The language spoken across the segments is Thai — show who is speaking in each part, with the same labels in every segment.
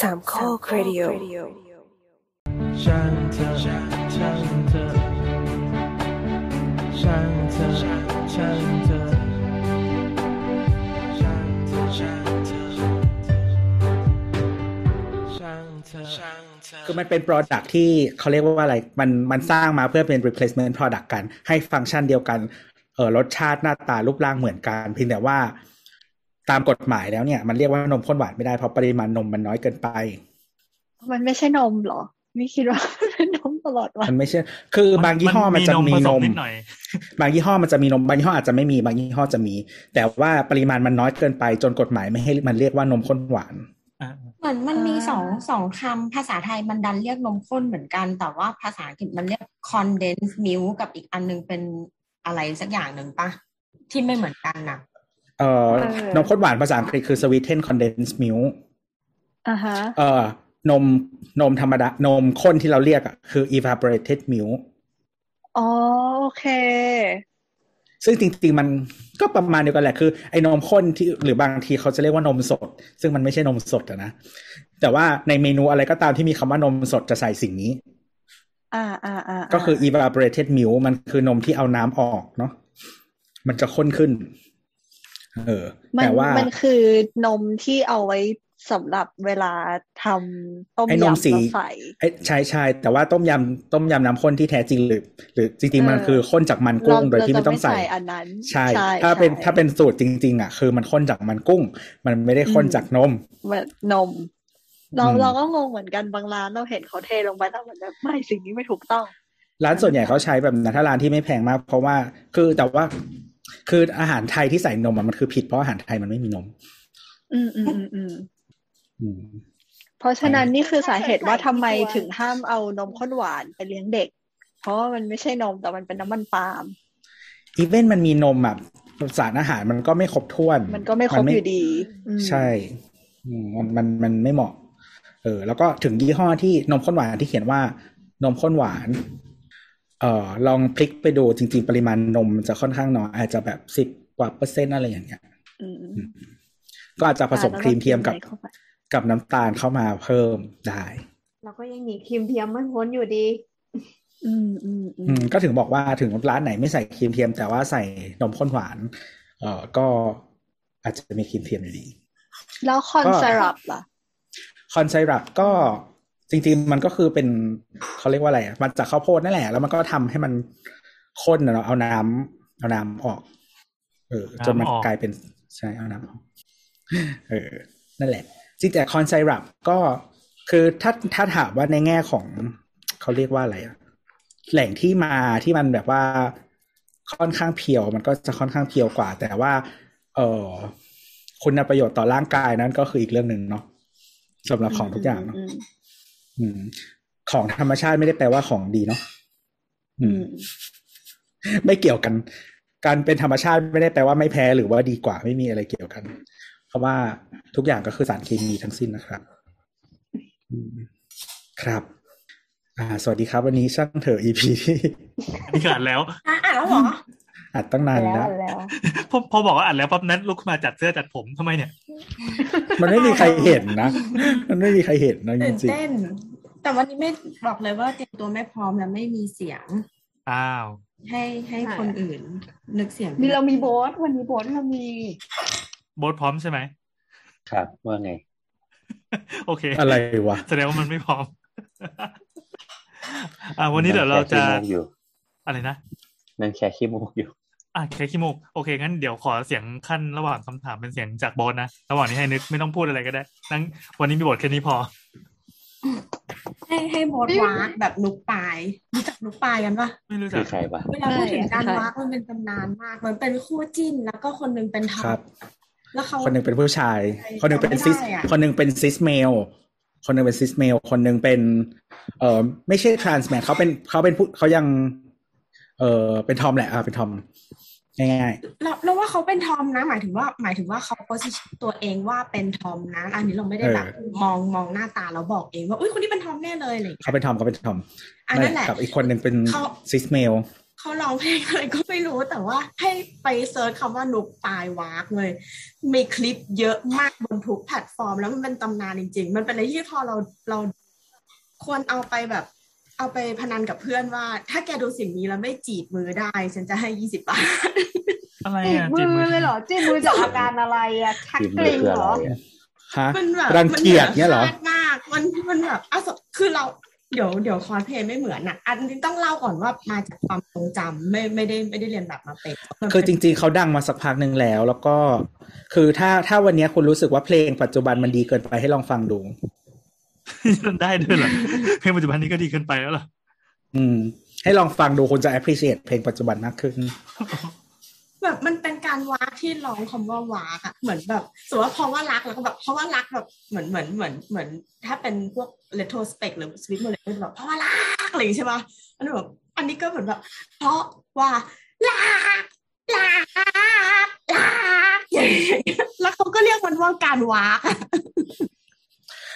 Speaker 1: สามข้อครดิโอ
Speaker 2: ช่างเธอช่างเธอช่างเธอช่างเธอช่างเธอช่างเธอช่างเธอช่างเธอ
Speaker 3: คือมันเป็น Product ที่เขาเรียกว่าอะไร มันมันสร้างมาเพื่อเป็น replacement product กัน ให้ฟังก์ชันเดียวกัน เออรสชาติหน้าตารูปร่างเหมือนกัน เพียงแต่ว่าตามกฎหมายแล้วเนี่ย มันเรียกว่านมข้นหวานไม่ได้ เพราะปริมาณนมมันน้อยเกินไป
Speaker 4: มันไม่ใช่นมเหรอ ไม่คิดว่า เป็นนมตลอดวัน
Speaker 3: มันไม่ใช่ คือบางยี่ห้อมันจะมี
Speaker 5: ผส
Speaker 3: นม
Speaker 5: นิดหน่อย
Speaker 3: บางยี่ห้อมันจะมีนม บางยี่ห้ออาจจะไม่มี บางยี่ห้อจะมี แต่ว่าปริมาณมันน้อยเกินไป จนกฎหมายไม่ให้มันเรียกว่านมข้นหวาน
Speaker 6: เหมือนมันมีสองสองคำภาษาไทยมันดันเรียกนมข้นเหมือนกัน แต่ว่าภาษาอังกฤษมันเรียก condensed milk กับอีกอันหนึงเป็นอะไรสักอย่างหนึ่งปะที่ไม่เหมือนกันนะ
Speaker 3: เอ่อนมข้นหวานภาษาอังกฤษคือ sweetened condensed milk
Speaker 4: อ่าฮะ
Speaker 3: เอ่อนมนมธรรมดานมข้นที่เราเรียกอะคือ evaporated milk
Speaker 4: อ๋อโอเค
Speaker 3: ซึ่งจริงๆ มันก็ประมาณเดียวกันแหละคือไอ้นมข้นที่หรือบางทีเขาจะเรียกว่านมสด ซึ่งมันไม่ใช่นมสดอะนะ แต่ว่าในเมนูอะไรก็ตามที่มีคำว่านมสดจะใส่สิ่งนี้
Speaker 4: อ่าอ่าอ่าา
Speaker 3: ก็คือ evaporated milk มันคือนมที่เอาน้ำออกเนาะมันจะข้นขึ้น เออ
Speaker 4: มัน
Speaker 3: แต่ว่าม
Speaker 4: มันคือนมที่เอาไว้สำหรับเวลาทำต้ม
Speaker 3: ไอ้นม
Speaker 4: ยำ
Speaker 3: สี
Speaker 4: แล้วใส่
Speaker 3: ไอ้ใช่ใช่แต่ว่าต้มยำต้มยำน้ำข้นที่แท้จริงหรือหรือจริงๆ มัน
Speaker 4: เออ
Speaker 3: คือข้นจากมันกุ้งโดยที่ไม่ต้องใส่
Speaker 4: เราจะอันนั้น
Speaker 3: ใช่ ถ้าเป็นถ้าเป็นสูตรจริง ๆ อ่ะ คือมันข้นจากมันกุ้ง มันไม่ได้ข้นจากนม
Speaker 4: เหมือนนม เรา
Speaker 3: อืม
Speaker 4: เราก็งงเหมือนกันบางร้านเราเห็นเขาเทลงไปแล้วเหมือนแบบไม่สิ่งนี้ไม่ถูกต้อง
Speaker 3: ร้านส่วนใหญ่เขาใช้แบบนั้นถ้าร้านที่ไม่แพงมาก เพราะว่า คือแต่ว่า คืออาหารไทยที่ใส่นมอะมันคือผิดเพราะอาหารไทยมันไม่มีนม
Speaker 4: อืมอืมอืมอืม
Speaker 3: อืม
Speaker 4: เพราะฉะนั้นนี่คือสาเหตุว่าทำไมถึงห้ามเอานมข้นหวานไปเลี้ยงเด็ก เพราะว่ามันไม่ใช่นมแต่มันเป็นน้ำมันปาล์ม
Speaker 3: อีเวนมันมีนมอ่ะสารอาหารมันก็ไม่ครบถ้วน
Speaker 4: มันก็ไม่ครบอยู่ดีอืม
Speaker 3: ใช่อืมมันมันมันไม่เหมาะ เออ แล้วก็ถึงยี่ห้อที่นมข้นหวานที่เขียนว่า นมข้นหวาน เอ่อ ลองพลิกไปดูจริง ๆ ปริมาณนมมันจะค่อนข้างน้อยอาจจะแบบสิบกว่าเปอร์เซ็นต์อะไรอย่างเงี้ย
Speaker 4: อืม
Speaker 3: ก็อาจจะผสม
Speaker 4: อ่ะ
Speaker 3: ครีมเทียมกับ
Speaker 4: แล้ก็ใส่ข้าไป
Speaker 3: กับน้ำตาลเข้ามาเพิ่มได้
Speaker 1: เราก็ยังหนีครีมเทียมไม่พ้นอยู่ดี
Speaker 4: อืมอืมอื
Speaker 3: อื
Speaker 4: ม
Speaker 3: มก็ถึงบอกว่าถึงร้านไหนไม่ใส่ครีมเทียม แต่ว่าใส่นมข้นหวาน เอ่อก็อาจจะมีครีมเทียมอยู่ดี
Speaker 4: แล้วคอน
Speaker 3: ก็
Speaker 4: ซารับล่ะ
Speaker 3: คอนไซรัปก็จริงๆ มันก็คือเป็นเขาเรียกว่าอะไรอะมันจากข้าวโพดนั่นแหละ แล้วมันก็ทำให้มันข้นนะเนาะเอาน้ำเอาน้ำออก เออ จนมัน
Speaker 5: น้ำออก
Speaker 3: กลายเป็นใช่เอาน้ำออกเออ นั่นแหละจริงแต่คอนไซรัปก็คือถ้าถ้าถามว่าในแง่ของเขาเรียกว่าอะไรอะแหล่งที่มาที่มันแบบว่าค่อนข้างเพียว มันก็จะค่อนข้างเพียวกว่า แต่ว่า เออคุณประโยชน์ต่อร่างกายนั้นก็คืออีกเรื่องหนึ่งเนาะสำหรับของทุกอย่างเนาะ
Speaker 4: ม
Speaker 3: อืมของธรรมชาติไม่ได้แปลว่าของดีเนาะอื
Speaker 4: อื
Speaker 3: ม
Speaker 4: ม
Speaker 3: ไม่เกี่ยวกัน การเป็นธรรมชาติไม่ได้แปลว่าไม่แพ้หรือว่าดีกว่าไม่มีอะไรเกี่ยวกัน เพราะว่าทุกอย่างก็คือสารเคมีทั้งสิ้นนะครับอืมครับ อ่า สวัสดีครับ วันนี้ช่างเถอะ EP ที่
Speaker 5: อันนี้คืออัดแล้ว
Speaker 6: อ่ะอ่ะแล้วเหรอ
Speaker 3: อัดตั้งนานแล้ว
Speaker 5: พอพอบอกว่าอัดแล้วปั๊บนั้นลุกมาจัดเสื้อจัดผมทำไมเนี่ย
Speaker 3: มันไม่มีใครเห็นนะ มันไม่มีใครเห็นนะจ
Speaker 6: ตื่น
Speaker 3: ริง
Speaker 6: เต้น แต่วันนี้ไม่บอกเลยว่าเตรียมตัวไม่พร้อมและไม่มีเสียง
Speaker 5: อ้าว
Speaker 6: ให้ให้
Speaker 1: ค่ะ
Speaker 6: คนอื่น นึกเสียง
Speaker 1: มีเรามีโบสวันนี้โบสเรามี
Speaker 5: โบทพร้อมใช่ไหม
Speaker 7: ครับ ว่าไง
Speaker 5: โอเค
Speaker 3: ๆ อะไรวะ
Speaker 5: แสดงว่ามันไม่พร้ อม อ่า วันนี้เดี๋ยวเราจะ
Speaker 7: นั่งแคขี้มูกอยู่
Speaker 5: อะไรนะ
Speaker 7: นั่งแค่ขี้มูกอยู่
Speaker 5: อ่ะแค่ขี้มูกโอเคงั้นเดี๋ยวขอเสียงขั้นระหว่างคำถามเป็นเสียงจากโบทนะระหว่างนี้ให้นึกไม่ต้องพูดอะไรก็ได้ นั่งวันนี้มีบทแค่นี้พอ
Speaker 6: ให้ให้โบสวากแบบนุกปายรู้จักนุกปายกันปะ
Speaker 5: ไม่รู้จั
Speaker 7: คื
Speaker 5: ก
Speaker 7: อใครวะ
Speaker 6: เวลาพูดถึงการวากมันเป็นตำนานมากเหมือนเป็นคู่จิ้นแล้วก็คนหนึ่งเป็นทอม
Speaker 3: ครับ
Speaker 6: แล้วเขา
Speaker 3: คนหนึ่งเป็นผู้ชาย คนหนึ่งเป็นซิส
Speaker 6: จำไม่ได้อะ
Speaker 3: คนหนึ่งเป็นซิสเมล คนหนึ่งเป็นซิสเมล คนหนึ่งเป็น เอ่อไม่ใช่ทรานส์แมนเขาเป็นเขาเป็นผู้เขายัง เอ่อเป็นทอมแหละอ่าเป็นทอมง่าย
Speaker 6: เราเราว่าเขาเป็นทอมนะ หมายถึงว่าหมายถึงว่าเขาโพสตัวเองว่าเป็นทอมนะ อันนี้เราไม่ได้แบบมองมองหน้าตาเราบอกเองว่าอุ้ยคนนี้เป็นทอมแน่เลยอะไรอย่าง
Speaker 3: ๆ
Speaker 6: เงี้
Speaker 3: เขา
Speaker 6: ย
Speaker 3: เป็นทอมเขาเป็นทอม
Speaker 6: อันนั้นแหละ
Speaker 3: กับอีกคนหนึ่งเป็น
Speaker 6: เขา
Speaker 3: ซิสเมล
Speaker 6: เขาร้องเพลงอะไรก็ไม่รู้แต่ว่าให้ไปเซิร์ชคำว่านุกตายวากเลย มีคลิปเยอะมากบนทุกแพลตฟอร์ม แล้วมันเป็นตำนานจริง ๆ มันเป็นอะไรที่พอเราเราควรเอาไปแบบ เอาไปพนันกับเพื่อนว่า ถ้าแกดูสิ่งนี้แล้วไม่จีบมือได้ ฉันจะให้ยี่สิบบาท
Speaker 5: อะไร
Speaker 1: จีบ
Speaker 5: อ่ะ
Speaker 1: มือเลยเหรอจีบมือจากอาการอะไรอ่ะชัก
Speaker 7: ทีม
Speaker 1: เก
Speaker 7: เลื
Speaker 1: ร
Speaker 7: อก
Speaker 1: ง
Speaker 7: คืออะ
Speaker 1: เหรอ
Speaker 7: ไรอะ
Speaker 3: ฮะ
Speaker 6: มันแบบ
Speaker 3: รังเกียจเนี้ยเหรอ
Speaker 6: มัแบบมากมันมันแบบอ่ะสคือเราเดี๋ยวเดี๋ยวคอร์สเพลย์ไม่เหมือนอ่ะ อันนี้ต้องเล่าก่อนว่ามาจากความทรงจำไม่ไม่ได้ไม่ได้เรียนแบบมาเป็น
Speaker 3: คือจริง ๆ เขาดังมาสักพักหนึ่งแล้ว แล้วก็ คือถ้าถ้าวันเนี้ยคุณรู้สึกว่าเพลงปัจจุบันมันดีเกินไปให้ลองฟังดู
Speaker 5: ได้ด้วยเหรอเพลงปัจจุบันนี้ก็ดีเกินไปแล้วเหรอ
Speaker 3: อืม ให้ลองฟังดูคุณจะ appreciate เพลงปัจจุบันมากขึ้น
Speaker 6: แบบมันเป็นการวากที่ร้องคำว่าวากอ่ะเหมือนแบบสมมติว่าเพราะว่ารักแล้วก็แบบเพราะว่ารักแบบเหมือนเหมือนเหมือนเหมือน ถ้าเป็นพวกเลโทสเปกหรือสวิตโมเลก็จะแบบเพราะว่ารักอะไรอย่างงี้ใช่ปะอันนี้แบบอันนี้ก็เหมือนแบบ เพราะว่ารักรักรักอย่างเงี้ยแล้วเขาก็เรียกมันว่าการวากอะ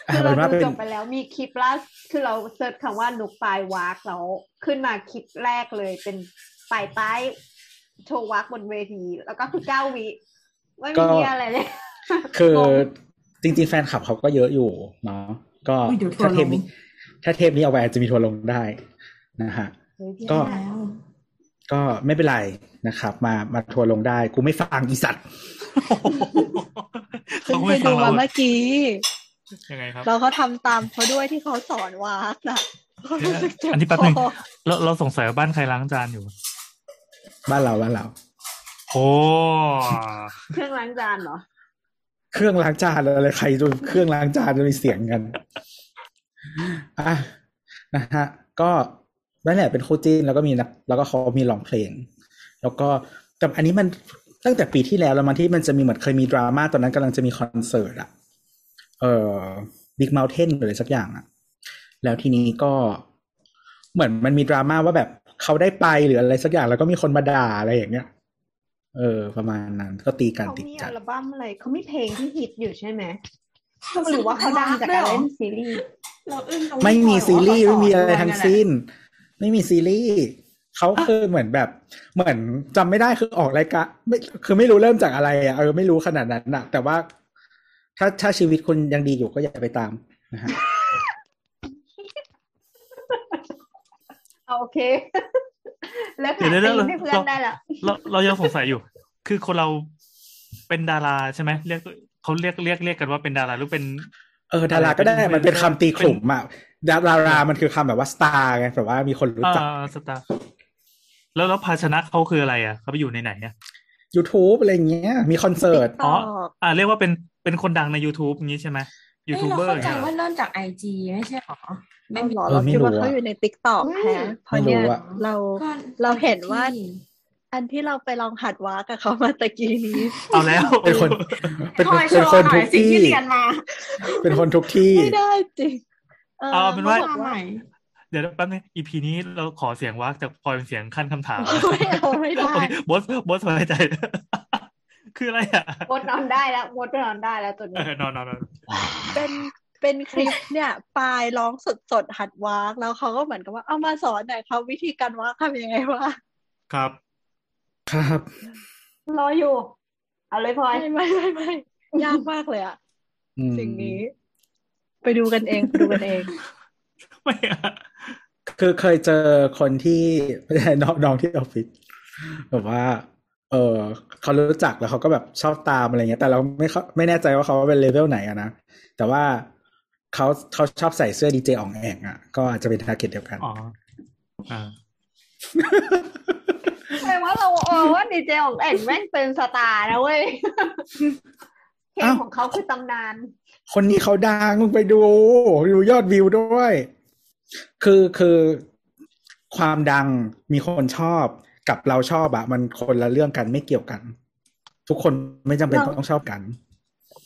Speaker 3: อ่ะ
Speaker 1: คือเรา
Speaker 3: เป็นว่า
Speaker 1: ดู
Speaker 3: เป็น
Speaker 1: จบไปแล้วมีคลิปล่าสุดคือเราเซิร์ชคำว่านุกปลายวากแล้วขึ้นมาคลิปแรกเลยเป็นปลายป้ายโชว์วักบนเวที แล้วก็คือเก้าวิไม่มีเหี้ยอะไรเลย
Speaker 3: คือจริง ๆ แฟนคลับเขาก็เยอะอยู่เนาะก็
Speaker 6: อุ๊ยเดี๋ยวทัวร์
Speaker 3: ถ้าเทป
Speaker 6: ล
Speaker 3: นี้
Speaker 6: ง
Speaker 3: ถ้าเทปนี้เอาไว้อาจจะมีทัวร์ลงได้นะฮะ ก็ ก็ไม่เป็นไรนะครับ มามาทัวร์ลงได้ กูไม่ฟังอีสัตว์
Speaker 5: เขาก็
Speaker 4: ไป
Speaker 5: ไม่ฟั
Speaker 4: ดู
Speaker 5: งเรา
Speaker 4: มา
Speaker 5: เหรอ
Speaker 4: เมื่อกี้
Speaker 5: ยังไงครับ
Speaker 4: เราก็ทำตามเขาด้วยที่เขาสอนวากนะเขารู้สึกเจ็บ
Speaker 5: อันนี้แป๊บ
Speaker 4: ค
Speaker 5: หนึ่ง
Speaker 4: อ
Speaker 5: เราเราสงสัยว่าบ้านใครล้างจานอยู่
Speaker 3: บ้านเราบ้านเรา
Speaker 5: โอ้
Speaker 1: เครื่องล้างจานเหรอ
Speaker 3: เครื่องล้างจานอะไรใครจะเครื่องล้างจานจะมีเสียงกันอ่ะนะฮะ ก็นั่นแหละเป็นคู่จิ้นแล้วก็มีนักแล้วก็เขามีร้องเพลง แล้วก็แต่อันนี้มันตั้งแต่ปีที่แล้วแล้วมันที่มันจะมีเหมือนเคยมีดราม่าตอนนั้นกำลังจะมีคอนเสิร์ตอะเอ่อบิ๊กเมลเทนหรืออะไรสักอย่างอะแล้วทีนี้ก็เหมือนมันมีดราม่าว่าแบบเขาได้ไปหรืออะไรสักอย่างแล้วก็มีคนมาด่าอะไรอย่างเงี้ย เออ ประมาณนั้นก็ตีกัน
Speaker 1: เขา
Speaker 3: ติด
Speaker 1: มี
Speaker 3: กั
Speaker 1: อั
Speaker 3: น
Speaker 1: ลบั้มอะไรเขามีเพลงที่ฮิตอยู่ใช่ไหมหรือว่าเขาดังจากการเล่นซีรีส์
Speaker 6: เราอึ้งตรง
Speaker 3: ไม่มีซีรีส์ไม่มีอะไรทั้ง
Speaker 6: น
Speaker 3: สิ้น ไม่มีซีรีส์เขาคือเหมือนแบบ เหมือนจำไม่ได้คือออกรายการไม่คือไม่รู้เริ่มจากอะไรอ่ะเออไม่รู้ขนาดนั้นนะแต่ว่า ถ้าถ้าชีวิตคุณยังดีอยู่ก็อย่าไปตามนะฮะ
Speaker 1: เอาโอเค แล้ว
Speaker 5: เดี๋ยว
Speaker 1: หา
Speaker 5: เดี๋ยว
Speaker 1: ตี
Speaker 5: เดี๋ยวน
Speaker 1: ให้เพื่อนได้ละ
Speaker 5: เราเรายังสงสัยอยู่ คือคนเราเป็นดาราใช่ไหมเรียกเขาเรียกเรียกเรียกกันว่าเป็นดาราหรือเป็น
Speaker 3: เออดาราก็ได้
Speaker 5: อะไรเป็น
Speaker 3: มันเป็นคำตีขลุ่มอ่ะดารารา
Speaker 5: เป็น
Speaker 3: มันคือคำแบบว่าสตาร์ไงแบบว่ามีคนรู้จัก
Speaker 5: อ่าสตาร์แล้วแล้วภาชนะเขาคืออะไรอ่ะเขาไปอยู่ในไหนอ่ะ
Speaker 3: YouTube อะไรอย่างเงี้ย มีคอนเสิร์ต
Speaker 5: อ๋ออ่าเรียกว่าเป็นเป็นคนดังใน youtube อย่างงี้ใช่ไหมยูทูบเบอร์
Speaker 6: เราเข้าใจว่าเริ่มจากไอจีไม่ใช่หรอ ไม่
Speaker 4: ไม่
Speaker 6: มี
Speaker 4: หรอ
Speaker 3: เออ
Speaker 4: เรา
Speaker 3: ไม่
Speaker 4: คิด
Speaker 3: รู้
Speaker 4: ว่า
Speaker 3: อะ
Speaker 4: เขาอยู่ในติ๊กต็อกแฮะเพราะเนี่
Speaker 3: ไม่
Speaker 4: ย
Speaker 3: รู้อะ
Speaker 4: เรา
Speaker 6: ก็
Speaker 4: เราเห็นว่า อันที่เราไปลองหัดวากกับเขามาตะกี้ นี้
Speaker 5: เอาแล้ว
Speaker 3: เป็นคนเป็น
Speaker 6: คอยโช
Speaker 3: เป็น
Speaker 6: ว์
Speaker 3: คน
Speaker 6: หน่อย
Speaker 3: ทุก
Speaker 6: สิ่ง
Speaker 3: ที่
Speaker 6: ที่เรียนมา
Speaker 3: เป็นคนทุกที่
Speaker 4: ไม่ได้จริง
Speaker 5: เอาเป็นว่า
Speaker 4: ขบอก
Speaker 6: ใหม่
Speaker 5: เดี๋ยวแป๊บนึง EP นี้เราขอเสียงวักจากพลอยเป็นเสียงขั้นคำถาม
Speaker 4: ไม่เอาไม่ได้
Speaker 5: โอเคบอสบอสสบายใจ คืออะไรอ่ะ
Speaker 1: มดนอนได้แล้วมดนอนได้แล้วตัว
Speaker 5: เอ
Speaker 1: นี้
Speaker 5: อนอนนอนนอน
Speaker 4: เป็นเป็นคลิปเนี่ยปายร้องสดๆหัดวากแล้วเขาก็เหมือนกับว่าเอามาสอนหน่อยครับวิธีการวากทำยังไงวะ
Speaker 5: ครับ
Speaker 3: ครับ
Speaker 1: รออยู่ เอาเลยพลอย
Speaker 4: ไม่ไม่ไม่ไม่ยากมากเลยอะ
Speaker 3: อืม
Speaker 4: สิ่งนี้ ไปดูกันเองไปดูกันเอง
Speaker 5: ไม่อะ
Speaker 3: คือเคยเจอคนที่ไม่ใช่น้องน้องที่ออฟฟิศแบบว่า เออเขารู้จักแล้วเขาก็แบบชอบตามอะไรเงี้ย แต่เราไม่เข้าไม่แน่ใจว่าเขาเป็นเลเวลไหนอะนะ แต่ว่าเขาเขาชอบใส่เสื้อดีเจอ่องแองอะก็อาจจะเป็นทาร์เก็ตเดียวกัน
Speaker 5: อ๋ออ่า
Speaker 1: แปลว่าเราเออว่าดีเจของแอนแม่งเป็นสตาร์นะเว้ยเพลง
Speaker 3: อ้าว
Speaker 1: ของเขาคือตำนาน
Speaker 3: คนนี้เขาดังมึงไปดูดูยอดวิวด้วย คือคือความดังมีคนชอบกับเราชอบอะมันคนละเรื่องกันไม่เกี่ยวกัน ทุกคนไม่จำเป็นต้องชอบกัน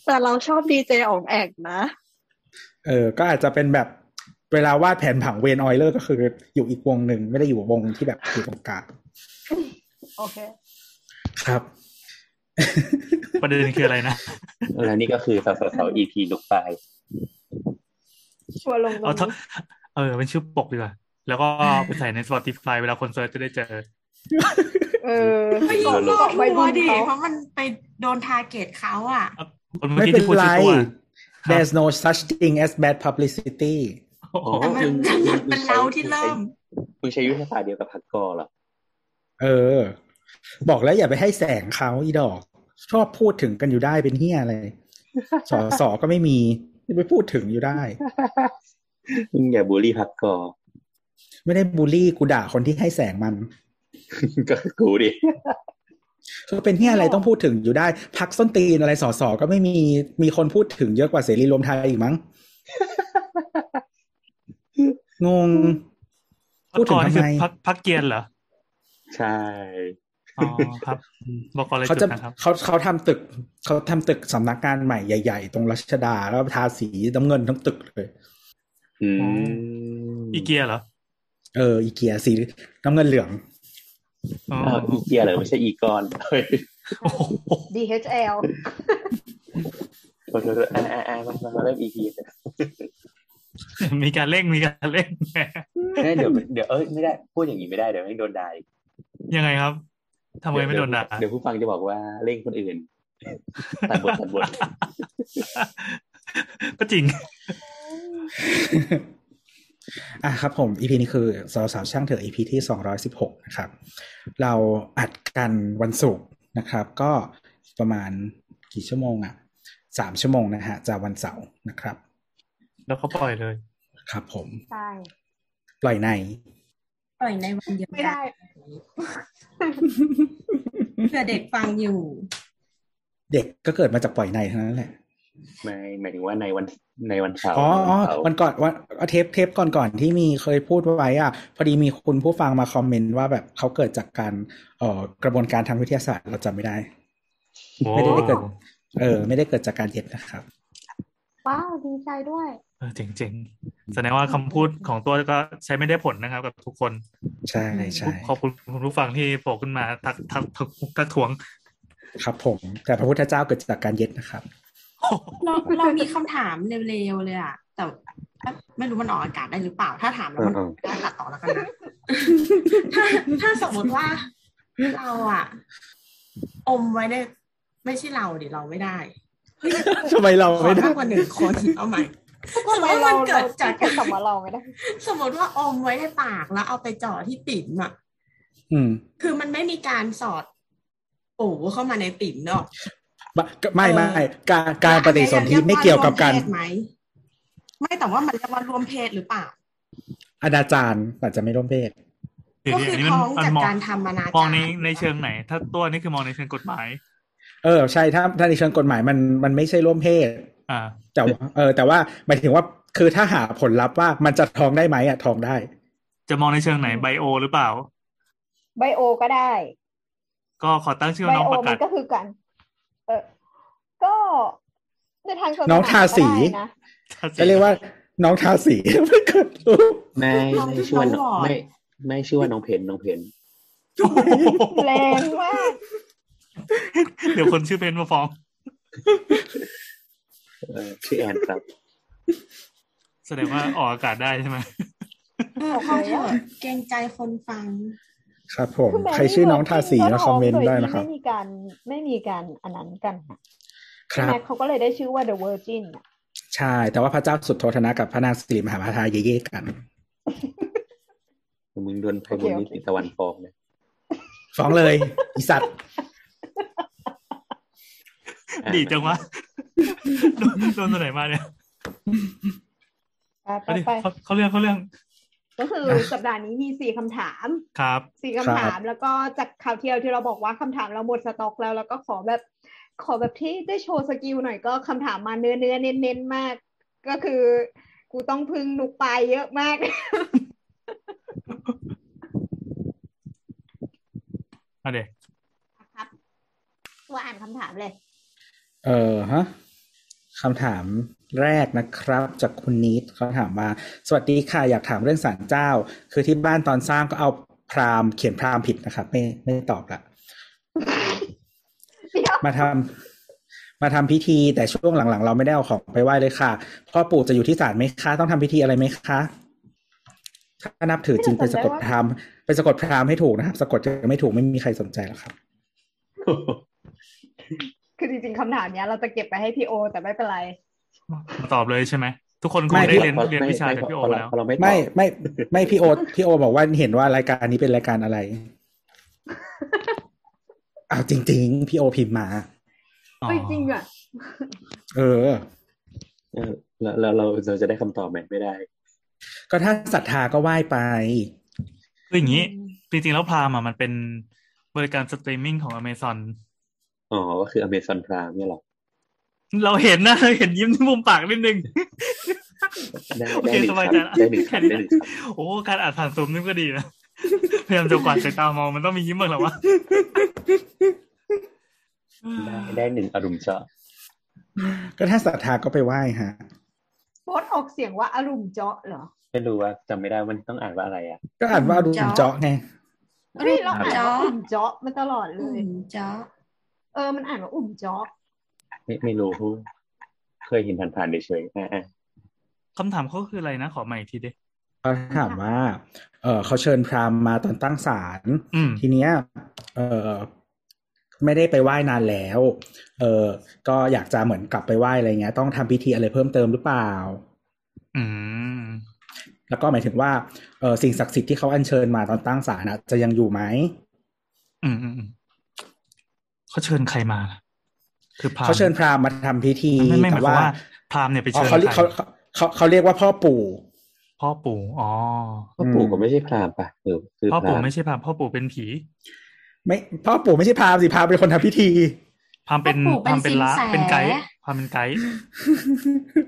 Speaker 4: แต่เราชอบดีเจอ๋องแอกนะ
Speaker 3: เออ ก็อาจจะเป็นแบบเวลาวาดแผนผังเวนออยเลอร์ก็คืออยู่อีกวงหนึ่งไม่ได้อยู่วงที่แบบอยู่ตรงกลาง
Speaker 1: โอเค
Speaker 3: ครับ
Speaker 5: ประเด็นคืออะไรนะ
Speaker 7: แล้วนี่ก็คือสาวสาว EP ลุกปลาย
Speaker 1: ชัวร์ลงตรง
Speaker 5: เอาเถ
Speaker 1: นี้
Speaker 5: อะเออเป็นชื่อปกดีกว่า แล้วก็ไปใส่ใน Spotify เวลาคนเซิร์ชจะได้เจอ
Speaker 1: เออ
Speaker 6: ก็ยิ่ง
Speaker 1: ก
Speaker 6: รอบ
Speaker 1: ใบ
Speaker 6: ทัว
Speaker 1: บุญ
Speaker 6: ร์ดิ
Speaker 1: เขา
Speaker 6: เพราะมันไปโดนทาร์เกตเขาอ่ะ
Speaker 5: คนเมื่อ
Speaker 3: ไม่
Speaker 5: กี้
Speaker 3: เป็น
Speaker 5: ที่พูด
Speaker 3: ไร
Speaker 5: ชื่อตัว
Speaker 3: there's no such thing as bad publicity
Speaker 5: โอ้โห
Speaker 6: แต่มันแต่มันเป็นเราที่เริ่ม
Speaker 7: คุณใช้ยุทธศาสตร์เดียวกับพักกอเหรอ
Speaker 3: เออ บอกแล้วอย่าไปให้แสงเขาอีดอก ชอบพูดถึงกันอยู่ได้เป็นเฮียอะไรสอสอก็ไม่มีจะไปพูดถึงอยู่ได้
Speaker 7: มึงอย่าบูลลี่พักกอ
Speaker 3: ไม่ได้บูลลี่กูด่าคนที่ให้แสงมัน
Speaker 7: ก็กูดิ
Speaker 3: คือเป็นที่อะไรต้องพูดถึงอยู่ได้พักส้นตีนอะไรสอสอก็ไม่มีมีคนพูดถึงเยอะกว่าเสรีรวมไทยอี กมั้ง งง พูดถึงทำไม
Speaker 5: พักพักเกียร์เหรอ
Speaker 7: ใช่
Speaker 5: อ๋อครับบอกอะไร
Speaker 3: เขา
Speaker 5: จุ
Speaker 3: จะ
Speaker 5: ดนะครับ
Speaker 3: เขาเขาทำตึกเขาทำตึกสำนักงานใหม่ใหญ่ ๆ ตรงรัชดาแล้วทาสีน้ำเงินทั้งตึกเลย
Speaker 7: อื
Speaker 5: อ๋
Speaker 7: ม
Speaker 5: อีเกียร์เหรอ
Speaker 3: เอออีเกียสีน้ำเงินเหลือง
Speaker 5: อ๋อ
Speaker 7: อ้าวอีเกียเหรอไม่ใช่อีกอน เฮ้ย
Speaker 5: โอ้โห
Speaker 1: DHL
Speaker 7: โทษๆๆอ่าอ่าอ่ามามาเริ่มอีเกีย
Speaker 5: มีการเร่งมีการเร่ง
Speaker 7: เดี๋ยวเดี๋ยวเอ้ยไม่ได้พูดอย่างนี้ไม่ได้เดี๋ยวแม่งโดนด่าอีก
Speaker 5: ยังไงครับทำไมไม่โดนด่า
Speaker 7: เดี๋ยวผู้ฟังจะบอกว่าเร่งคนอื่น ตัดบทตัดบท
Speaker 5: ก็จริง
Speaker 3: อ่ะครับผม EP นี้คือสาวสาวๆช่างเถอะ EP ที่ 216 นะครับ เราอัดกันวันศุกร์นะครับ ก็ประมาณกี่ชั่วโมงอะสามชั่วโมงนะฮะจากวันเสาร์นะครับ
Speaker 5: แล้วเขาปล่อยเลย
Speaker 3: ครับผม
Speaker 1: ใช่
Speaker 3: ปล่อยใน
Speaker 6: ปล่อยในวันเดียว
Speaker 1: ไม่
Speaker 6: กั
Speaker 1: ได้
Speaker 6: นเผื่อเด็กฟังอยู่
Speaker 3: เด็กก็เกิดมาจากปล่อยในเท่านั้นแหละ
Speaker 7: ไม่หมายถึงว่าในวันในวันเสาร์
Speaker 3: อ๋ออ๋อ
Speaker 7: วัเสาร์
Speaker 3: วันก่อนวันเทปเทปก่อนก่อนๆที่มีเคยพูดไว้อ่ะ พอดีมีคุณผู้ฟังมาคอมเมนต์ว่าแบบเขาเกิดจากการเอ่อกระบวนการทางวิทยาศาสตร์เราจำไม่ได้ ไม่ได้เกิด เออ ไม่ได้เกิดจากการเย็ดนะครับ
Speaker 1: ว้าวดีใจด้วย
Speaker 5: เออเจ๋งๆ แสดงว่าคำพูดของตัวก็ใช้ไม่ได้ผลนะครับ กับทุกคน
Speaker 3: ใช่ใช่
Speaker 5: ขอบคุณคุณผู้ฟังที่โผล่ขึ้นมาทักทักทักทักทวง
Speaker 3: ครับผมแต่พระพุทธเจ้าเกิดจากการเย็ดนะครับ
Speaker 6: เราเรามีคำถามเร็วๆเลยอ่ะ แต่ไม่รู้มันออกอากาศได้หรือเปล่า ถ้าถามแล้วมัน
Speaker 7: เออ
Speaker 6: ก็ตัดต่อแล้วกันนะ ถ้าถ้าสมมติว่าเราอะอมไว้ได้ไม่ใช่เราดิเราไม่ได้เฮ้ย
Speaker 3: ทำไมเราไม่ได้
Speaker 6: ขอมกกว่าหนึ่งคนเอาใหม่
Speaker 1: ทำไมเรา
Speaker 6: มันเกิดจาก
Speaker 1: เรคำว่าเราไม่ได้
Speaker 6: สมมติว่าอมไว้ในปากแล้วเอาไปจ่อที่ติ่มอะ
Speaker 3: อืม
Speaker 6: คือมันไม่มีการสอดปูเข้ามาในติ่มเนอะ
Speaker 3: บะก็ไม่ไม่การการปฏิสนธิไม่เกี่ยวกับการ
Speaker 6: อันนี้เยว่วมเพศไหมไม่แต่ว่ามันเรียกว่ารวมเพศหรือเปล่า
Speaker 3: อนาจารย์อาจจะไม่ร่วมเพศ
Speaker 6: ก็คือท้องจากการทำอนาจาร
Speaker 5: มองในในเชิงไหน ถ้าตัวนี่คือมองในเชิงกฎหมาย
Speaker 3: เออ ใช่ถ้าถ้าในเชิงกฎหมายมันมันไม่ใช่ร่วมเพศ
Speaker 5: อ่า
Speaker 3: แต่ว่าเออแต่ว่าหมายถึงว่าคือถ้าหาผลลัพธ์ว่ามันจะท้องได้ไหมอ่ะท้องได้
Speaker 5: จะมองในเชิงไหนไบโอ หรือเปล่า
Speaker 1: ไบโอก็ได้
Speaker 5: ก็ขอตั้งชื่อ
Speaker 1: ไบ
Speaker 5: ว่าน้อง
Speaker 1: โอ
Speaker 5: ประ
Speaker 1: มั
Speaker 5: กาศ
Speaker 1: นก็คือกัน เออ ก็ในทางศส
Speaker 3: น้องทาสี
Speaker 1: ก็ได้นะ
Speaker 3: ก็เรียกว่าน้องทาสี ไม่เกิดลูก
Speaker 7: ไม่ไม่ชื่อว่าน้องไม่ไม่ชื่อว่าน้องเพนน้องเพน
Speaker 1: แรงมาก
Speaker 5: เดี๋ยวคนชื่อเพนมาฟ้อง
Speaker 7: เออชื่อแอนครับ
Speaker 5: แสดงว่าออกอากาศได้ใช่ไหม
Speaker 6: เออเข้าเถอะเกรงใจคนฟัง
Speaker 3: ครับผม
Speaker 1: แม้
Speaker 3: ใครชื่อน้องทาสี
Speaker 1: ก็
Speaker 3: มาคอมเมนต์ได้นะค
Speaker 1: ท้
Speaker 3: รั
Speaker 1: อง
Speaker 3: บ
Speaker 1: โดยที่ไม่มีการไม่มีการอันนั้นกันค่ะ
Speaker 3: ครั
Speaker 1: แม็
Speaker 3: บ
Speaker 1: กเขาก็เลยได้ชื่อว่า The Virgin อะ
Speaker 3: ใช่ แต่ว่าพระเจ้าสุดโทธนะกับพระนางสิริมหามาทาเย่ๆกัน
Speaker 7: มึงโดนไพมุนนิติตะวันฟองนะ
Speaker 3: ฟ้องเลยอีสัตว์
Speaker 7: อ่ะ
Speaker 5: ดีจังวะโดนโดนตัวไหนมาเนี่ย
Speaker 1: ไป
Speaker 5: เอาดิ
Speaker 1: ไป
Speaker 5: เขาเขาเรื่องเขาเรื่อง
Speaker 1: ก็คือสัปดาห์นี้มีสี่คำถาม
Speaker 5: ครับ
Speaker 1: สี่คำถามแล้วก็จากข่าวเที่ยวที่เราบอกว่าคำถามเราหมดสต็อกแล้ว แล้วก็ขอแบบ ขอแบบที่ได้โชว์สกิลหน่อยก็คำถามมาเนื้อเนื้อเน้นเน้นๆมาก ก็คือ กูต้องพึ่งนุกไปายเยอะมาก
Speaker 5: เอาเดี๋ยว
Speaker 1: ครับตัวอ่านคำถามเลย
Speaker 3: เออฮะคำถามแรกนะครับ จากคุณนิดเขาถามมา สวัสดีค่ะ อยากถามเรื่องศาลเจ้า คือที่บ้านตอนสร้างก็เอาพราหมณ์เขียนพราหมณ์ผิดนะครับ ไม่ไม่ตอบละ
Speaker 1: เดี๋ยว
Speaker 3: มาทำมาทำพิธีแต่ช่วงหลังๆ เราไม่ได้เอาของไปไหว้เลยค่ะพ่อปู่จะอยู่ที่ศาลไหมคะ ต้องทำพิธีอะไรไหมคะ ถ้านับถือจริงไปสะกดพราหมณ์ไปสะกดพราหมณ์ให้ถูกนะครับสะกดจะไม่ถูกไม่มีใครสนใจหรอกครับ
Speaker 1: คือจริงๆคำถามเนี้ย เราจะเก็บไปให้พี่โอ แต่ไม่เป็นไร
Speaker 5: มาตอบเลยใช่ไหมทุกคนคง
Speaker 3: ไม่
Speaker 5: ได้เรียน
Speaker 7: พอ
Speaker 5: เรียนวิชาจากพี่โอ
Speaker 7: พอเรา
Speaker 5: แล้ว
Speaker 7: พอเราไม่ตอบ
Speaker 3: ไม่ไม่ไม่พี่โอพี่โอบอกว่าเห็นว่ารายการนี้เป็นรายการ อะไรเอาจริง ๆ พี่โอพิมพ์มา
Speaker 1: เฮ้ยจริงอ่ะ
Speaker 3: เออ
Speaker 7: เออแล้วแล้วเราเราจะได้คำตอบไหมไม่ได้
Speaker 3: ก็ถ้าศรัทธาก็ไหว้ไป
Speaker 5: คืออย่างนี้ จริงๆ แล้วพรามอ่ะมันเป็นบริการสตรีมมิ่งของ Amazon
Speaker 7: อ๋อ ก็คืออเมซอนพรามเนี่ยหรอ
Speaker 5: เราเห็นนะ เราเห็นยิ้มที่มุมปากนิดนึง
Speaker 7: ได้
Speaker 5: โอเค
Speaker 7: ได้หนึ่
Speaker 5: ส
Speaker 7: ง
Speaker 5: บาย
Speaker 7: ค
Speaker 5: ใจ
Speaker 7: รั
Speaker 5: ละ
Speaker 7: บได้หนึ่งค
Speaker 5: แค่
Speaker 7: รับ
Speaker 5: นี้
Speaker 7: ได้
Speaker 5: นะ
Speaker 7: หนึ่งครับ
Speaker 5: โอ้การอ่านผ่านซูมนี่ก็ดีนะ พยายามจะกวาดสายตามองมันต้องมียิ้มบ้างแหละวะ
Speaker 7: ได้ได้หนึ่งอารมณ์ชอบ
Speaker 3: ก็ถ้าศรัทธาก็ไปไหว้ฮะ
Speaker 1: โพสต์ออกเสียงว่าอารมณ์เจาะเหรอ
Speaker 7: ไม่รู้ว่าจำไม่ได้มันต้องอ่านว่าอะไรอ่ะ
Speaker 3: ก็อ่านว่าดูเจาะไง
Speaker 1: เฮ้ยเราอ่าน
Speaker 6: เจาะ
Speaker 1: ว่าอุ่มเจาะมาตลอดเล
Speaker 6: อุ่
Speaker 1: ย
Speaker 6: มเจาะ
Speaker 1: เออมันอ่านว่าอุ่มเจาะ
Speaker 7: ไม่ไม่รู้ เคยเห็นผ่านๆเฉยๆอ่า
Speaker 5: คำถามเขาคืออะไรนะ ขอใหม่อีกทีดิ
Speaker 3: เขาถามว่า เออเขาเชิญพราหมณ์มาตอนตั้งศาล
Speaker 5: อืม
Speaker 3: ทีเนี้ย เออไม่ได้ไปไหว้นานแล้ว เออก็อยากจะเหมือนกลับไปไหว้อะไรเงี้ย ต้องทำพิธีอะไรเพิ่มเติมหรือเปล่า
Speaker 5: อืม
Speaker 3: แล้วก็หมายถึงว่า เออสิ่งศักดิ์สิทธิ์ที่เขาอัญเชิญมาตอนตั้งศาลนะจะยังอยู่ไหม
Speaker 5: อืมอืมอืมเขาเชิญใครมาล่ะคือพราม
Speaker 3: เขาเชิญพราหมณ์มาทำพิธี
Speaker 5: ไม่ไม่หมายค
Speaker 3: แต่
Speaker 5: วามว่าพรามเนี่ยไป
Speaker 3: อ๋อ
Speaker 5: เชิญ
Speaker 3: เขาเรียก
Speaker 5: ใคร
Speaker 3: เขาเขาเขาเขาเรียกว่าพ่อปู่
Speaker 5: พ่อปู่อ๋อ
Speaker 7: พ่อปู่ก็ไม่ใช่พรามป่ะหรือคือ
Speaker 5: พ่อ
Speaker 7: พรา
Speaker 5: ปู่
Speaker 7: ม
Speaker 5: ไม่ใช่พรามพ่อปู่เป็นผี
Speaker 3: ไม่พ่อปู่ไม่ใช่พราหมณ์สิพราหมณ์เป็นคนทำพิธี
Speaker 5: พรามเป็น
Speaker 6: พ่อปู่
Speaker 5: พรามเป็นละ
Speaker 6: สิแส
Speaker 5: เป็นไกด์พรามเป็นไกด์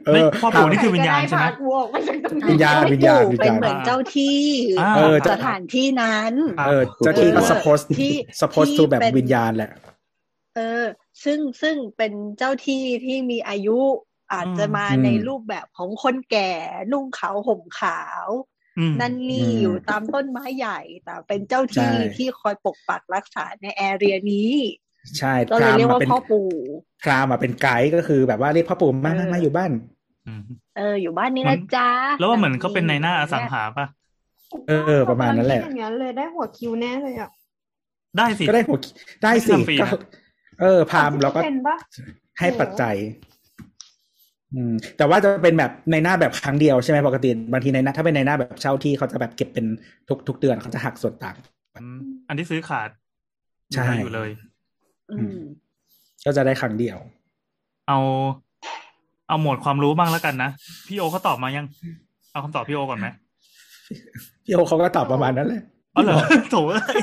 Speaker 3: เอ
Speaker 5: ไม่
Speaker 3: อ
Speaker 5: พ่อปู่
Speaker 3: พราหมณ์
Speaker 5: นี่คือวิญญาณใช่ไหม
Speaker 1: ครก็ด้พกูออกไปจากตรง
Speaker 3: วิ
Speaker 1: นี้
Speaker 3: ญญาณวิญญาณวิญญาณ
Speaker 4: เป็นเหมือนเจ้าที่
Speaker 5: อ่า
Speaker 3: เออ
Speaker 4: ส
Speaker 3: จะ
Speaker 4: ถานที่นั้น
Speaker 5: พราหมณ์
Speaker 3: เออเจ้าที่ก็ suppose
Speaker 4: ที่
Speaker 3: suppose to แบบวิญญาณแหละ
Speaker 4: เออ ซึ่งซึ่งเป็นเจ้าที่ที่มีอายุอาจจะมา
Speaker 3: อืม
Speaker 4: ในรูปแบบของคนแก่นุ่งขาวห่มขาว
Speaker 5: อืม
Speaker 4: นั่นนี่
Speaker 3: อืม
Speaker 4: อยู่ตามต้นไม้ใหญ่ แต่เป็นเจ้าที่
Speaker 3: ใช่
Speaker 4: ที่คอยปกปักรักษาในแอเรียนี้
Speaker 3: ใช่
Speaker 4: ก็เลยเรียกว่าพ่อปู่
Speaker 3: พราหมณ์มาเป็นไกด์ก็คือแบบว่าเรียกพ่อปู่มา
Speaker 4: เออ
Speaker 3: มามาอยู่บ้าน
Speaker 5: อืม
Speaker 4: เออ อยู่บ้านนี้
Speaker 5: มั
Speaker 4: นะ
Speaker 5: น
Speaker 4: จ๊ะ
Speaker 5: แล้วว่าเหมือนเขาเป็นในหน้าอสังหาป่ะ
Speaker 3: เออประมาณนั้นแหละ
Speaker 1: กำงคิดอย่างนั้นเลยได้หัวคิวแน่เลยอ่ะ
Speaker 5: ได้สิ
Speaker 3: ก็ได้หัวได้สิ
Speaker 5: ไม่ทำฟรีนะ
Speaker 3: ก็เออพราหมณ์เราก็
Speaker 1: เป็นปะ
Speaker 3: ให้ปัจจัย อืม แต่ว่าจะเป็นแบบในหน้าแบบครั้งเดียวใช่ไหมปกติบางทีในหน้าถ้าเป็นในหน้าแบบเช่าที่เขาจะแบบเก็บเป็นทุกทุกเดือนเขาจะหักส่วนต่าง
Speaker 5: อืมอันที่ซื้อขาด
Speaker 3: ใช่
Speaker 5: อยู่เลย
Speaker 4: อืม
Speaker 3: ก็จะได้ครั้งเดียว
Speaker 5: เอา เอาหมวดความรู้บ้างแล้วกันนะ พี่โอเขาตอบมายัง เอาคำตอบพี่โอก่อนไหม
Speaker 3: พี่โอเขาก็ตอบประมาณนั้นแหละ
Speaker 5: อ๋อเหรอ โถเอ้ย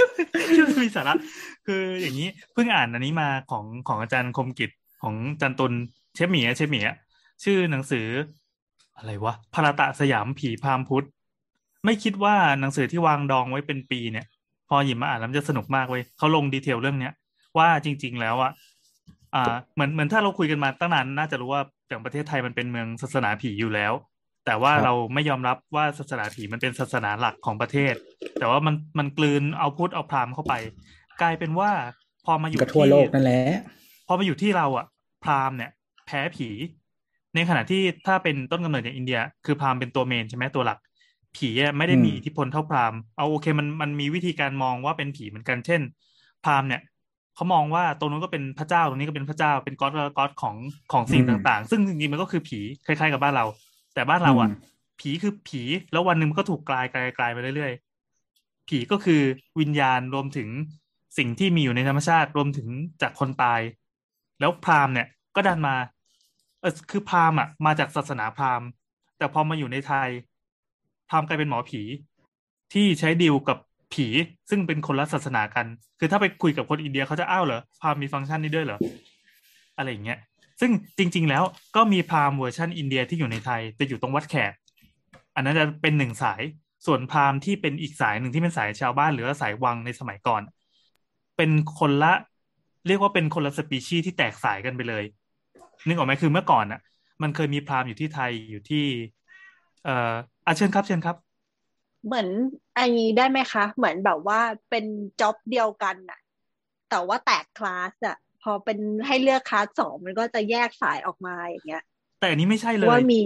Speaker 5: ชื่อมีสาระคืออย่างนี้เพิ่งอ่านอันนี้มาของของอาจารย์คมกิจของอาจันตุลเชฟหมีอะเชฟหมีอะชื่อหนังสือ อะไรวะพาราตะสยามผีพรามพุทธ ไม่คิดว่าหนังสือที่วางดองไว้เป็นปีเนี่ย พอหยิบมาอ่านแล้วมันจะสนุกมากเว้ยเขาลงดีเทลเรื่องเนี้ย ว่าจริง ๆ แล้วอะอ่า เหมือนเหมือนถ้าเราคุยกันมาตั้งนานน่าจะรู้ว่าอย่างประเทศไทยมันเป็นเมืองศาสนาผีอยู่แล้ว แต่ว่า
Speaker 3: ครับ
Speaker 5: เราไม่ยอมรับว่าศาสนาผีมันเป็นศาสนาหลักของประเทศ แต่ว่ามันมันกลืนเอาพุทธเอาพราหมณ์เข้าไป กลายเป็นว่าพอมาอยู่
Speaker 3: ก็ทั่ว
Speaker 5: ที่
Speaker 3: โลกนั่นแหละ
Speaker 5: พอมาอยู่ที่เราอะพราหมณ์เนี่ย แพ้ผี ในขณะที่ถ้าเป็นต้นกำเนิดอย่างอินเดีย คือพราหมณ์เป็นตัวเมนใช่ไหมตัวหลัก ผีอะไม่ได้มี
Speaker 3: อืม
Speaker 5: อิทธิพลเท่าพราหมณ์เอาโอเคมันมันมีวิธีการมองว่าเป็นผีเหมือนกันเช่น พราหมณ์เนี่ยเขามองว่าตรงนู้นก็เป็นพระเจ้าตรงนี้ก็เป็นพระเจ้าเป็นก๊อดก๊อดของของสิ่งต่างๆ ซึ่งจริงๆมันก็คือผีคล้าย ๆ กับบ้านเรา แต่บ้านเราอ่ะ
Speaker 3: อืม
Speaker 5: ผีคือผี แล้ววันหนึ่งมันก็ถูกกลายกลายกลายไปเรื่อยๆ ผีก็คือวิญญาณรวมถึงสิ่งที่มีอยู่ในธรรมชาติรวมถึงจากคนตาย แล้วพราหมณ์เนี่ยก็ดันมาเออคือพราหมณ์อ่ะมาจากศาสนาพราหมณ์ แต่พอมาอยู่ในไทย พราหมณ์กลายเป็นหมอผี ที่ใช้ดีลกับผีซึ่งเป็นคนละศาสนากัน คือถ้าไปคุยกับคนอินเดียเขาจะอ้าวเหรอพราหมณ์มีฟังก์ชันนี้ด้วยเหรออะไรอย่างเงี้ย ซึ่งจริง ๆ แล้วก็มีพราหมณ์เวอร์ชันอินเดียที่อยู่ในไทยแต่อยู่ตรงวัดแขก อันนั้นจะเป็นหนึ่งสายส่วนพราหมณ์ที่เป็นอีกสายหนึ่งที่เป็นสายชาวบ้าน หรือว่าสายวังในสมัยก่อน เป็นคนละ เรียกว่าเป็นคนละสปีชีส์ที่แตกสายกันไปเลย นึกออกไหมคือเมื่อก่อนน่ะ มันเคยมีพราหมณ์อยู่ที่ไทยอยู่ที่ เอ่ออ่ะเชิญครับเชิญครับ
Speaker 4: เหมือนอันนี้ได้ไหมคะ เหมือนแบบว่าเป็นจ็อบเดียวกันน่ะ แต่ว่าแตกคลาสอะพอเป็นให้เลือกคลาสสองมันก็จะแยกสายออกมาอย่างเงี้ย
Speaker 5: แต่อันนี้ไม่ใช่เลย
Speaker 4: ว่ามี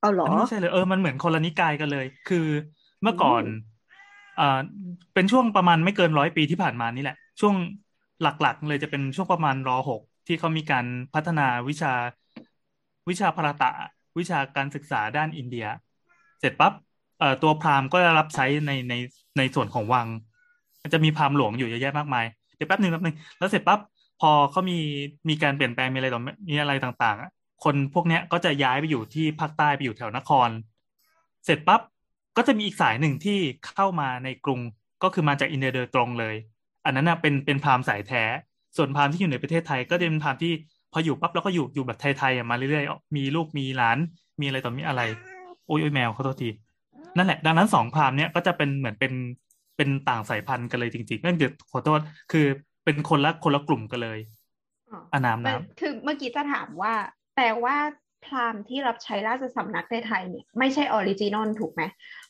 Speaker 4: เอาเหรอ
Speaker 5: อันนี้ไม่ใช่เลยเออมันเหมือนคนละนิกายกันเลย คือเมื่อก่อนอ่าเป็นช่วงประมาณไม่เกินร้อยปีที่ผ่านมานี่แหละ ช่วงหลักๆ เลยจะเป็นช่วงประมาณรหกที่เขามีการพัฒนาวิชาวิชาพรตะ วิชาการศึกษาด้านอินเดีย เสร็จปั๊บเอ่อตัวพราหมณ์ก็ได้รับใช้ในในในส่วนของวัง จะมีพราหมณ์หลวงอยู่เยอะแยะมากมายเดี๋ยวแป๊บหนึ่งแป๊บหนึ่งแล้วเสร็จปั๊บพอเขามีมีการเปลี่ยนแปลงมีอะไรต่อมีอะไรต่างๆอะ คนพวกเนี้ยก็จะย้ายไปอยู่ที่ภาคใต้ไปอยู่แถวนคร เสร็จปั๊บก็จะมีอีกสายหนึ่งที่เข้ามาในกรุงก็คือมาจากอินเดียโดยตรงเลย อันนั้นนะเป็นเป็นพราหมณ์สายแท้ ส่วนพราหมณ์ที่อยู่ในประเทศไทย ก็จะเป็นพราหมณ์ที่พออยู่ปั๊บแล้วก็อยู่อยู่แบบไทยๆอ่ะมาเรื่อยๆมีลูกมีหลานมีอะไรต่อมีอะไร โอ้ยโอ้ยแมวขอโทษทีนั่นแหละ ดังนั้นสองพราหมณ์เนี้ยก็จะเป็นเหมือนเป็นเป็นต่างสายพันธุ์กันเลยจริงๆไม่เดือขอโทษคือเป็นคนละคนละกลุ่มกันเลย
Speaker 1: อ๋ออ
Speaker 5: อ่ะน้ำ
Speaker 1: มัน
Speaker 5: น้
Speaker 1: คือเมื่อกี้จะถามว่า แปลว่าพราหมณ์ที่รับใช้ราชสำนักในไทยเนี่ยไม่ใช่ออริจินอลถูกไหม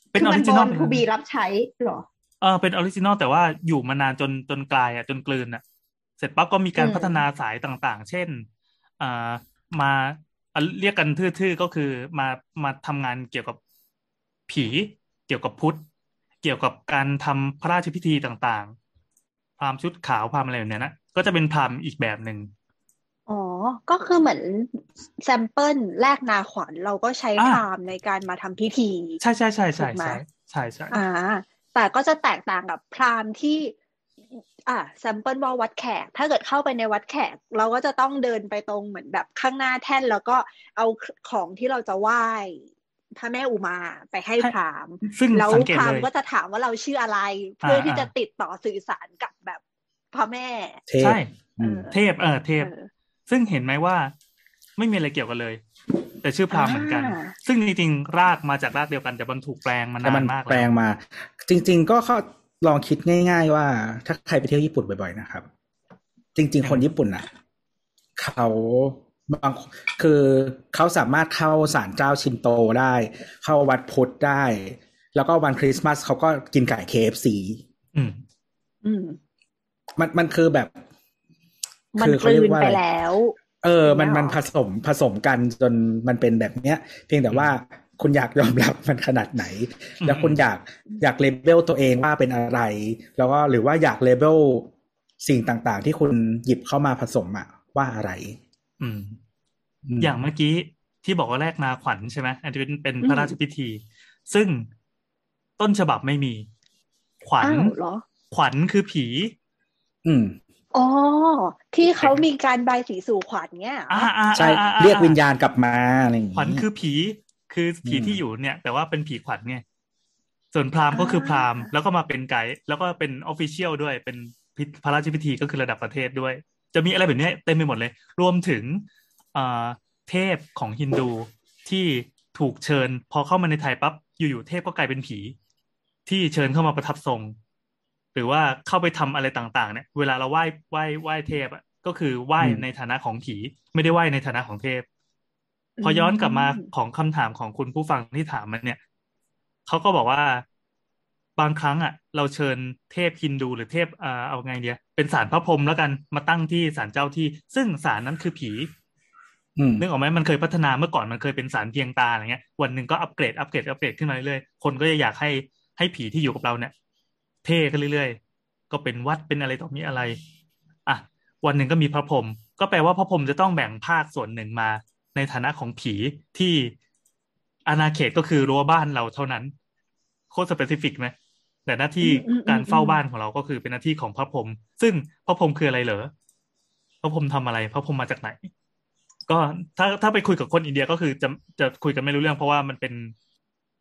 Speaker 5: ำเป็น
Speaker 1: คื
Speaker 5: อ
Speaker 1: อ มั
Speaker 5: ริจิน
Speaker 1: โด
Speaker 5: อล
Speaker 1: นทูบีรับใช้เหรอ
Speaker 5: เออเป็นออริจินอลแต่ว่าอยู่มานานจนจนกลายอ่ะจนกลืนอ่ะ เสร็จปั๊บก็มีการ
Speaker 4: อืม
Speaker 5: พัฒนาสายต่างๆ เช่นอ่ามาอ่ะเรียกกันทื่อๆก็คือมามาทำงานเกี่ยวกับผีเกี่ยวกับพุทธ เกี่ยวกับการทำพระราชพิธีต่างๆ พราหมณ์ชุดขาวพราหมณ์อะไรแบบเนี้ยนะก็จะเป็นพราหมณ์อีกแบบหนึ่ง
Speaker 4: อ๋อ ก็คือเหมือนแซมเปิลแลกนาขวัญเราก็ใช้
Speaker 5: อ่า
Speaker 4: พราหมณ์ในการมาทำพิธี
Speaker 5: ใช่ใช่ใช่ใช่
Speaker 4: ถูกไหม
Speaker 5: ใช่ใช่ใช่
Speaker 4: อ่า แต่ก็จะแตกต่างกับพราหมณ์ที่ อ่าแซมเปิลว่าวัดแขก ถ้าเกิดเข้าไปในวัดแขก เราก็จะต้องเดินไปตรงเหมือนแบบข้างหน้าแท่นแล้วก็เอาของที่เราจะไหว้พระแม่อุมาไปให้พราหมณ์
Speaker 5: ซึ่ง
Speaker 4: แล้ว
Speaker 5: สังเกต
Speaker 4: พราหม
Speaker 5: เล
Speaker 4: ณ์
Speaker 5: ย
Speaker 4: ก็จะถามว่าเราชื่ออะไร เพื่ออาที่
Speaker 5: อ่า
Speaker 4: จะติดต่อสื่อสารกับแบบพระแม่
Speaker 3: เทพ
Speaker 5: ใช่
Speaker 3: อืม
Speaker 5: เทพเออเทพ
Speaker 4: ออ
Speaker 5: ซึ่งเห็นไหมว่าไม่มีอะไรเกี่ยวกันเลย แต่ชื่อพราหมณ์เหมือนกัน
Speaker 4: อ่า
Speaker 5: ซึ่งจริงๆ รากมาจากรากเดียวกัน แต่มันถูกแปลงมา
Speaker 3: แต่
Speaker 5: นา
Speaker 3: มัน
Speaker 5: นมาก
Speaker 3: แปล
Speaker 5: แล้ว
Speaker 3: งมา จริง ๆ ก็เข้าลองคิดง่าย ๆ ว่า ถ้าใครไปเที่ยวญี่ปุ่นบ่อยๆนะครับ จริง ๆ คนญี่ปุ่นน่ะ เขาบางคือเขาสามารถเข้าศาลเจ้าชินโตได้ เข้าวัดพุทธได้ แล้วก็วันคริสต์มาสเขาก็กินไก่ KFC
Speaker 5: อืม
Speaker 4: อืม
Speaker 3: มันมันคือแบบ
Speaker 4: มัน
Speaker 3: คือก เขา
Speaker 4: ลื
Speaker 3: เรีย
Speaker 4: น
Speaker 3: กว่า
Speaker 4: ไป
Speaker 3: อะไร
Speaker 4: แล้ว
Speaker 3: เออ มัน
Speaker 4: เนี่ยหรอ
Speaker 3: มันผสม ผสมกันจนมันเป็นแบบเนี้ย เพียงแต่ว่าคุณอยากยอมรับ มันขนาดไหน
Speaker 5: อืม
Speaker 3: แล้วคุณอยาก อยากเลเบลตัวเองว่าเป็นอะไร แล้วก็หรือว่าอยากเลเบลสิ่งต่างๆ ที่คุณหยิบเข้ามาผสมอะว่าอะไร
Speaker 5: อืม
Speaker 3: ม
Speaker 5: อย่างเมื่อกี้ที่บอกว่าแรกนาขวัญใช่ไหมอันนี้เป็นเป็นพระราชพิธี ซึ่งต้นฉบับไม่มี ขวัญ
Speaker 4: อ้าวเหรอ
Speaker 5: ขวัญคือผี
Speaker 3: อืม
Speaker 4: อ๋อ ที่เขามีการบายสีสู่ขวัญเนี่ยเหรอ
Speaker 5: อ่าอ่า
Speaker 3: ใช่
Speaker 5: อ่าอ่า
Speaker 3: เรียกวิญญาณกลับมาอะไรอย่าง
Speaker 5: ขวัญคือผี คือผี
Speaker 3: อืม
Speaker 5: ที่อยู่เนี่ย แต่ว่าเป็นผีขวัญไงส่วนพราหมณ์ก็คือพราหมณ์แล้วก็มาเป็นไกด์แล้วก็เป็นออฟฟิเชียลด้วยเป็นพิพระราชพิธีก็คือระดับประเทศด้วย จะมีอะไรแบบเนี้ยเต็มไปหมดเลย รวมถึงเอ่อเทพของฮินดูที่ถูกเชิญ พอเข้ามาในไทยปั๊บอยู่ๆเทพก็กลายเป็นผี ที่เชิญเข้ามาประทับทรง หรือว่าเข้าไปทำอะไรต่างๆเนี่ย เวลาเราไหว้ไหว้ไหว้เทพอะก็คือไหว้
Speaker 3: อืม
Speaker 5: ในฐานะของผี ไม่ได้ไหว้ในฐานะของเทพ พอย้อนกลับมาของคำถามของคุณผู้ฟังที่ถามมันเนี่ยเขาก็บอกว่าบางครั้งอ่ะ เราเชิญเทพฮินดูหรือเทพเอ่อเอาไงเดียเป็นศาลพระพรหมแล้วกันมาตั้งที่ศาลเจ้าที่ ซึ่งศาลนั้นคือผี
Speaker 3: อืม
Speaker 5: นึกออกไหมมันเคยพัฒนาเมื่อก่อนมันเคยเป็นสารเพียงตาอะไรเงี้ยวันหนึ่งก็อัปเกรดอัปเกรดอัปเกรดขึ้นมาเรื่อยๆคนก็จะอยากให้ให้ผีที่อยู่กับเราเนี่ย เท่ขึ้นเรื่อยๆ ก็เป็นวัดเป็นอะไรต่อมีอะไรอ่ะวันหนึ่งก็มีพระพรหมก็แปลว่าพระพรหมจะต้องแบ่งภาคส่วนหนึ่งมา ในฐานะของผีที่อาณาเขตก็คือรั้วบ้านเราเท่านั้น โคตรสเปซิฟิกไหมแต่หน้าที่การเฝ้าบ้านของเราก็คือเป็นหน้าที่ของพระพรหมซึ่งพระพรหมคืออะไรเหรอพระพรหมทำอะไร พระพรหมมาจากไหน ก็ถ้าถ้าไปคุยกับคนอินเดียก็คือจะจะคุยกันไม่รู้เรื่องเพราะว่ามันเป็น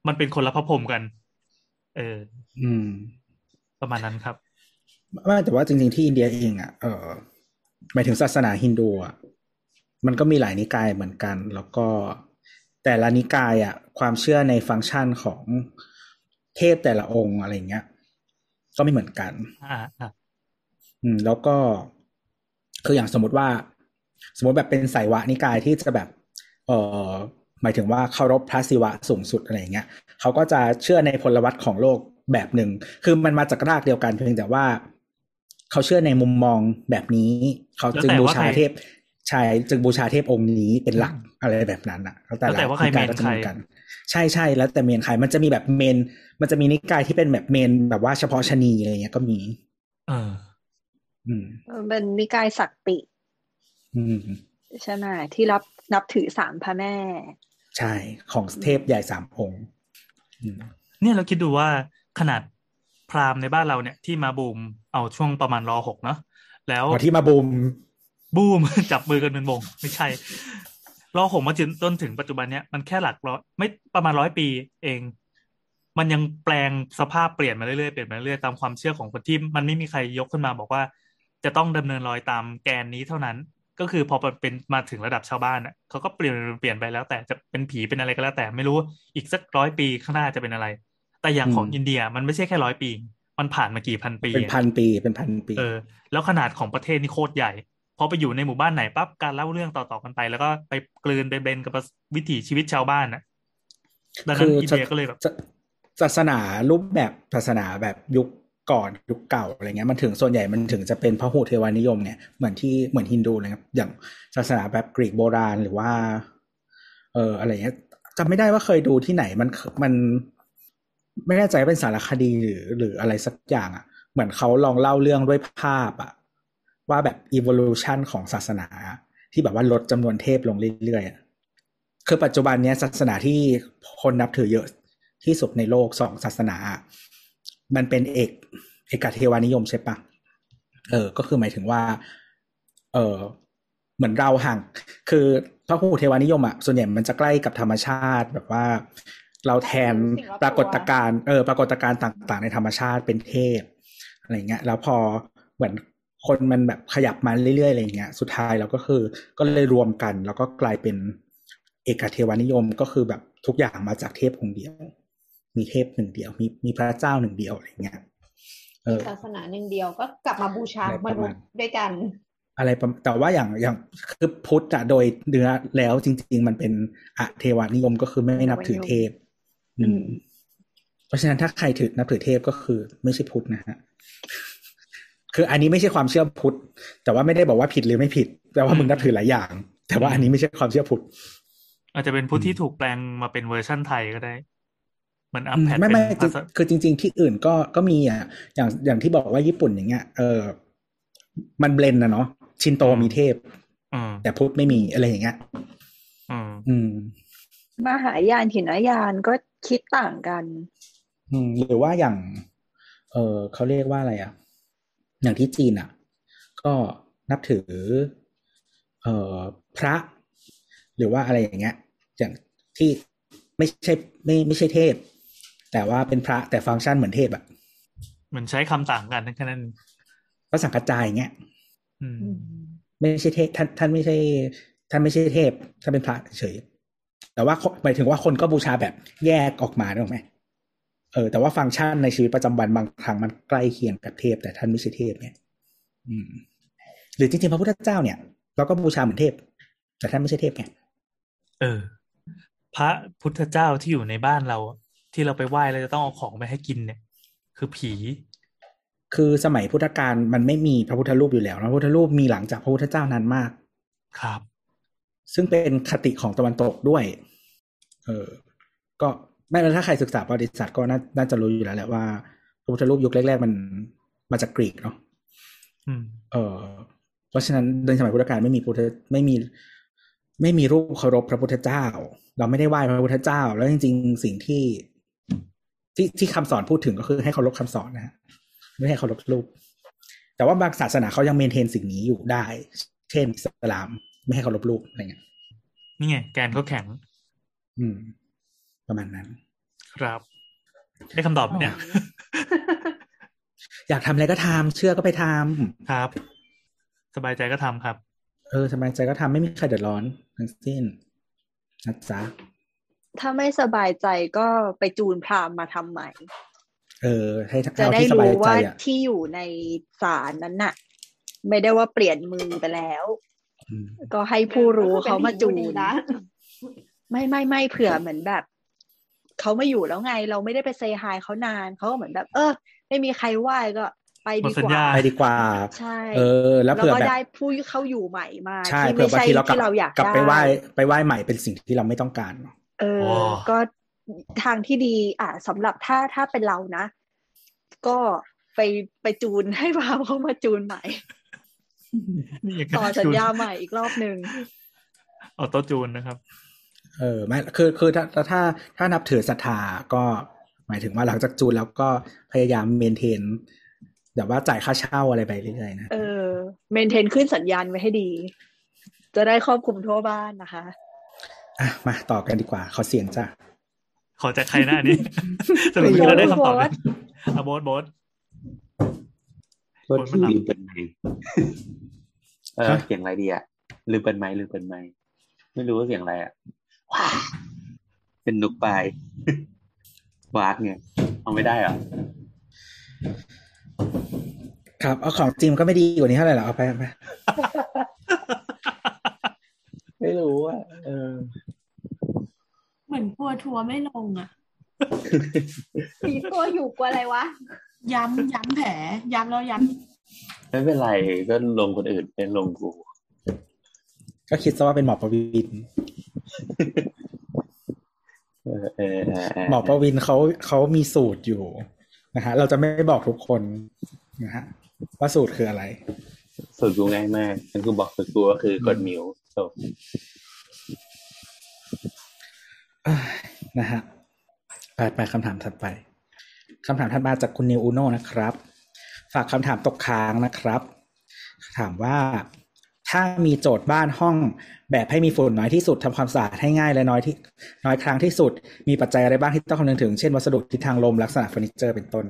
Speaker 5: มันเป็นคนละพระพรหมกัน เออ
Speaker 3: อืม
Speaker 5: ประมาณนั้นครับ
Speaker 3: ว่าแต่ว่าจริงๆที่อินเดียเองอ่ะเออหมายถึงศาสนาฮินดูอ่ะมันก็มีหลายนิกายเหมือนกัน แล้วก็แต่ละนิกายอ่ะความเชื่อในฟังก์ชันของเทพแต่ละองค์อะไรเงี้ย ก็ไม่เหมือนกัน
Speaker 5: อ่าอ่า
Speaker 3: อืม แล้วก็คืออย่างสมมติว่า สมมติแบบเป็นสายวะนิกายที่จะแบบ เออหมายถึงว่าเคารพพระศิวะสูงสุดอะไรอย่างเงี้ยเขาก็จะเชื่อในพลวัตของโลกแบบหนึ่ง คือมันมาจากรากเดียวกันเพียงแต่ว่าเขาเชื่อในมุมมองแบบนี้ เขาจึงบูชาเทพ ใช่จึงบูชาเทพองค์นี้เป็นหลักอะไรแบบนั้นอ่ะแล้วแต่
Speaker 5: แล้วแต่ว่าใคร
Speaker 3: นิย
Speaker 5: เมน
Speaker 3: ก็จะ
Speaker 5: ใคร
Speaker 3: มีกัน ใช่ใช่แล้วแต่เมนใครมันจะมีแบบเมน มันจะมีนิกายที่เป็นแบบเมนแบบว่าเฉพาะชะนีอะไรเงี้ยก็มี
Speaker 5: เออ
Speaker 3: อืม
Speaker 4: มันเป็นนิกายสักติ
Speaker 3: อืม
Speaker 4: ใช่ไหมที่รับนับถือสามพระแม่
Speaker 3: ใช่ของเทพใหญ่สามองค์อืม
Speaker 5: เนี่ยเราคิดดูว่าขนาดพราหมณ์ในบ้านเราเนี่ยที่มาบูมเอาช่วงประมาณรอหกเนาะแล้ว
Speaker 3: อ๋อที่มาบูม
Speaker 5: บูม จับมือกันเป็นวงไม่ใช่ รอหกมาจนจนถึงปัจจุบันเนี้ยมันแค่หลักร้อยไม่ประมาณร้อยปีเอง มันยังแปลงสภาพเปลี่ยนมาเรื่อยๆเปลี่ยนมาเรื่อยๆตามความเชื่อของคนที่มันไม่มีใครยกขึ้นมาบอกว่า จะต้องดำเนินรอยตามแกนนี้เท่านั้น ก็คือพอมันเป็นมาถึงระดับชาวบ้านอ่ะเขาก็เปลี่ยนเปลี่ยนไปแล้ว แต่จะเป็นผีเป็นอะไรก็แล้วแต่ไม่รู้อีกสักร้อยปีข้างหน้าจะเป็นอะไร แต่อย่างของ
Speaker 3: อืม
Speaker 5: อินเดียมันไม่ใช่แค่ร้อยปี มันผ่านมากี่พันปี
Speaker 3: เป็น
Speaker 5: อะ
Speaker 3: พันปีเป็นพันปี
Speaker 5: เออแล้วขนาดของประเทศนี่โคตรใหญ่พอไปอยู่ในหมู่บ้านไหนปั๊บการเล่าเรื่องต่อๆกันไป แล้วก็ไปกลืนไปเบนกับวิถีชีวิตชาวบ้านน่ะดังนั้นอินเดียก็เลยแบบ
Speaker 3: ศาศาสนารูปแบบศาสนาแบบยุคก่อนยุคเก่าอะไรเงี้ยมันถึงส่วนใหญ่มันถึงจะเป็นพหุเทวานิยมเนี่ยเหมือนที่เหมือนฮินดูเลยครับอย่างศาสนาแบบกรีกโบราณหรือว่า เอออะไรเงี้ยจำไม่ได้ว่าเคยดูที่ไหนมันมัน ไม่แน่ใจว่าเป็นสารคดีหรือหรืออะไรสักอย่างอ่ะ เหมือนเขาลองเล่าเรื่องด้วยภาพอ่ะว่าแบบ evolution ของศาสนา ที่แบบว่าลดจำนวนเทพลงเรื่อยๆอะคือปัจจุบันเนี้ยศาสนาที่คนนับถือเยอะที่สุดในโลกสองศาสนาอะมันเป็นเอกเอกเทวานิยมใช่ปะเออ ก็คือหมายถึงว่า เออเหมือนเราห่าง คือพระพุทธเทวานิยมอ่ะส่วนใหญ่มันจะใกล้กับธรรมชาติแบบว่า เราแทน
Speaker 1: สิ่งรอบตัว
Speaker 3: ปรากฏการณ์เออปรากฏการณ์ต่างๆ ในธรรมชาติเป็นเทพ อะไรเงี้ยแล้วพอเหมือนคนมันแบบขยับมาเรื่อยๆอะไรเงี้ย สุดท้ายเราก็คือก็เลยรวมกัน แล้วก็กลายเป็นเอกเทวานิยมก็คือแบบทุกอย่างมาจากเทพองค์เดียว มีเทพหนึ่งเดียว มีมีพระเจ้าหนึ่งเดียวอะไรเงี้ยเออ
Speaker 1: ศาสนาหนึ่งเดียวก็กลับมาบูชา
Speaker 3: อะไรป
Speaker 1: ม
Speaker 3: ระมาณ
Speaker 1: นุษย์ด้วยกัน
Speaker 3: อะไรประแต่ว่าอย่างอย่างคือพุทธอะโดยเนื้อแล้วจริง ๆ มันเป็นอะเทวานิยมก็คือไม่นับถือเทพ อืม เพราะฉะนั้นถ้าใครถือนับถือเทพก็คือ ไม่ใช่พุทธนะฮะคืออันนี้ไม่ใช่ความเชื่อพุทธแต่ว่าไม่ได้บอกว่าผิดหรือไม่ผิด แต่ว่ามึงนับถือหลายอย่าง แต่ว่าอันนี้ไม่ใช่ความเชื่อพุทธ
Speaker 5: อาจจะเป็นผู้ที่ถูกแปลงมาเป็นเวอร์ชั่นไทยก็ได้เหมันอัพแพด
Speaker 3: ไม่ไม่
Speaker 5: เป็น
Speaker 3: คือ
Speaker 5: ภาษา
Speaker 3: คือจริง ๆ ที่อื่นก็ก็มีอ่ะอย่างอย่างที่บอกว่าญี่ปุ่นอย่างเงี้ยเออมันเบลนนะเนาะชินโตมีเทพ
Speaker 5: อืม
Speaker 3: แต่พุทธไม่มีอะไรอย่างเงี้ย
Speaker 5: อืม
Speaker 3: อืม
Speaker 4: มหายานหินยานก็คิดต่างกัน
Speaker 3: อืมหรือว่าอย่าง เออเขาเรียกว่าอะไรอะอย่างที่จีนอะก็นับถือ เออพระ หรือว่าอะไรอย่างเงี้ย อย่างที่ไม่ใช่ไม่ไม่ใช่เทพ แต่ว่าเป็นพระแต่ฟังก์ชันเหมือนเทพอะ
Speaker 5: เหมือนใช้คำต่างกันแค่นั้น
Speaker 3: พระสังฆจายอย่างเงี้ย
Speaker 5: อืม
Speaker 3: ไม่ใช่เทพท่านท่านไม่ใช่ ท่านไม่ใช่เทพท่านเป็นพระเฉยแต่ว่าคนหมายถึงว่าคนก็บูชาแบบแยกออกมาถูกไหมเออ แต่ว่าฟังก์ชันในชีวิตประจำวันบางครั้งมันใกล้เคียงกับเทพ แต่ท่านไม่ใช่เทพเนี่ยอืม หรือจริงๆพระพุทธเจ้าเนี่ย เราก็บูชาเหมือนเทพ แต่ท่านไม่ใช่เทพไง
Speaker 5: เออ พระพุทธเจ้าที่อยู่ในบ้านเราอะที่เราไปไหว้แล้วจะต้องเอาของไปให้กินเนี่ย คือผี
Speaker 3: คือสมัยพุทธกาลมันไม่มีพระพุทธรูปอยู่แล้วนะพระพุทธรูปมีหลังจากพระพุทธเจ้านานมาก
Speaker 5: ครับ
Speaker 3: ซึ่งเป็นคติของตะวันตกด้วย เออ ก็ไม่เป็นถ้าใครศึกษาประวัติศาสตร์ก็น่าน่าจะรู้อยู่แล้วแหละว่าพระพุทธรูปยุคแรกๆมันมาจากกรีกเนาะ
Speaker 5: อืม
Speaker 3: เออเพราะฉะนั้นในสมัยพุทธกาลไม่มีพุทธไม่มี ไม่มีรูปเคารพพระพุทธเจ้า เราไม่ได้ไหว้พระพุทธเจ้า แล้วจริงๆ สิ่งที่ ที่ที่คำสอนพูดถึงก็คือให้เคารพคำสอนนะฮะไม่ให้เคารพรูป แต่ว่าบางศาสนาเขายังเมนเทนสิ่งนี้อยู่ได้ เช่นอิสลาม ไม่ให้เคารพรูปอะไรเงี้ย
Speaker 5: นี่ไงแกนเขาแข็ง
Speaker 3: อืม ประมาณนั้น
Speaker 5: ครับ ได้คำตอบไหมเนี่ย
Speaker 3: อยากทำอะไรก็ทำเชื่อก็ไปท
Speaker 5: ครับ สบายใจก็ทำครับ
Speaker 3: ำเออสบายใจก็ทำไม่มีใครเดือดร้อนทั้งสิ้นนะจ๊ะ
Speaker 4: ถ้าไม่สบายใจก็ไปจูนพราหมณ์มาทำใหม่
Speaker 3: เออ ให้
Speaker 4: จะ
Speaker 3: เอา
Speaker 4: ได้
Speaker 3: ที่สบาย
Speaker 4: รู้
Speaker 3: ใจ
Speaker 4: ว่า
Speaker 3: อ่ะ
Speaker 4: ที่อยู่ในศาลนั้นน่ะ ไม่ได้ว่าเปลี่ยนมือไปแล้ว
Speaker 3: อืม
Speaker 4: ก็ให้ผู้รู้
Speaker 1: ก็คือ
Speaker 4: เขา
Speaker 1: ป็น
Speaker 4: มาจู
Speaker 1: ผีอยู่
Speaker 4: น
Speaker 1: ดี นะ
Speaker 4: ไม่ไม่ไม่เผื่อเหมือนแบบเขาไม่อยู่แล้วไง เราไม่ได้ไปเซฮายเขานานเขาก็เหมือนแบบ เออ ไม่มีใครไหว้ก็ ไป
Speaker 5: ห
Speaker 4: ไป
Speaker 5: มด
Speaker 4: ดี
Speaker 5: สัญ
Speaker 4: ก
Speaker 5: ญา
Speaker 4: ว่า
Speaker 3: ไปดีกว่า
Speaker 4: ใช่
Speaker 3: เออ แล้ว
Speaker 4: แล้ว
Speaker 3: เผื่อ
Speaker 4: ก็
Speaker 3: แบบ
Speaker 4: ได้ผู้เข้าอยู่ใหม่มา
Speaker 3: ใช่
Speaker 4: ที่
Speaker 3: เผื่อ
Speaker 4: ไม่
Speaker 3: บาง
Speaker 4: ใช่
Speaker 3: ทีเรากลับ
Speaker 4: ที่เราอยาก
Speaker 3: กลับไป
Speaker 4: ด้
Speaker 3: ไหว้ไปไหว้ใหม่เป็นสิ่งที่เราไม่ต้องการเนอะ
Speaker 4: เออ
Speaker 5: โอ้
Speaker 4: ก็ทางที่ดีอ่ะสำหรับถ้าถ้าเป็นเรานะ ก็ไปไปจูนให้พาเขา มาจูนใหม่
Speaker 5: นี่ย่ง
Speaker 4: ต่อสัญญาใหม่อีกรอบหนึ่ง
Speaker 5: ออโต้จูนนะครับ
Speaker 3: เออไม่คือคือถ้าถ้าถ้าถ้านับถือศรัทธาก็หมายถึงว่าหลังจากจูนแล้วก็พยายามเมนเทนแบบว่าจ่ายค่าเช่าอะไรไปเรื่อยๆนะ
Speaker 4: เออเมนเทนขึ้นสัญญาณไว้ให้ดี จะได้ครอบคลุมทั่วบ้านนะคะ
Speaker 3: อ่ะมาต่อกันดีกว่าขอเสียงจ้ะ
Speaker 5: ขอจากใครหน้า นี้ สรุปคือเราได้คำตอบเลย อะโบสโบส
Speaker 7: รถที่
Speaker 5: คนมันหลับ
Speaker 7: ลืมเปิดไมค์เออ
Speaker 3: ฮะ
Speaker 7: เสียงอะไรดีอ่ะลืมเปิดไมค์ลืมเปิดไมค์ไม่รู้ว่าเสียงอะไรอ่ะว้าเป็นนุกปลายวากเนี่ยเอาไม่ได้เหรอ
Speaker 3: ครับเอาของจิมก็ไม่ดีกว่านี้เท่าไหร่หรอกเอาไปไป
Speaker 7: ไม่รู้อ่ะเออ
Speaker 6: เหมือนกลัวทัวร์ไม่ลงอ่ะ
Speaker 1: ผีตัวอยู่กลัวอะไรวะ
Speaker 6: ย้ำย้ำแผลย้ำแล้วย้
Speaker 7: ไม่เป็นไรก็ลงคนอื่นเป็นลงกู
Speaker 3: ก็คิดซะว่าเป็นหมอประวิน
Speaker 7: เออเออเออเออ
Speaker 3: หมอประวินเขาเขามีสูตรอยู่นะฮะเราจะไม่บอกทุกคนนะฮะว่าสูตรคืออะไร
Speaker 7: สูตรกูง่ายมากฉันกูบอกสูตรกูก็คือกดมิวจบ
Speaker 3: อ่านะฮะไปไปคำถามถัดไปคำถามถัดมาจากคุณนิวอุโนนะครับ ฝากคำถามตกค้างนะครับ ถามว่าถ้ามีโจทย์บ้านห้อง แบบให้มีฝุ่นน้อยที่สุดทำความสะอาดให้ง่ายและน้อยที่ น้อยครั้งที่สุด มีปัจจัยอะไรบ้างที่ต้องคำนึงถึง เช่นวัสดุทิศทางลมลักษณะเฟอร์นิเจอร์เป็นต้น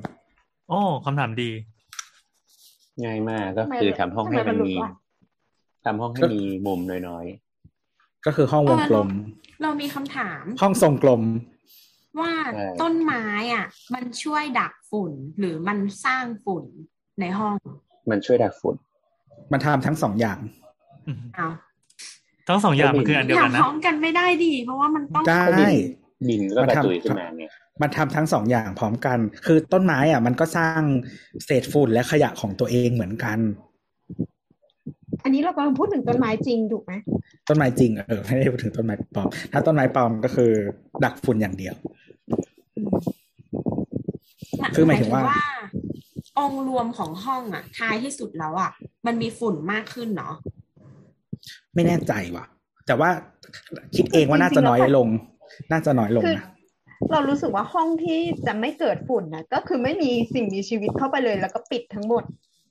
Speaker 5: โอ้คำถามดี
Speaker 7: ง่ายมากก็คือทำห้องให้มันมีทำห้องให้มีมุมน้อย
Speaker 3: ก็คือห้องวงกลม
Speaker 6: ำเรามีคำถาม
Speaker 3: ห้องทรงกลม
Speaker 6: ว่าต้นไม้อ่ะ มันช่วยดักฝุ่นหรือมันสร้างฝุ่นในห้อง
Speaker 7: ๆ มันช่วยดักฝุ่น
Speaker 3: มันทำทั้งสองอย่าง
Speaker 5: อืม
Speaker 6: เอา
Speaker 5: ทั้งสองอย่างมันคืออันเดียว
Speaker 6: อย่า
Speaker 5: กันนะ
Speaker 6: พร้อมกันไม่ได้ดี เพราะว่ามันต้อง
Speaker 3: ได้
Speaker 7: ก็ดี ดินก็กระ
Speaker 3: มันทำ
Speaker 7: จุยขึ้นมาเนี่ย
Speaker 3: มันทำทั้งสองอย่างพร้อมกัน คือต้นไม้อ่ะ มันก็สร้างเศษฝุ่นและขยะของตัวเองเหมือนกัน
Speaker 8: อันนี้เรากำลังพูดถึงต้นไม้จริงถูกไหม
Speaker 3: ต้นไม้จริงอะเออไม่ได้พูดถึงต้นไม้ปลอม ถ้าต้นไม้ปลอมก็คือ ดักฝุ่นอย่างเดียว คือหมายถึงว่า
Speaker 6: องค์รวมของห้องอ่ะท้ายที่สุดแล้วอ่ะ มันมีฝุ่นมากขึ้นเนาะ
Speaker 3: ไม่แน่ใจว่ะ แต่ว่าคิดเองว่าน่าจะน้อยลง น่าจะน้อยลง
Speaker 1: คือ
Speaker 3: นะ
Speaker 1: เรารู้สึกว่าห้องที่จะไม่เกิดฝุ่นนะก็คือไม่มีสิ่งมีชีวิตเข้าไปเลยแล้วก็ปิดทั้งหมด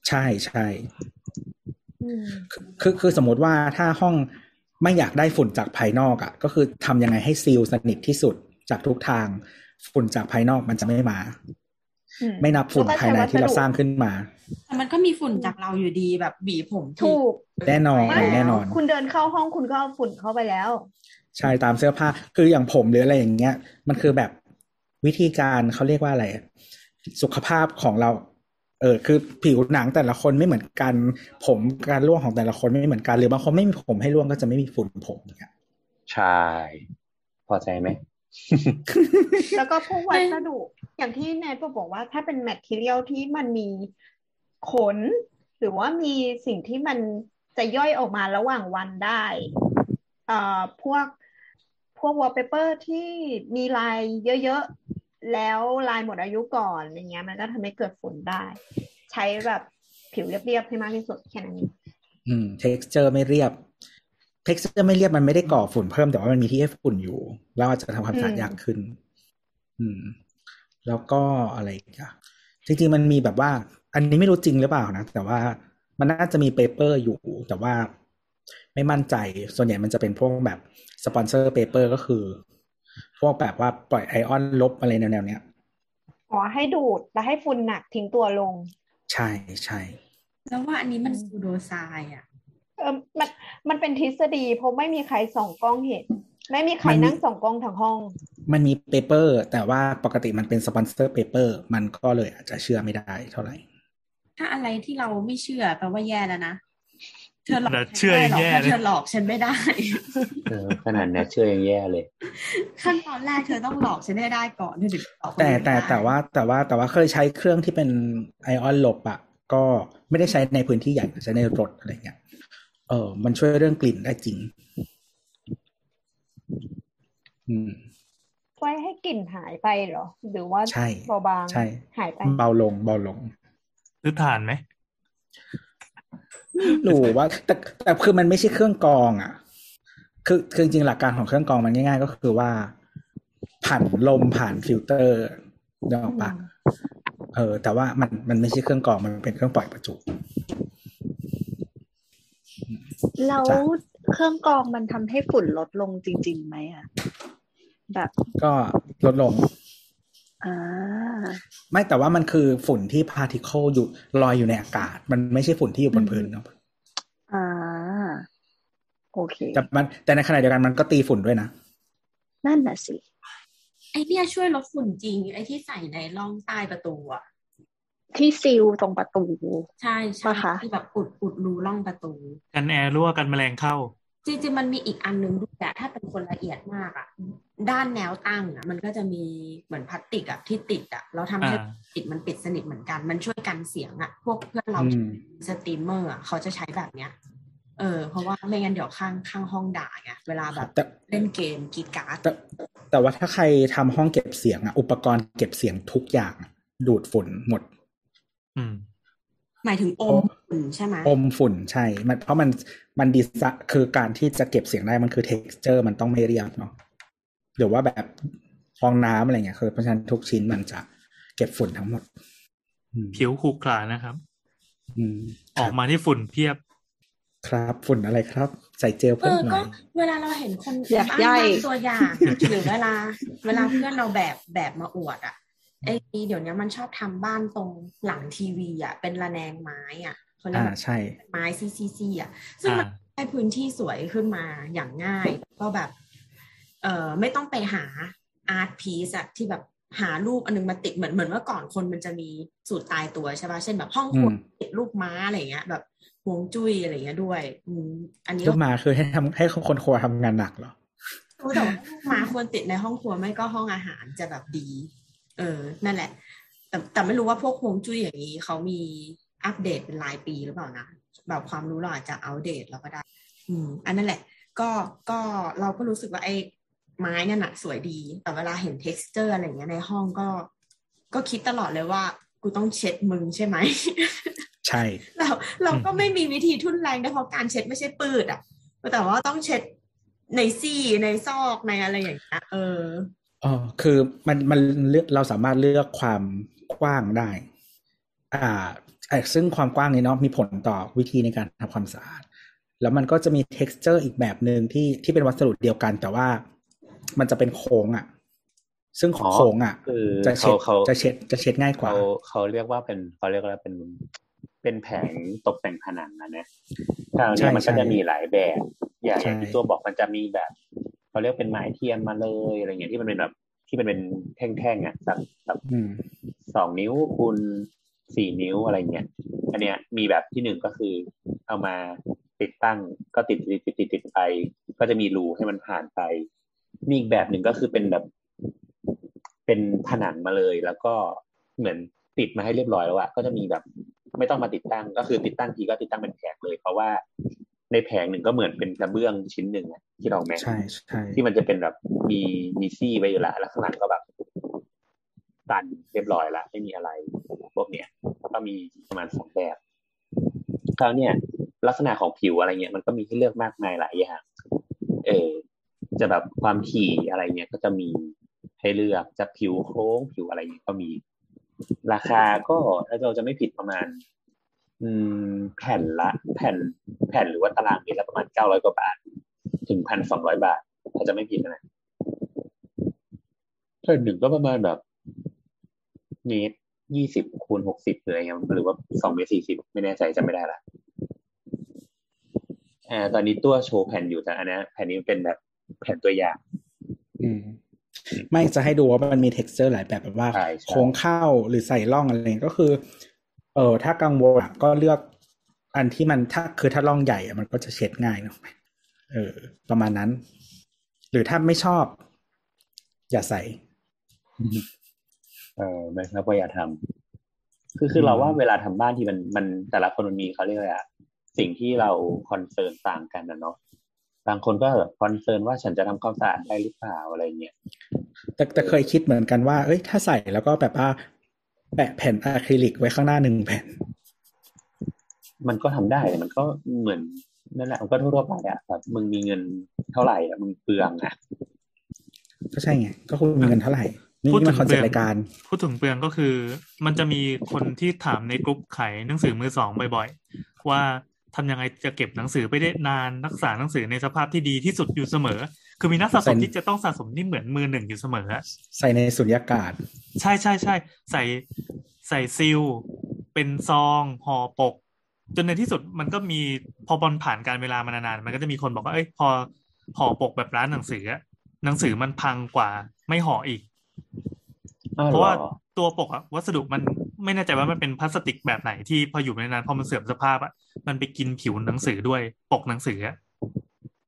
Speaker 3: ใช่ใช่คือคือคือสมมติว่าถ้าห้องไม่อยากได้ฝุ่นจากภายนอกอ่ะ ก็คือทำยังไงให้ซีลสนิทที่สุดจากทุกทาง ฝุ่นจากภายนอกมันจะไม่มา
Speaker 1: อืม
Speaker 3: ไม่นับฝุ่นภายในที่เราสร้างขึ้นมา
Speaker 6: แต่มันก็มีฝุ่นจากเราอยู่ดีแบบหวีผมที
Speaker 1: ถูก
Speaker 3: แน่นอน
Speaker 1: ไม่
Speaker 3: แน่นอน
Speaker 1: คุณเดินเข้าห้องคุณก็เอาฝุ่นเข้าไปแล้ว
Speaker 3: ใช่ตามเสื้อผ้าคืออย่างผมหรืออะไรอย่างเงี้ย มันคือแบบวิธีการเขาเรียกว่าอะไรอะสุขภาพของเรา เออคือผิวหนังแต่ละคนไม่เหมือนกัน ผมการร่วงของแต่ละคนไม่เหมือนกันหรือบางคนไม่มีผมให้ร่วงก็จะไม่มีฝุ่นผมอย่างเงี้ย
Speaker 7: ใช่ พอใจไหม
Speaker 1: แล้วก็พวกวัสดุอย่างที่แนทบอกว่าถ้าเป็นแมทเทียลที่มันมีขน หรือว่ามีสิ่งที่มันจะย่อยออกมาระหว่างวันได้เอ่อพวกพวกวอลเปเปอร์ที่มีลายเยอะๆ แล้วลายหมดอายุก่อนอย่างเงี้ยมันก็ทำให้เกิดฝุ่นได้ ใช้แบบผิวเรียบๆให้มากที่สุดแค่นั้นเอง
Speaker 3: อืม texture ไม่เรียบ texture ไม่เรียบมันไม่ได้ก่อฝุ่นเพิ่มแต่ว่ามันมีที่ให้ฝุ่นอยู่ แล้วอาจจะทำความสะอาดยากขึ้น อืม แล้วก็อะไรอีกอะจริงๆมันมีแบบว่า อันนี้ไม่รู้จริงหรือเปล่านะ แต่ว่ามันน่าจะมีเปเปอร์อยู่ แต่ว่าไม่มั่นใจ ส่วนใหญ่มันจะเป็นพวกแบบสปอนเซอร์เปเปอร์ก็คือ พวกแบบว่าปล่อยไอออนลบอะไรแนวๆเนี้ย
Speaker 1: อ๋อให้ดูดและให้ฝุ่นหนักทิ้งตัวลง
Speaker 3: ใช่ใช่
Speaker 6: แล้วว่าอันนี้มันซูโดไซน์อ่ะ
Speaker 1: เออมันมันเป็นทฤษฎีเพราะไม่มีใครส่องกล้องเห็น ไม่มีใครนั่งส่องกล้องทั้งห้อง
Speaker 3: มันมีเปเปอร์แต่ว่าปกติมันเป็นสปอนเซอร์เปเปอร์มันก็เลยอาจจะเชื่อไม่ได้เท่าไหร่
Speaker 6: ถ้าอะไรที่เราไม่เชื่อแปลว่าแย่แล้วนะ เธอหลอก
Speaker 5: แต่
Speaker 6: ฉัน
Speaker 5: เชื่อ
Speaker 6: ไม่
Speaker 5: ยั
Speaker 6: ได้หรอก
Speaker 5: งแย่
Speaker 6: ถ้าเธ
Speaker 5: เลย
Speaker 6: อหลอกฉันไม่ได้
Speaker 7: เออขนาดเนี้ยเชื่อยังแย่เลย
Speaker 6: ขั้นตอนแรกเธอต้องหลอกฉันให้ได้ก่อนเธอถึงหลอกคน
Speaker 3: แต่
Speaker 6: อื่น
Speaker 3: แต่
Speaker 6: ได้
Speaker 3: แต่ว่าแต่ว่าแต่ว่าเคยใช้เครื่องที่เป็นไอออนลบอะ ก็ไม่ได้ใช้ในพื้นที่ใหญ่แต่ใช้ในรถอะไรเงี้ยเออมันช่วยเรื่องกลิ่นได้จริง อืม
Speaker 9: ไว้ให้กลิ่นหายไปเหรอ หรือว่า
Speaker 3: ใช่
Speaker 9: เบาบาง
Speaker 3: ใช่
Speaker 9: หายไป
Speaker 3: เบาลงเบาลง
Speaker 5: ซื้อถ่านไหม
Speaker 3: หนูว่าแต่แต่คือมันไม่ใช่เครื่องกรองอ่ะ คือคือจริงๆหลักการของเครื่องกรองมันง่ายๆ ก็คือว่า ผ่านลมผ่านฟิลเตอร์นึกออกปะเออ แต่ว่ามันมันไม่ใช่เครื่องกรองมันเป็นเครื่องปล่อยประจุ
Speaker 4: แล้ว
Speaker 3: จ้ะ
Speaker 4: เครื่องกรองมันทำให้ฝุ่นลดลงจริงๆไหมอะแบบ
Speaker 3: ก็ลดลง
Speaker 4: อ่า
Speaker 3: ไม่แต่ว่ามันคือฝุ่นที่พาร์ติเคิลอยู่ลอยอยู่ในอากาศ มันไม่ใช่ฝุ่นที่อยู่บนพื้นเนอะ
Speaker 4: อ่าโอเค
Speaker 3: แต่มันแต่ในขณะเดียวกันมันก็ตีฝุ่นด้วยนะ
Speaker 4: นั่นน่ะสิ
Speaker 6: ไอเนี่ยช่วยลดฝุ่นจริง ไอที่ใส่ในร่องใต้ประตูอ่ะ
Speaker 4: ที่ซีลตรงประตู
Speaker 6: ใช่ใช่
Speaker 4: ปะคะ
Speaker 6: ที่แบบอุดอุดรูร่องประตู
Speaker 5: กันแอร์รั่วกันแมลงเข้า
Speaker 6: จริงๆมันมีอีกอันหนึงด้วยอะถ้าเป็นคนละเอียดมากอะด้านแนวตั้งอะมันก็จะมีเหมือนพลาสติกอะที่ติดอะเราทำให้
Speaker 5: อ่า
Speaker 6: ติดมันปิดสนิทเหมือนกัน มันช่วยกันเสียงอะพวกเพื่อนเรา
Speaker 3: อืม
Speaker 6: สตรีมเมอร์อะเขาจะใช้แบบเนี้ย เออ เพราะว่าไม่งั้นเดี๋ยวข้างข้างห้องด่าไงเวลาแบบ
Speaker 3: แต่
Speaker 6: เล่นเกมกรีดการ์ด
Speaker 3: แต่แต่ว่าถ้าใครทำห้องเก็บเสียงอะอุปกรณ์เก็บเสียงทุกอย่างดูดฝุ่นหมด
Speaker 5: อืม
Speaker 6: หมายถึงอมฝุ่นใช่ไหม
Speaker 3: อมฝุ่นใช่มันเพราะมันมันดีไซน์คือการที่จะเก็บเสียงได้มันคือ texture มันต้องไม่เรียบเนาะหรือว่าแบบฟองน้ำอะไรเงี้ยคือเพราะฉะนั้นทุกชิ้นมันจะเก็บฝุ่นทั้งหมด อืม
Speaker 5: ผิวขรุขระนะครับ
Speaker 3: อืม
Speaker 5: ออกมาที่ฝุ่นเพียบ
Speaker 3: ครับฝุ่นอะไรครับ ใส่เจล
Speaker 6: เอ
Speaker 3: เพิ่ม
Speaker 6: อ
Speaker 3: หน่
Speaker 6: ก็
Speaker 3: อย
Speaker 6: เวลาเราเห็นคน
Speaker 4: อยาก
Speaker 6: บ้น
Speaker 4: ย่อย
Speaker 6: บางตัว อย่างหรือเวลา เวลาเพื่อนเราแบบแบบมาอวดอะไอ้เดี๋ยวเนี้ยมันชอบทำบ้านตรงหลังทีวีอะเป็นระแนงไม้อะเขาเรียก
Speaker 3: อ่า
Speaker 6: ว่า
Speaker 3: ใช่
Speaker 6: ไม้ซีซีซีอ่ะ ซึ่งมัน
Speaker 5: อ่า
Speaker 6: ได้พื้นที่สวยขึ้นมาอย่างง่าย ก็แบบ เอ่อไม่ต้องไปหาอาร์ตพีซอะที่แบบหารูปอันนึงมาติดเหมือนเหมือนว่าก่อนคนมันจะมีสูตรตายตัวใช่ป่ะเช่นแบบห้อง
Speaker 3: อื
Speaker 6: ครัว
Speaker 3: ม
Speaker 6: ติดรูปม้าอะไรเงี้ย แบบหวงจุ้ยอะไรเงี้ยด้วย อืมอันนี้
Speaker 3: ก็
Speaker 6: ก็
Speaker 3: มาคือให้ทำให้คนครัวทำงานหนักเหรอ
Speaker 6: รู้แต่ว่ารูปม้าควรติดในห้องครัวไม่ก็ห้องอาหารจะแบบดี เออ นั่นแหละ แต่แต่ไม่รู้ว่าพวกฮวงจุ้ยอย่างนี้เขามีอัปเดตเป็นรายปีหรือเปล่านะแบบความรู้เราอาจจะอัปเดตเราก็ได้ อืมอันนั้นแหละ ก็ก็เราก็รู้สึกว่าไอ้ไม้เนี่ยน่ะสวยดี แต่เวลาเห็น t e x t อร์อะไรอย่างเงี้ยในห้องก็ ก็คิดตลอดเลยว่า กูต้องเช็ดมึงใช่ไหม
Speaker 3: ใช่
Speaker 6: เราเราก็ไม่มีวิธีทุ่นแรงนะเพราะการเช็ดไม่ใช่ปืดอ่ะ แต่ว่าต้องเช็ดในซี่ในซอกในอะไรอย่างเงี้ยเออ
Speaker 3: อ๋อคือมันมันเลือกเราสามารถเลือกความกว้างได้ อ่าเอ่อซึ่งความกว้างนี้เนาะมีผลต่อวิธีในการทำความสะอาด แล้วมันก็จะมี texture อีกแบบหนึ่งที่ที่เป็นวัสดุเดียวกัน แต่ว่ามันจะเป็นโค้งอะซึ่ง
Speaker 7: อ๋อ
Speaker 3: โค้งอะ
Speaker 7: คือ
Speaker 3: จะเช็ด
Speaker 7: เขาเขา
Speaker 3: จะเช็ดจะเช็ดง่ายกว่า
Speaker 7: เขาเขาเรียกว่าเป็นเขาเรียกว่าเป็นเป็นแผงตกแต่งผนังนะเนี่ยคราวเนี้ย
Speaker 3: ใช่
Speaker 7: มันก็
Speaker 3: ใช่
Speaker 7: จะมีหลายแบบอย่าง
Speaker 3: ใช่
Speaker 7: อย่างที่ตัวบอกมันจะมีแบบเขาเรียกเป็นไม้เทียมมาเลยอะไรเงี้ยที่มันเป็นแบบที่มันเป็นแท่งๆอ่ะสักสัก
Speaker 3: อืม
Speaker 7: สองนิ้วคูณสี่นิ้วอะไรเงี้ย อันเนี้ยมีแบบที่หนึ่งก็คือเอามาติดตั้งก็ติดติดติดติดติดไป ก็จะมีรูให้มันผ่านไป มีอีกแบบหนึ่งก็คือเป็นแบบ เป็นผนังมาเลย แล้วก็เหมือนติดมาให้เรียบร้อยแล้วอะก็จะมีแบบ ไม่ต้องมาติดตั้ง ก็คือติดตั้งทีก็ติดตั้งเป็นแผงเลย เพราะว่าในแผงหนึ่งก็เหมือนเป็นกระเบื้องชิ้นหนึ่งอะที่เราแม็ก
Speaker 3: ใช่ใช่
Speaker 7: ที่มันจะเป็นแบบมีมีซี่ไว้อยู่และแล้วข้างหลังก็แบบตันเรียบร้อยละไม่มีอะไรพวกเนี้ยแล้วก็มีประมาณสองแบบคราวเนี่ยลักษณะของผิวอะไรเงี้ยมันก็มีให้เลือกมากมายหลายอย่างเออจะแบบความถี่อะไรเงี้ยก็จะมีให้เลือกจะผิวโค้งผิวอะไรเงี้ยก็มี ราคาก็ถ้าเราจะไม่ผิดประมาณ อืม แผ่นละแผ่น แผ่นหรือว่าตารางเมตรละประมาณเก้าร้อยกว่าบาท ถึงพันสองร้อยบาท ถ้าจะไม่ผิดนะแผ่นหนึ่งก็ประมาณแบบเมตรยี่สิบคูณหกสิบหรืออะไรเงี้ยหรือว่าสองเมตรสี่สิบไม่แน่ใจจำไม่ได้ละอ่าตอนนี้ตัวโชว์แผ่นอยู่แต่อันเนี้ยแผ่นนี้มันเป็นแบบแผ่นตัวอย่าง
Speaker 3: อืม ไม่จะให้ดูว่ามันมี texture หลายแบบแบบว่า
Speaker 7: ใช่ใช่
Speaker 3: โค้งเข้าหรือใส่ร่องอะไรเงี้ยก็คือ เออถ้ากังวลอะก็เลือกอันที่มันถ้าคือถ้าร่องใหญ่อะมันก็จะเช็ดง่ายเนาะเออ ประมาณนั้น หรือถ้าไม่ชอบ อย่าใส่
Speaker 7: เออไม่ครับว่าอย่าท คือคือเราว่าเวลาทำบ้านที่มันมันแต่ละคนมันมีเขาเรียกอะไรอะสิ่งที่เราคอนเซิร์นต่างกันนะเนาะบางคนก็คอนเซิร์นว่าฉันจะทำความสะอาดได้หรือเปล่าอะไรเงี้ย
Speaker 3: แต่แต่เคยคิดเหมือนกันว่า เอ้ย ถ้าใส่แล้วก็แบบว่าแปะแผ่นอะคริลิกไว้ข้างหน้าหนึ่งแผ่น
Speaker 7: มันก็ทำได้มันก็เหมือนนั่นแหละมันก็ทั่วๆไปอะแบบมึงมีเงินเท่าไหร่อะมึงเปลืองอะ
Speaker 3: ก็ใช่ไง ก็คุณมีเงินเท่าไหร่ นี่
Speaker 5: พูดถึ
Speaker 3: นี่มัน
Speaker 5: ง
Speaker 3: คอน
Speaker 5: เป
Speaker 3: เซ็
Speaker 5: ลือง
Speaker 3: ปต์รายการ
Speaker 5: พูดถึงเปลืองก็คือ มันจะมีคนที่ถามในกลุ่มขายหนังสือมือสองบ่อยๆ ว่าทำยังไงจะเก็บหนังสือไปได้นานรักษาหนังสือในสภาพที่ดีที่สุดอยู่เสมอ คือมีนักสะสม
Speaker 3: เป็น
Speaker 5: ที่จะต้องสะสมที่เหมือนมือหนึ่งอยู่เสมอ
Speaker 3: ใส่ในสุญญากาศ
Speaker 5: ใช่ใช่ใช่ใส่ใส่ซิล เป็นซองห่อปก จนในที่สุดมันก็มีพอบอลผ่านการเวลามานานๆ มันก็จะมีคนบอกว่าเอ้ยพอห่อปกแบบร้านหนังสืออะหนังสือมันพังกว่าไม่ห่ออีก
Speaker 7: อ้าวเหรอ
Speaker 5: เพราะว่าตัวปกอะวัสดุมันไม่แน่ใจว่ามันเป็นพลาสติกแบบไหนที่พออยู่ไปนานๆพอมันเสื่อมสภาพอะมันไปกินผิวหนังสือด้วยปกหนังสืออะ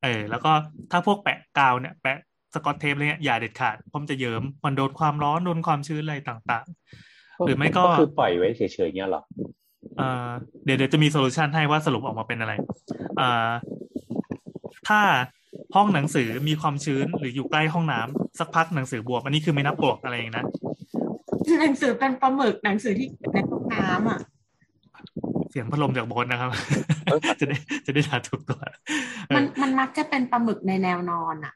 Speaker 5: เออ แล้วก็ถ้าพวกแปะกาวเนี่ยแปะสกอตเทปอะไรเงี้ยอย่าเด็ดขาดเพราะมันจะเยิ้มมันโดนความร้อนโดนความชื้นอะไรต่าง ๆ หรือไม่ก็
Speaker 7: คือปล่อยไว้เฉยๆเงี้ยเหรอ
Speaker 5: เอ่อเดี๋ยวเดี๋ยวจะมีโซลูชันให้ว่าสรุปออกมาเป็นอะไรเอ่อถ้าห้องหนังสือมีความชื้นหรืออยู่ใกล้ห้องน้ำสักพักหนังสือบวมอันนี้คือไม่นับปลวกอะไรเองนะ
Speaker 6: หนังสือเป็นปลาหมึกหนังสือที่เก็บในห้องน้ำอ่ะ
Speaker 5: เสียงพัดลมจากโบนนะครับ
Speaker 7: เอ้ย
Speaker 5: จะได้จะได้ถาถูกตัวเอ
Speaker 6: มัน
Speaker 5: อ
Speaker 6: มันมักจะเป็นปลาหมึกในแนวนอนอ่ะ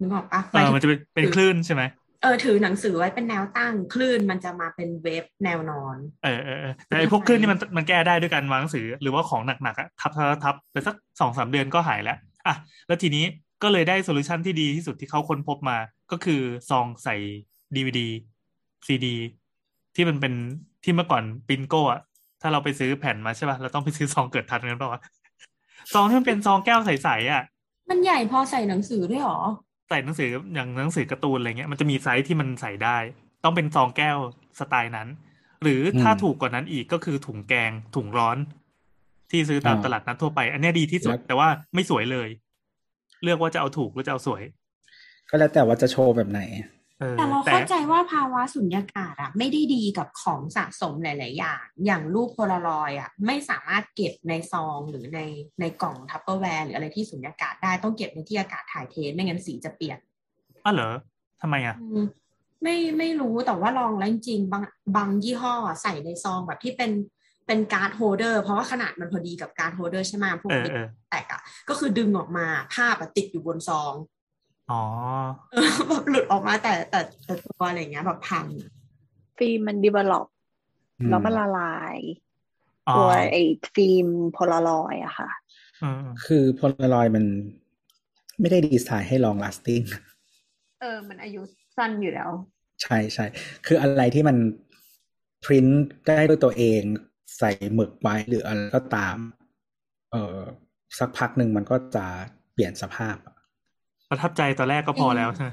Speaker 6: นึกออกปะ
Speaker 5: เออมันจะเป็นเป็นคลื่นใช่ไหม
Speaker 6: เออถือหนังสือไว้เป็นแนวตั้งคลื่นมันจะมาเป็นเวฟแนวนอน
Speaker 5: เออเออเออแต่ไอ้พวกคลื่นนี่มันมันแก้ได้ด้วยการวางหนังสือ หรือว่าของหนักๆอะทับทับทับทับไปสักสองสามเดือนก็หายแล้วอ่ะแล้วทีนี้ก็เลยได้โซลูชันที่ดีที่สุดที่เขาค้นพบมา ก็คือซองใส่ดีวดีซีดี ที่มันเป็นที่เมื่อก่อนปินโก้อะถ้าเราไปซื้อแผ่นมาใช่ป่ะเราต้องไปซื้อซองเกิดทันกันเปล่าวะซองที่มันเป็นซองแก้วใสๆอะ
Speaker 6: มันใหญ่พอใส่หนังสือด้วยเหรอ
Speaker 5: ใส่หนังสืออย่างหนังสือการ์ตูนอะไรเงี้ยมันจะมีไซส์ที่มันใส่ได้ ต้องเป็นซองแก้วสไตล์นั้น หรือถ้า
Speaker 3: อืม
Speaker 5: ถูกกว่านั้นอีกก็คือถุงแกงถุงร้อน ที่ซื้อตาม
Speaker 3: อ่า
Speaker 5: ตลาดนัดทั่วไป อันเนี้ยดีที่สุด
Speaker 3: แล้ว
Speaker 5: แต่ว่าไม่สวยเลย เลือกว่าจะเอาถูกหรือจะเอาสวย
Speaker 3: ก็แล้วแต่ว่าจะโชว์แบบไหน
Speaker 5: เออ
Speaker 6: แต่เราเข้าใจว่าภาวะสุญญากาศอะไม่ได้ดีกับของสะสมหลาย ๆ อย่าง อย่างรูปโพลารอยด์อะไม่สามารถเก็บในซองหรือในในกล่องทัพเปอร์แวร์หรืออะไรที่สุญญากาศได้ต้องเก็บในที่อากาศถ่ายเทไม่งั้นสีจะเปลี่ยน
Speaker 5: อ้าวเหรอทำไมอ่ะ
Speaker 6: อืมไม่ไม่รู้แต่ว่าลองแล้วจริงๆบางบางยี่ห้ออะใส่ในซองแบบที่เป็นเป็นการ์ดโฮลเดอร์เพราะว่าขนาดมันพอดีกับการ์ดโฮลเดอร์ใช่ไหมพวก
Speaker 5: เออ
Speaker 6: ติ๊ก
Speaker 5: เออ
Speaker 6: แตกอะก็คือดึงออกมาภาพอะติดอยู่บนซอง
Speaker 5: อ๋อ
Speaker 6: เออแบบหลุดออกมาแต่แต่แต่ตัวอะไรอย่างเงี้ยแบบพัง
Speaker 4: ฟิล์มมันดีเวล็อป
Speaker 3: อืม
Speaker 4: แล้วมันละลาย
Speaker 5: อ๋อ
Speaker 4: ตัวไอ้ฟิล์มโพลารอยด์อะค่ะ
Speaker 5: อืม
Speaker 3: คือพลลอยมันไม่ได้ดีไซน์ให้ long lasting
Speaker 1: เออ มันอายุสั้นอยู่แล้ว
Speaker 3: ใช่ใช่ คืออะไรที่มันพริ n t ได้ด้วยตัวเองใส่หมึกไว้หรืออะไรก็ตาม เออสักพักหนึ่งมันก็จะเปลี่ยนสภาพอะ
Speaker 5: ประทับใจตอนแรกก็พอแล้วใช่ไหม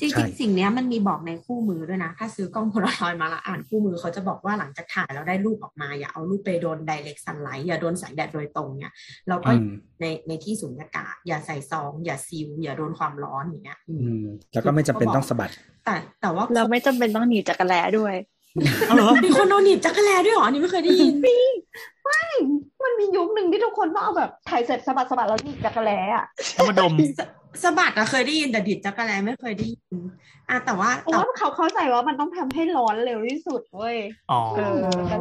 Speaker 6: จริง
Speaker 3: ใช่
Speaker 6: ๆ สิ่งเนี้ยมันมีบอกในคู่มือด้วยนะ ถ้าซื้อกล้องโพลารอยด์มาและอ่านคู่มือเขาจะบอกว่าหลังจากถ่ายแล้วได้รูปออกมาอย่าเอารูปไปโดน direct sunlight อย่าโดนแสงแดดโดยตรงเนี่ยแล้วก็
Speaker 3: อืม
Speaker 6: ในในที่สุญญากาศ อย่าใส่ซอง อย่าซีลอย่าโดนความร้อนอย่างเงี้ยอืม
Speaker 3: อืม แล้วก็ไม่จำเป็นต้องสะบัด
Speaker 6: แต่แต่ว่า
Speaker 4: เราไม่จำเป็นต้องหนีจากกระแลด้วย
Speaker 5: อ้าวเหรอ
Speaker 6: มีคนโดนหนีบจักรแลด้วยเหรออันนี่ไม่เคยได้ยิน
Speaker 1: มันมียุคหนึ่งที่ทุกคนต้องเอาแบบถ่ายเสร็จสะบัดสะบัดแล้วหนีบจักรแล้อะ
Speaker 5: เอามาดม
Speaker 6: สะสะบัดอะเคยได้ยินแต่ดีดจักรแลไม่เคยได้ยินอ่ะแต่ว่า
Speaker 1: เพราะ
Speaker 6: แต่
Speaker 1: ว่าเขาเข้าใจว่ามันต้องทำให้ร้อนเร็วที่สุดเว้ย
Speaker 5: อ๋อ
Speaker 1: เออแต่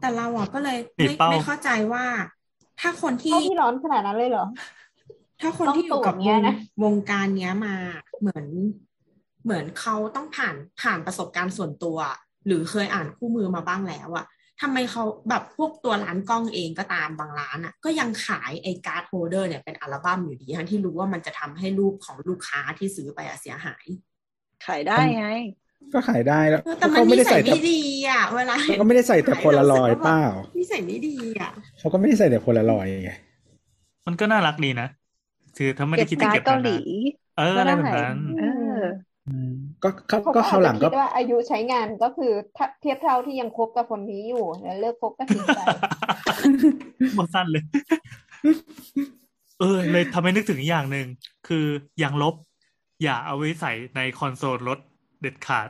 Speaker 6: แต่เราอะก็เลย
Speaker 5: หนี
Speaker 6: ไม่
Speaker 5: บเป้า
Speaker 6: ไม่เข้าใจว่า ถ้าคนที่
Speaker 1: เข้าที่ร้อนขนาดนั้นเลยเหรอ
Speaker 6: ถ้าคนที่อยู่กับ
Speaker 1: ต้องตรวจ
Speaker 6: ว
Speaker 1: เงี้
Speaker 6: ง
Speaker 1: ยนะ
Speaker 6: วงการเนี้ยมาเหมือนเหมือนเขาต้องผ่านผ่านประสบการณ์ส่วนตัว หรือเคยอ่านคู่มือมาบ้างแล้วอะทำไมเขาแบบพวกตัวร้านกล้องเองก็ตามบางร้านอะก็ยังขายไอ้การ์ดโฮลเดอร์เนี่ยเป็นอัลบั้มอยู่ดีทั้งที่รู้ว่ามันจะทำให้รูปของลูกค้าที่ซื้อไปอะเสียหาย
Speaker 4: ขายได้ไง
Speaker 3: ก็ขายได้แล้ว
Speaker 6: เออแต่มัน
Speaker 3: เขาไม่
Speaker 6: นิ
Speaker 3: ได้
Speaker 6: สั
Speaker 3: ใส่
Speaker 6: ย
Speaker 3: แต่
Speaker 6: ไม่ดีอะเวลา
Speaker 3: เขาก็ไม่ได้ใส่แต่พลลอยเปล่า
Speaker 6: นิสัยไม่ดีอะ
Speaker 3: เขาก็ไม่ได้ใส่แต่พลลอยไง
Speaker 5: มันก็น่ารักดีนะคือถ้าไม่ได้
Speaker 4: เก็
Speaker 5: คิด
Speaker 4: บ
Speaker 5: จะ
Speaker 4: การ์ด
Speaker 5: เก็บ
Speaker 4: เกา
Speaker 5: านๆ
Speaker 4: นหลี
Speaker 5: เอออะไรแบบนั้น
Speaker 4: เออ
Speaker 3: ก็ก็
Speaker 1: เขา
Speaker 3: ก็
Speaker 1: ก็
Speaker 3: เขา
Speaker 1: เขา
Speaker 3: วห
Speaker 1: หลั
Speaker 3: ลัง
Speaker 1: ง
Speaker 3: ก็
Speaker 1: ก็ว่าอายุใช้งานก็คือถ้าเทียบเท่าที่ยังคบกับคนนี้อยู่แล้วเลิกคบก็ทิ้งไป
Speaker 5: หมดสั้นเลย เออ เลยทำให้นึกถึงอีกอย่างหนึ่งคืออยางลบ อย่าเอาไว้ใส่ในคอนโซลรถเด็ดขาด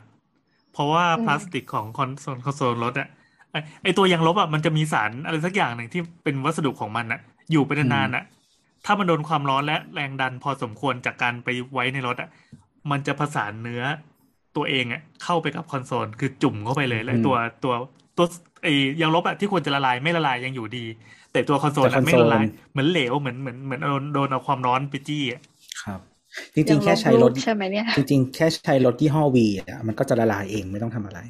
Speaker 5: เพราะว่า
Speaker 1: อืม
Speaker 5: พลาสติกของคอนโซลคอนโซลรถอะ ไอ้ไอตัวยางลบอ่ะมันจะมีสารอะไรสักอย่างหนึ่งที่เป็นวัสดุของมันอ่ะ อยู่ไปนานๆอ่ะ ถ้ามันโดนความร้อนและแรงดันพอสมควรจากการไปไว้ในรถอ่ะ มันจะผสานเนื้อตัวเองอ่ะเข้าไปกับคอนโซลคือจุ่มเข้าไปเลยแล้วไอ้ตัวตัวตัวไอยางลบอ่ะที่ควรจะละลายไม่ละลายยังอยู่ดี แต่ตัวคอนโซล
Speaker 3: แต่ค
Speaker 5: อ่ะ
Speaker 3: อนโซล
Speaker 5: ไม่ละลายเหมือนเหลวเหมือนเหมือนเหมือนโดนโดนเอาความร้อนไปจี้อ่ะ
Speaker 3: ครับ จริงๆ แค่ใช้รถ
Speaker 4: ใช่ไหมเนี่ย
Speaker 3: จริงๆ แค่ใช้รถยี่ห้อวีอ่ะมันก็จะละลายเองไม่ต้องทำอะไร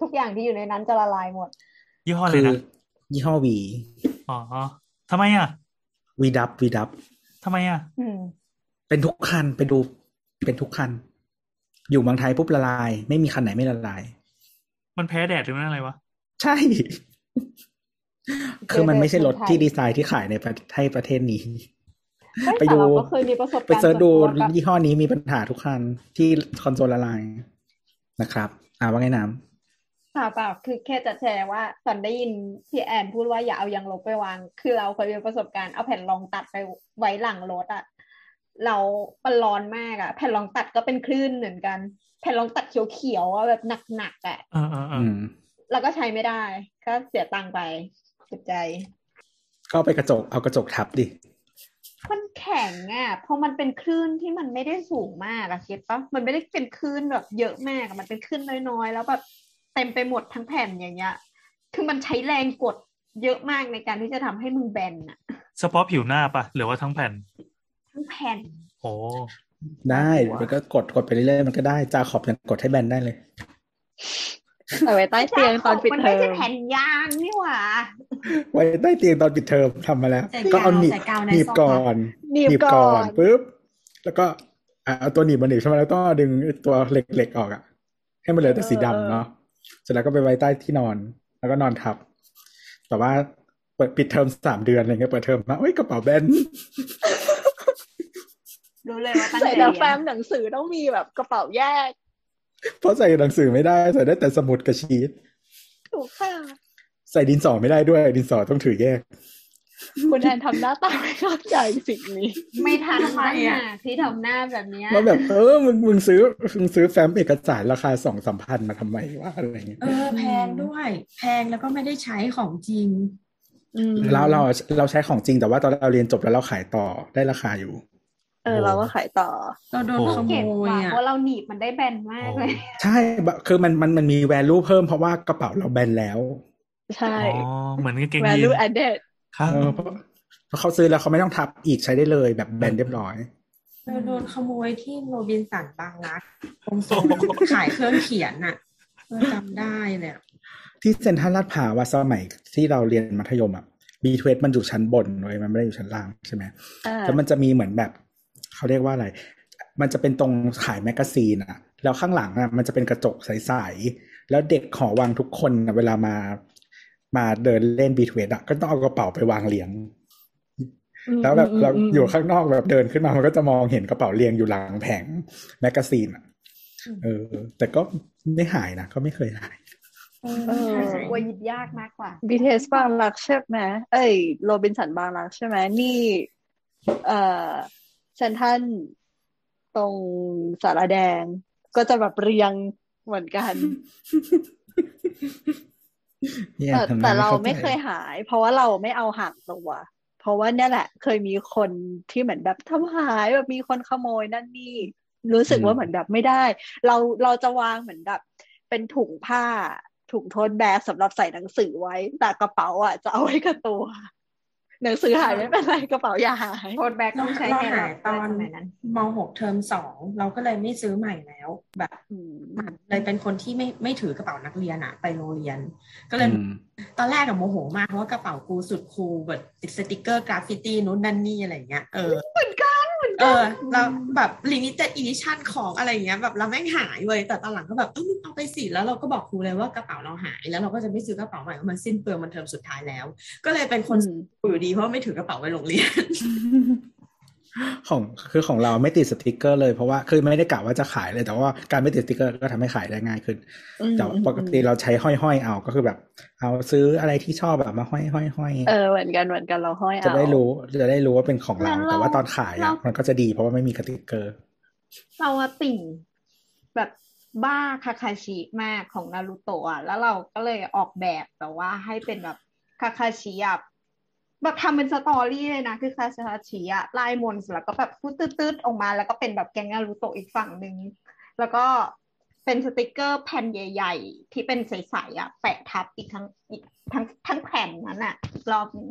Speaker 9: ทุกอย่างที่อยู่ในนั้นจะละลายหมด
Speaker 5: ยี่ห้ออะไร
Speaker 3: คื
Speaker 5: นะ
Speaker 3: ยี่ห้อวี
Speaker 5: อ๋อทำไมอ่ะ
Speaker 3: วีดับวีดับ
Speaker 5: ทำไมอ่ะ
Speaker 9: อืม
Speaker 3: เป็นทุกคันไปดูเป็นทุกคัน อยู่เมืองไทยปุ๊บละลาย ไม่มีคันไหนไม่ละลาย
Speaker 5: มันแพ้แดดหรือมันอะไรวะ
Speaker 3: ใช่ คือมันไม่ใช่รถที่ดีไซน์ที่ขายในประเทศประเทศนี้
Speaker 9: เฮ้ย
Speaker 3: ไป
Speaker 9: แต่
Speaker 3: ดู
Speaker 9: เราก็เคยมีประสบการณ์
Speaker 3: ไปเสิร์ชดู
Speaker 9: ส่วนตัวกับ
Speaker 3: ยี่ห้อนี้มีปัญหาทุกคันที่คอนโซลละลายนะครับ อ่าว่าไงน้
Speaker 9: เปล่าเปล่าคือแค่จะแชร์ว่าตอนได้ยินพี่แอนพูดว่าอย่าเอายางลบไปวาง คือเราเคยมีประสบการณ์เอาแผ่นรองตัดไปไว้หลังรถอะเรามันร้อนมากอะแผ่นรองตัดก็เป็นคลื่นเหมือนกัน แผ่นรองตัดเขียวๆอะแบบหนักๆอะ
Speaker 5: เออเออ
Speaker 3: ำ
Speaker 5: เอ
Speaker 3: อื
Speaker 5: อ
Speaker 3: ม
Speaker 9: แล้วก็ใช้ไม่ได้ ก็เสียตังค์ไปเจ็บใจ
Speaker 3: ก็ไปกระจกเอากระจกทับดิ
Speaker 9: มันแข็งอะเพราะมันเป็นคลื่นที่มันไม่ได้สูงมากอะคิดปะมันไม่ได้เป็นคลื่นแบบเยอะมากอะมันเป็นคลื่นน้อยๆ แล้วแบบเต็มไปหมดทั้งแผ่นอย่างเงี้ย คือมันใช้แรงกดเยอะมากในการที่จะทำให้มึงแบนอะ
Speaker 5: เฉพาะผิวหน้าปะหรือว่าทั้งแผ่น
Speaker 9: ทั้งแผ่น
Speaker 5: โอ้
Speaker 3: ได้มันก็กดกดไปเรื่อยๆมันก็ได้จาขอบยังกดให้แบนได้เลย
Speaker 4: แต่ไว้ใต้เตียงตอนปิด
Speaker 9: มัน
Speaker 4: เทอ
Speaker 9: ไม่ใช่
Speaker 4: ม
Speaker 9: แผ่นยางนี่หว่า
Speaker 3: ไว้ใต้เตียงตอนปิดเทอมทำมาแล้ว
Speaker 6: ใส่
Speaker 3: ก็
Speaker 6: กาว
Speaker 3: เอาหนีบ
Speaker 6: ใส่กาวใน
Speaker 3: หนีบ
Speaker 6: ซอก
Speaker 3: ก่อน
Speaker 4: หนีบก่อน
Speaker 3: ปุ๊บแล้วก็อ่ะเอาตัวหนีบมาหนีบใช่ไหมแล้วต้องดึงตัวเหล็กๆออกอ่ะ ให้มันเหลือแต่สีดำเนาะเสร็จแล้วก็ไปไว้ใต้ที่นอน แล้วก็นอนทับ แต่ว่าเปิดปิดเทอมสามเดือนอะไรเงี้ยเปิดเทอมมาเอ้ยกระเป๋าแบน
Speaker 9: รู้เลยว่าตั้งใจ
Speaker 4: ใส่
Speaker 9: เรี
Speaker 4: แล้
Speaker 9: ยน
Speaker 4: วแฟ้มหนังสือต้องมีแบบกระเป๋าแยก
Speaker 3: เพราะใส่หนังสือไม่ได้ใส่ได้แต่สมุดกับชีท
Speaker 4: ถูกค่ะ
Speaker 3: ใส่ดินสอไม่ได้ด้วยดินสอต้องถือแยก
Speaker 4: คุณแอนทำหน้าตาไม่เข้าใจสิ่งนี้
Speaker 9: ไม่ทัน
Speaker 6: ทำไม
Speaker 9: ตั้ง
Speaker 6: อะ
Speaker 9: หากที่ทำหน้าแบบเนี้ย
Speaker 3: แล้วแบบเออมึงมึงซื้อมึงซื้อแฟ้มเอกสารราคาสองสามพันมาทำไมวะอะไรเงี้ย
Speaker 6: เออแพงด้วย แพงแล้วก็ไม่ได้ใช้ของจริง
Speaker 4: อืม
Speaker 3: เราเราเราใช้ของจริงแต่ว่าตอนเราเรียนจบแล้วเราขายต่อได้ราคาอยู่
Speaker 4: เออเราก็ขายต่อ
Speaker 6: เราโดน
Speaker 5: โอ้
Speaker 6: ขโม
Speaker 9: เก็บ
Speaker 6: ย
Speaker 9: ว่ะ
Speaker 6: อ่ะ
Speaker 9: เพราะเราหนีบมันได้แบนมากเลย
Speaker 3: ใช่บะคือมันมันมันมี value เพิ่มเพราะว่ากระเป๋าเราแบนแล้ว
Speaker 4: ใช่
Speaker 5: อ๋อเหมือนกางเกงยีน
Speaker 4: value added
Speaker 5: ครับ
Speaker 3: เออเพราะเพราะเขาซื้อแล้วเขาไม่ต้องทับอีกใช้ได้เลยแบบแบนเรียบร้อย
Speaker 6: เราโดนขโมยที่โรบินสันบางรักตรงโซนขายเครื่องเขียนอ่ะเออจำได้เลยอะ
Speaker 3: ที่เซ็นทรัลลาดพร้าวอะสมัยที่เราเรียนมัธยมอ่ะบีทเวสมันอยู่ชั้นบนเว้ยมันไม่ได้อยู่ชั้นล่างใช่ไหม
Speaker 4: อ่า
Speaker 3: แล้วมันจะมีเหมือนแบบ เขาเรียกว่าอะไร มันจะเป็นตรงขายแมกกาซีนอะแล้วข้างหลังอะมันจะเป็นกระจกใสๆแล้วเด็กหอวังทุกคนอะเวลามา มาเดินเล่นบีทเวทอะก็ต้องเอากระเป๋าไปวางเลี้ยง
Speaker 4: อืม
Speaker 3: แล้วแบบ
Speaker 4: ม
Speaker 3: เรา
Speaker 4: ม
Speaker 3: อยู่ข้างนอกแบบเดินขึ้นมามันก็จะมองเห็นกระเป๋าเรียงอยู่หลังแผงแมกกาซีนอะเออ แต่ก็ไม่หายนะก็ไม่เคยหาย
Speaker 6: เออ
Speaker 4: เออ
Speaker 9: กลัวหยิบยากมากกว่า
Speaker 4: BTS บางรักใช่ไหมเอ้ยโรบินสันบางรักใช่ไหมนี่ เอ่อเซนทันตรงสารแดง ก็จะแบบเรียงเหมือนกัน
Speaker 3: เนี่ย
Speaker 4: แต่
Speaker 3: ทำงน
Speaker 4: แต่เรา
Speaker 3: ข้ใจ
Speaker 4: ไม่เคยหาย เพราะว่าเราไม่เอาห่างตัวเพราะว่าเนี่ยแหละ เคยมีคนที่เหมือนแบบทำหายแบบมีคนขโมยนั่นนี่ รู้สึกว่าเหมือนแบบไม่ได้ เราเราจะวางเหมือนแบบ เป็นถุงผ้า ถุงโทนแบกสำหรับใส่หนังสือไว้ แต่กระเป๋าอ่ะจะเอาไว้กับตัว หนังสือหายไม่เป็นไรกระเป๋าอย่าหาย
Speaker 9: โทษแบก
Speaker 6: เรา
Speaker 9: ต้องใช้
Speaker 6: เรา
Speaker 9: แฮนด์
Speaker 6: หายตอน
Speaker 9: สมัยนั้น
Speaker 6: มหกเทอมสองเราก็เลยไม่ซื้อใหม่แล้ว แบบ
Speaker 4: อืม
Speaker 6: เลยเป็นคนที่ไม่ไม่ถือกระเป๋านักเรียนอ่ะ ไปโรงเรียน ก็เล
Speaker 3: อื
Speaker 6: ย
Speaker 3: ม
Speaker 6: ตอนแรกอะโมโหมากเพราะว่ากระเป๋ากูสุดคูลแบบติดสติกเกอร์กราฟฟิตี้นู้นนั่นนี่อะไรอย่างเงี้ยเออเหมือนกันเหมือนกันเออแล้วแบบลิมิเต็ดอีดิชั่นของอะไรอย่างเงี้ยแบบเราแม่งหายเว้ยแต่ตอนหลังก็แบบเออมึงเอาไปสิแล้วเราก็บอกครูเลยว่ากระเป๋าเราหาย แล้วเราก็จะไม่ซื้อกระเป๋าใหม่เพราะมันสิ้นเปลืองมันเทอมสุดท้ายแล้ว ก็เลยเป็นคนอยู่ดีเพราะไม่ถือกระเป๋าไปโรงเรียน
Speaker 3: ของคือของเราไม่ติดสติกเกอร์เลยเพราะว่าคือไม่ได้กะว่าจะขายเลย แต่ว่าการไม่ติดสติกเกอร์ก็ทำให้ขายได้ง่ายขึ้น
Speaker 4: อืม
Speaker 3: แต่ว่าปกติเราใช้ห้อยๆเอาก็คือแบบ เอาซื้ออะไรที่ชอบแบบมาห้อยๆห้อยๆ
Speaker 4: เออเหมือนกันเหมือนกันเราห้อยเอา
Speaker 3: จะได้รู้จะได้รู้ว่าเป็นของเรา
Speaker 9: แล้วเรา
Speaker 3: แต่ว่าตอนขาย
Speaker 9: เรา
Speaker 3: อะ
Speaker 9: มั
Speaker 3: มันก็จะดีเพราะว่าไม่มีสติกเกอร์
Speaker 9: เราอะติ่ง แบบ บ้าคาคาชิมากของนารูโตะอะแล้วเราก็เลยออกแบบแบบว่าให้เป็นแบบคาคาชิอะแบบทำเป็นสตอรี่เลยนะคือคาคาชิอะไล่มนต์เสร็จแล้วก็แบบพูดตืดๆออกมา แล้วก็เป็นแบบแกงนารูโตะอีกฝั่งหนึ่งแล้วก็เป็นสติกเกอร์แผ่นใหญ่ ๆ ที่เป็นใสๆอะแปะทับอีกทั้งอีกทั้งทั้งแผ่นนั้นอะรอบนึง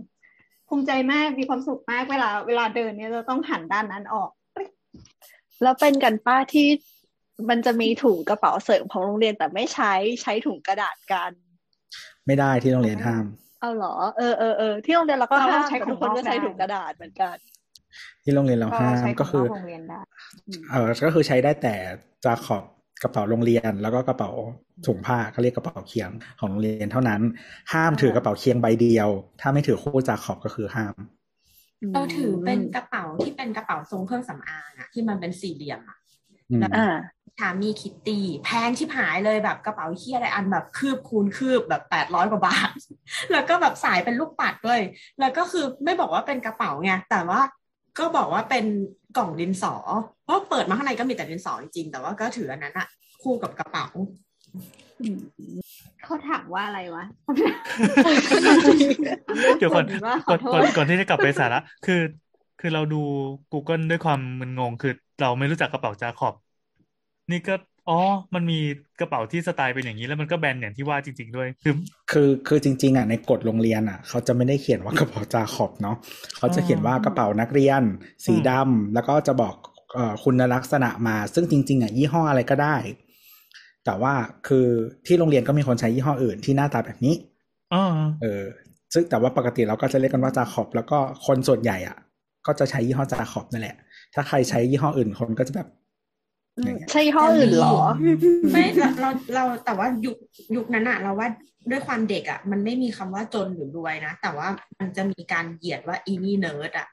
Speaker 9: ภูมิใจมากมีความสุขมากเวลา เวลาเดินเนี่ยเราต้องหันด้านนั้นออก
Speaker 4: แล้วเป็นกันป้าที่มันจะมีถุงกระเป๋าเสริมของโรงเรียนแต่ไม่ใช้ใช้ถุงกระดาษกัน
Speaker 3: ไม่ได้ที่โรงเรียนห้าม
Speaker 4: เอาเหรอเออเออเออที่โรงเรียนเราก็
Speaker 9: เรา
Speaker 4: ห้าม
Speaker 9: ใช้
Speaker 4: แต่ทุ
Speaker 9: ของ
Speaker 4: กคน
Speaker 9: นอก
Speaker 4: ก็ใช้
Speaker 9: ได้
Speaker 4: ถุงกระดาษเหมือนกัน
Speaker 3: ที่โรงเรียนเราห้า
Speaker 9: ก็
Speaker 3: ม
Speaker 9: ใช้
Speaker 3: ก็คือ
Speaker 9: นโรงเรียนได้
Speaker 3: เออก็คือใช้ได้แต่จาขอบกระเป๋าโรงเรียน แล้วก็กระเป๋าถุงผ้าเขาเรียกกระเป๋าเคียงของโรงเรียนเท่านั้น ห้ามถือกระเป๋าเคียงใบเดียว ถ้าไม่ถือคู่จาขอบก็คือห้าม
Speaker 6: เราถือเป็นกระเป๋าที่เป็นกระเป๋าทรงเครื่องสำอางอะที่มันเป็นสี่เหลี่ยมอะ
Speaker 3: อืม
Speaker 4: อ่า
Speaker 6: ชามีคิตตี้แพงชิบหายเลยแบบกระเป๋าเฮียอะไรอันแบบคืบคูณคืบแบบแปดร้อยกว่าบาท แล้วก็แบบสายเป็นลูกปัดด้วย แล้วก็คือไม่บอกว่าเป็นกระเป๋าไงแต่ว่าก็บอกว่าเป็นกล่องดินสอ เพราะเปิดมาข้างในก็มีแต่ดินสอจริงๆแต่ว่าก็ถืออันนั้นอะคู่กับกระเป๋า
Speaker 9: เขาถามว่าอะไรวะ
Speaker 5: เดี๋ยวก่อน
Speaker 9: ส่วนว่าข
Speaker 5: ก่
Speaker 9: อ
Speaker 5: อน
Speaker 9: โทษ
Speaker 5: ก่อนก่อนที่จะกลับไปสาระ คือ คือเราดู Google ด้วยความมึนงง คือเราไม่รู้จักกระเป๋าจาขอบ นี่ก็ อ๋อ มันมีกระเป๋าที่สไตล์เป็นอย่างนี้ แล้วมันก็แบนอย่างที่ว่าจริง ๆ ด้วย คือ
Speaker 3: คือคือจริงๆอ่ะในกฎโรงเรียนอ่ะเขาจะไม่ได้เขียนว่ากระเป๋าจาขอบเนาะเขาจะเขียนว่ากระเป๋านักเรียน สีดำแล้วก็จะบอกเอ่อคุณลักษณะมา ซึ่งจริงๆอ่ะยี่ห้ออะไรก็ได้ แต่ว่าคือที่โรงเรียนก็มีคนใช้ยี่ห้ออื่นที่หน้าตาแบบนี้
Speaker 5: อ๋ อ
Speaker 3: เออซึ่งแต่ว่าปกติเราก็จะเรียกกันว่าจาขอบ แล้วก็คนส่วนใหญ่อ่ะ ก็จะใช้ยี่ห้อจาขอบนั่นแหละ ถ้าใครใช้ยี่ห้ออื่นคนก็จะแบบอย่างเงี้ย
Speaker 4: ใช่ห้ออื่นเหรอ
Speaker 6: ไม่เราเราเราแต่ว่ายุคยุคนั้นอะเราว่าด้วยความเด็กอะมันไม่มีคำว่าจนหรือรวยนะ แต่ว่ามันจะมีการเหยียดว่าอีนี่เนิร์ดอะ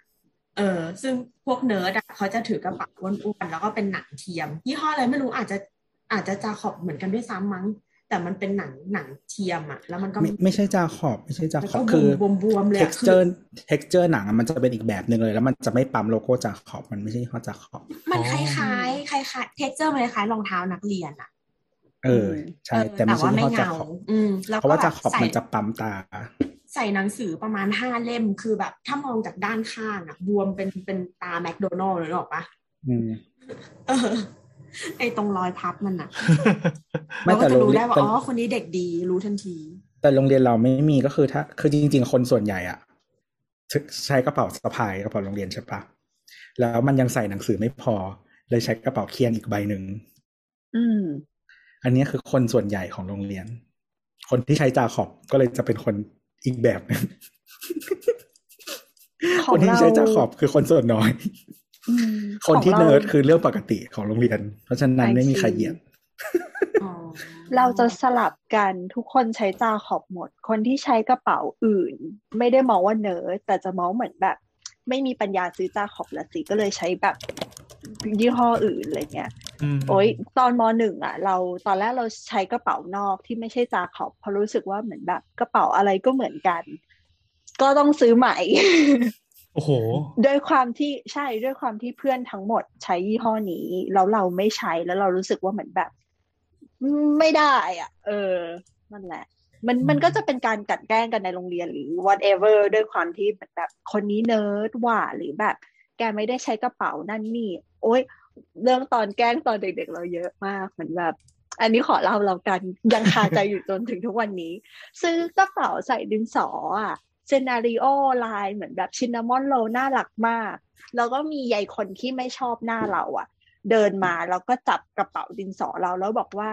Speaker 6: เออ ซึ่งพวกเนิร์ดอะเขาจะถือกระเป๋าอ้วนๆแล้วก็เป็นหนังเทียมยี่ห้ออะไรไม่รู้อาจจะอาจจะจาขอบเหมือนกันด้วยซ้ำมั้ง แต่มันเป็นหนังหนังเทียมอะแล้วมันก็
Speaker 3: ไม่ไม่ใช่จาขอบ ไม่ใช่จา
Speaker 6: มัน
Speaker 3: ขอ
Speaker 6: ก็
Speaker 3: บคือบ
Speaker 6: วมๆเลย
Speaker 3: เท็
Speaker 6: อะ
Speaker 3: ก
Speaker 6: คื
Speaker 3: เจอร์เท็กเจอร์หนังอะมันจะเป็นอีกแบบหนึ่งเลย แล้วมันจะไม่ปั๊มโลโก้จาขอบมันไม่ใช่ยี่ห้อจาขอบ
Speaker 6: มันคล้ายๆคล้ายๆเท็กเจอร์มันคล้ายๆรองเท้านักเรียนอะ
Speaker 3: เออ ใช่
Speaker 6: เออ
Speaker 3: แต่ไม่ใช่
Speaker 6: ว่า
Speaker 3: ยี่
Speaker 6: ไม่
Speaker 3: ห้อจา
Speaker 6: เงา
Speaker 3: ขอบ
Speaker 6: อืมแล้ว
Speaker 3: เพราะ
Speaker 6: ก็
Speaker 3: ว่าจาขอบ
Speaker 6: ใส่
Speaker 3: มันจะปั๊มตา
Speaker 6: ใส่หนังสือประมาณห้าเล่มคือแบบ ถ้ามองจากด้านข้างอะบวมเป็นเป็นตาแมคโดนัลล์เลยหรอกปะ
Speaker 3: อืม
Speaker 6: เออ ไอตรงรอยพับมันอะ
Speaker 3: ไม่
Speaker 6: เราก็
Speaker 3: แต่
Speaker 6: จะ
Speaker 3: โรง
Speaker 6: รู้
Speaker 3: เรีย
Speaker 6: ได้
Speaker 3: น
Speaker 6: ว่า
Speaker 3: แต่
Speaker 6: อ๋อ คนนี้เด็กดีรู้ทันที
Speaker 3: แต่โรงเรียนเราไม่มีก็คือถ้า คือจริง ๆ คนส่วนใหญ่อ่ะถึงใช้กระเป๋าสะพายกระเป๋าโรงเรียนใช่ปะแล้วมันยังใส่หนังสือไม่พอ เลยใช้กระเป๋าเคียงอีกใบหนึ่ง
Speaker 4: อืม
Speaker 3: อันนี้คือคนส่วนใหญ่ของโรงเรียน คนที่ใช้จาขอบก็เลยจะเป็นคนอีกแบบหนึง
Speaker 4: ขอ
Speaker 3: ค
Speaker 4: งเรา
Speaker 3: นที่ใช้จาขอบคือคนส่วนน้อย
Speaker 4: อืม
Speaker 3: คนที่
Speaker 4: ของา
Speaker 3: เนิร์ดคือเรื่องปกติของโรงเรียน เพราะฉะนั้นไม่มีใครเหยียด
Speaker 6: อ๋อ
Speaker 4: เราจะสลับกันทุกคนใช้จาขอบหมด คนที่ใช้กระเป๋าอื่น ไม่ได้มองว่าเนิร์ดแต่จะมองเหมือนแบบ ไม่มีปัญญาซื้อจาขอบละสิก็เลยใช้แบบยี่ห้ออื่นอะไรเงี้ย
Speaker 5: ม
Speaker 4: โอ๊ยตอนมหนึ่งอ่ะ เราตอนแรกเราใช้กระเป๋านอกที่ไม่ใช่จาขอบเพราะรู้สึกว่าเหมือนแบบกระเป๋าอะไรก็เหมือนกัน ก็ต้องซื้อใหม่
Speaker 5: โอ้โห
Speaker 4: ด้วยความที่ใช่ด้วยความที่เพื่อนทั้งหมดใช้ยี่ห้อนี้แล้วเราไม่ใช้แล้วเรารู้สึกว่าเหมือนแบบ ไม่ได้อ่ะ เออนั่นแหละ มัน
Speaker 5: อืม
Speaker 4: มันก็จะเป็นการกลัดแกล้งกันในโรงเรียนหรือ whatever ด้วยความที่เหมือนแบบคนนี้เนิร์ดว่าหรือแบบ แกไม่ได้ใช้กระเป๋านั่นนี่ โอ๊ย เรื่องตอนแกล้งตอนเด็กๆเราเยอะมากเหมือนแบบ อันนี้ขอเล่าเรากันยังคาใจอยู่จนถึงทุกวันนี้ ซื้อกระเป๋าใส่ดินสออ่ะเซนาริโอลายเหมือนแบบชินนามอนโรลน่ารักมาก แล้วก็มียายคนที่ไม่ชอบหน้าเราอ่ะ เดินมาแล้วก็จับกระเป๋าดินสอเราแล้วบอกว่า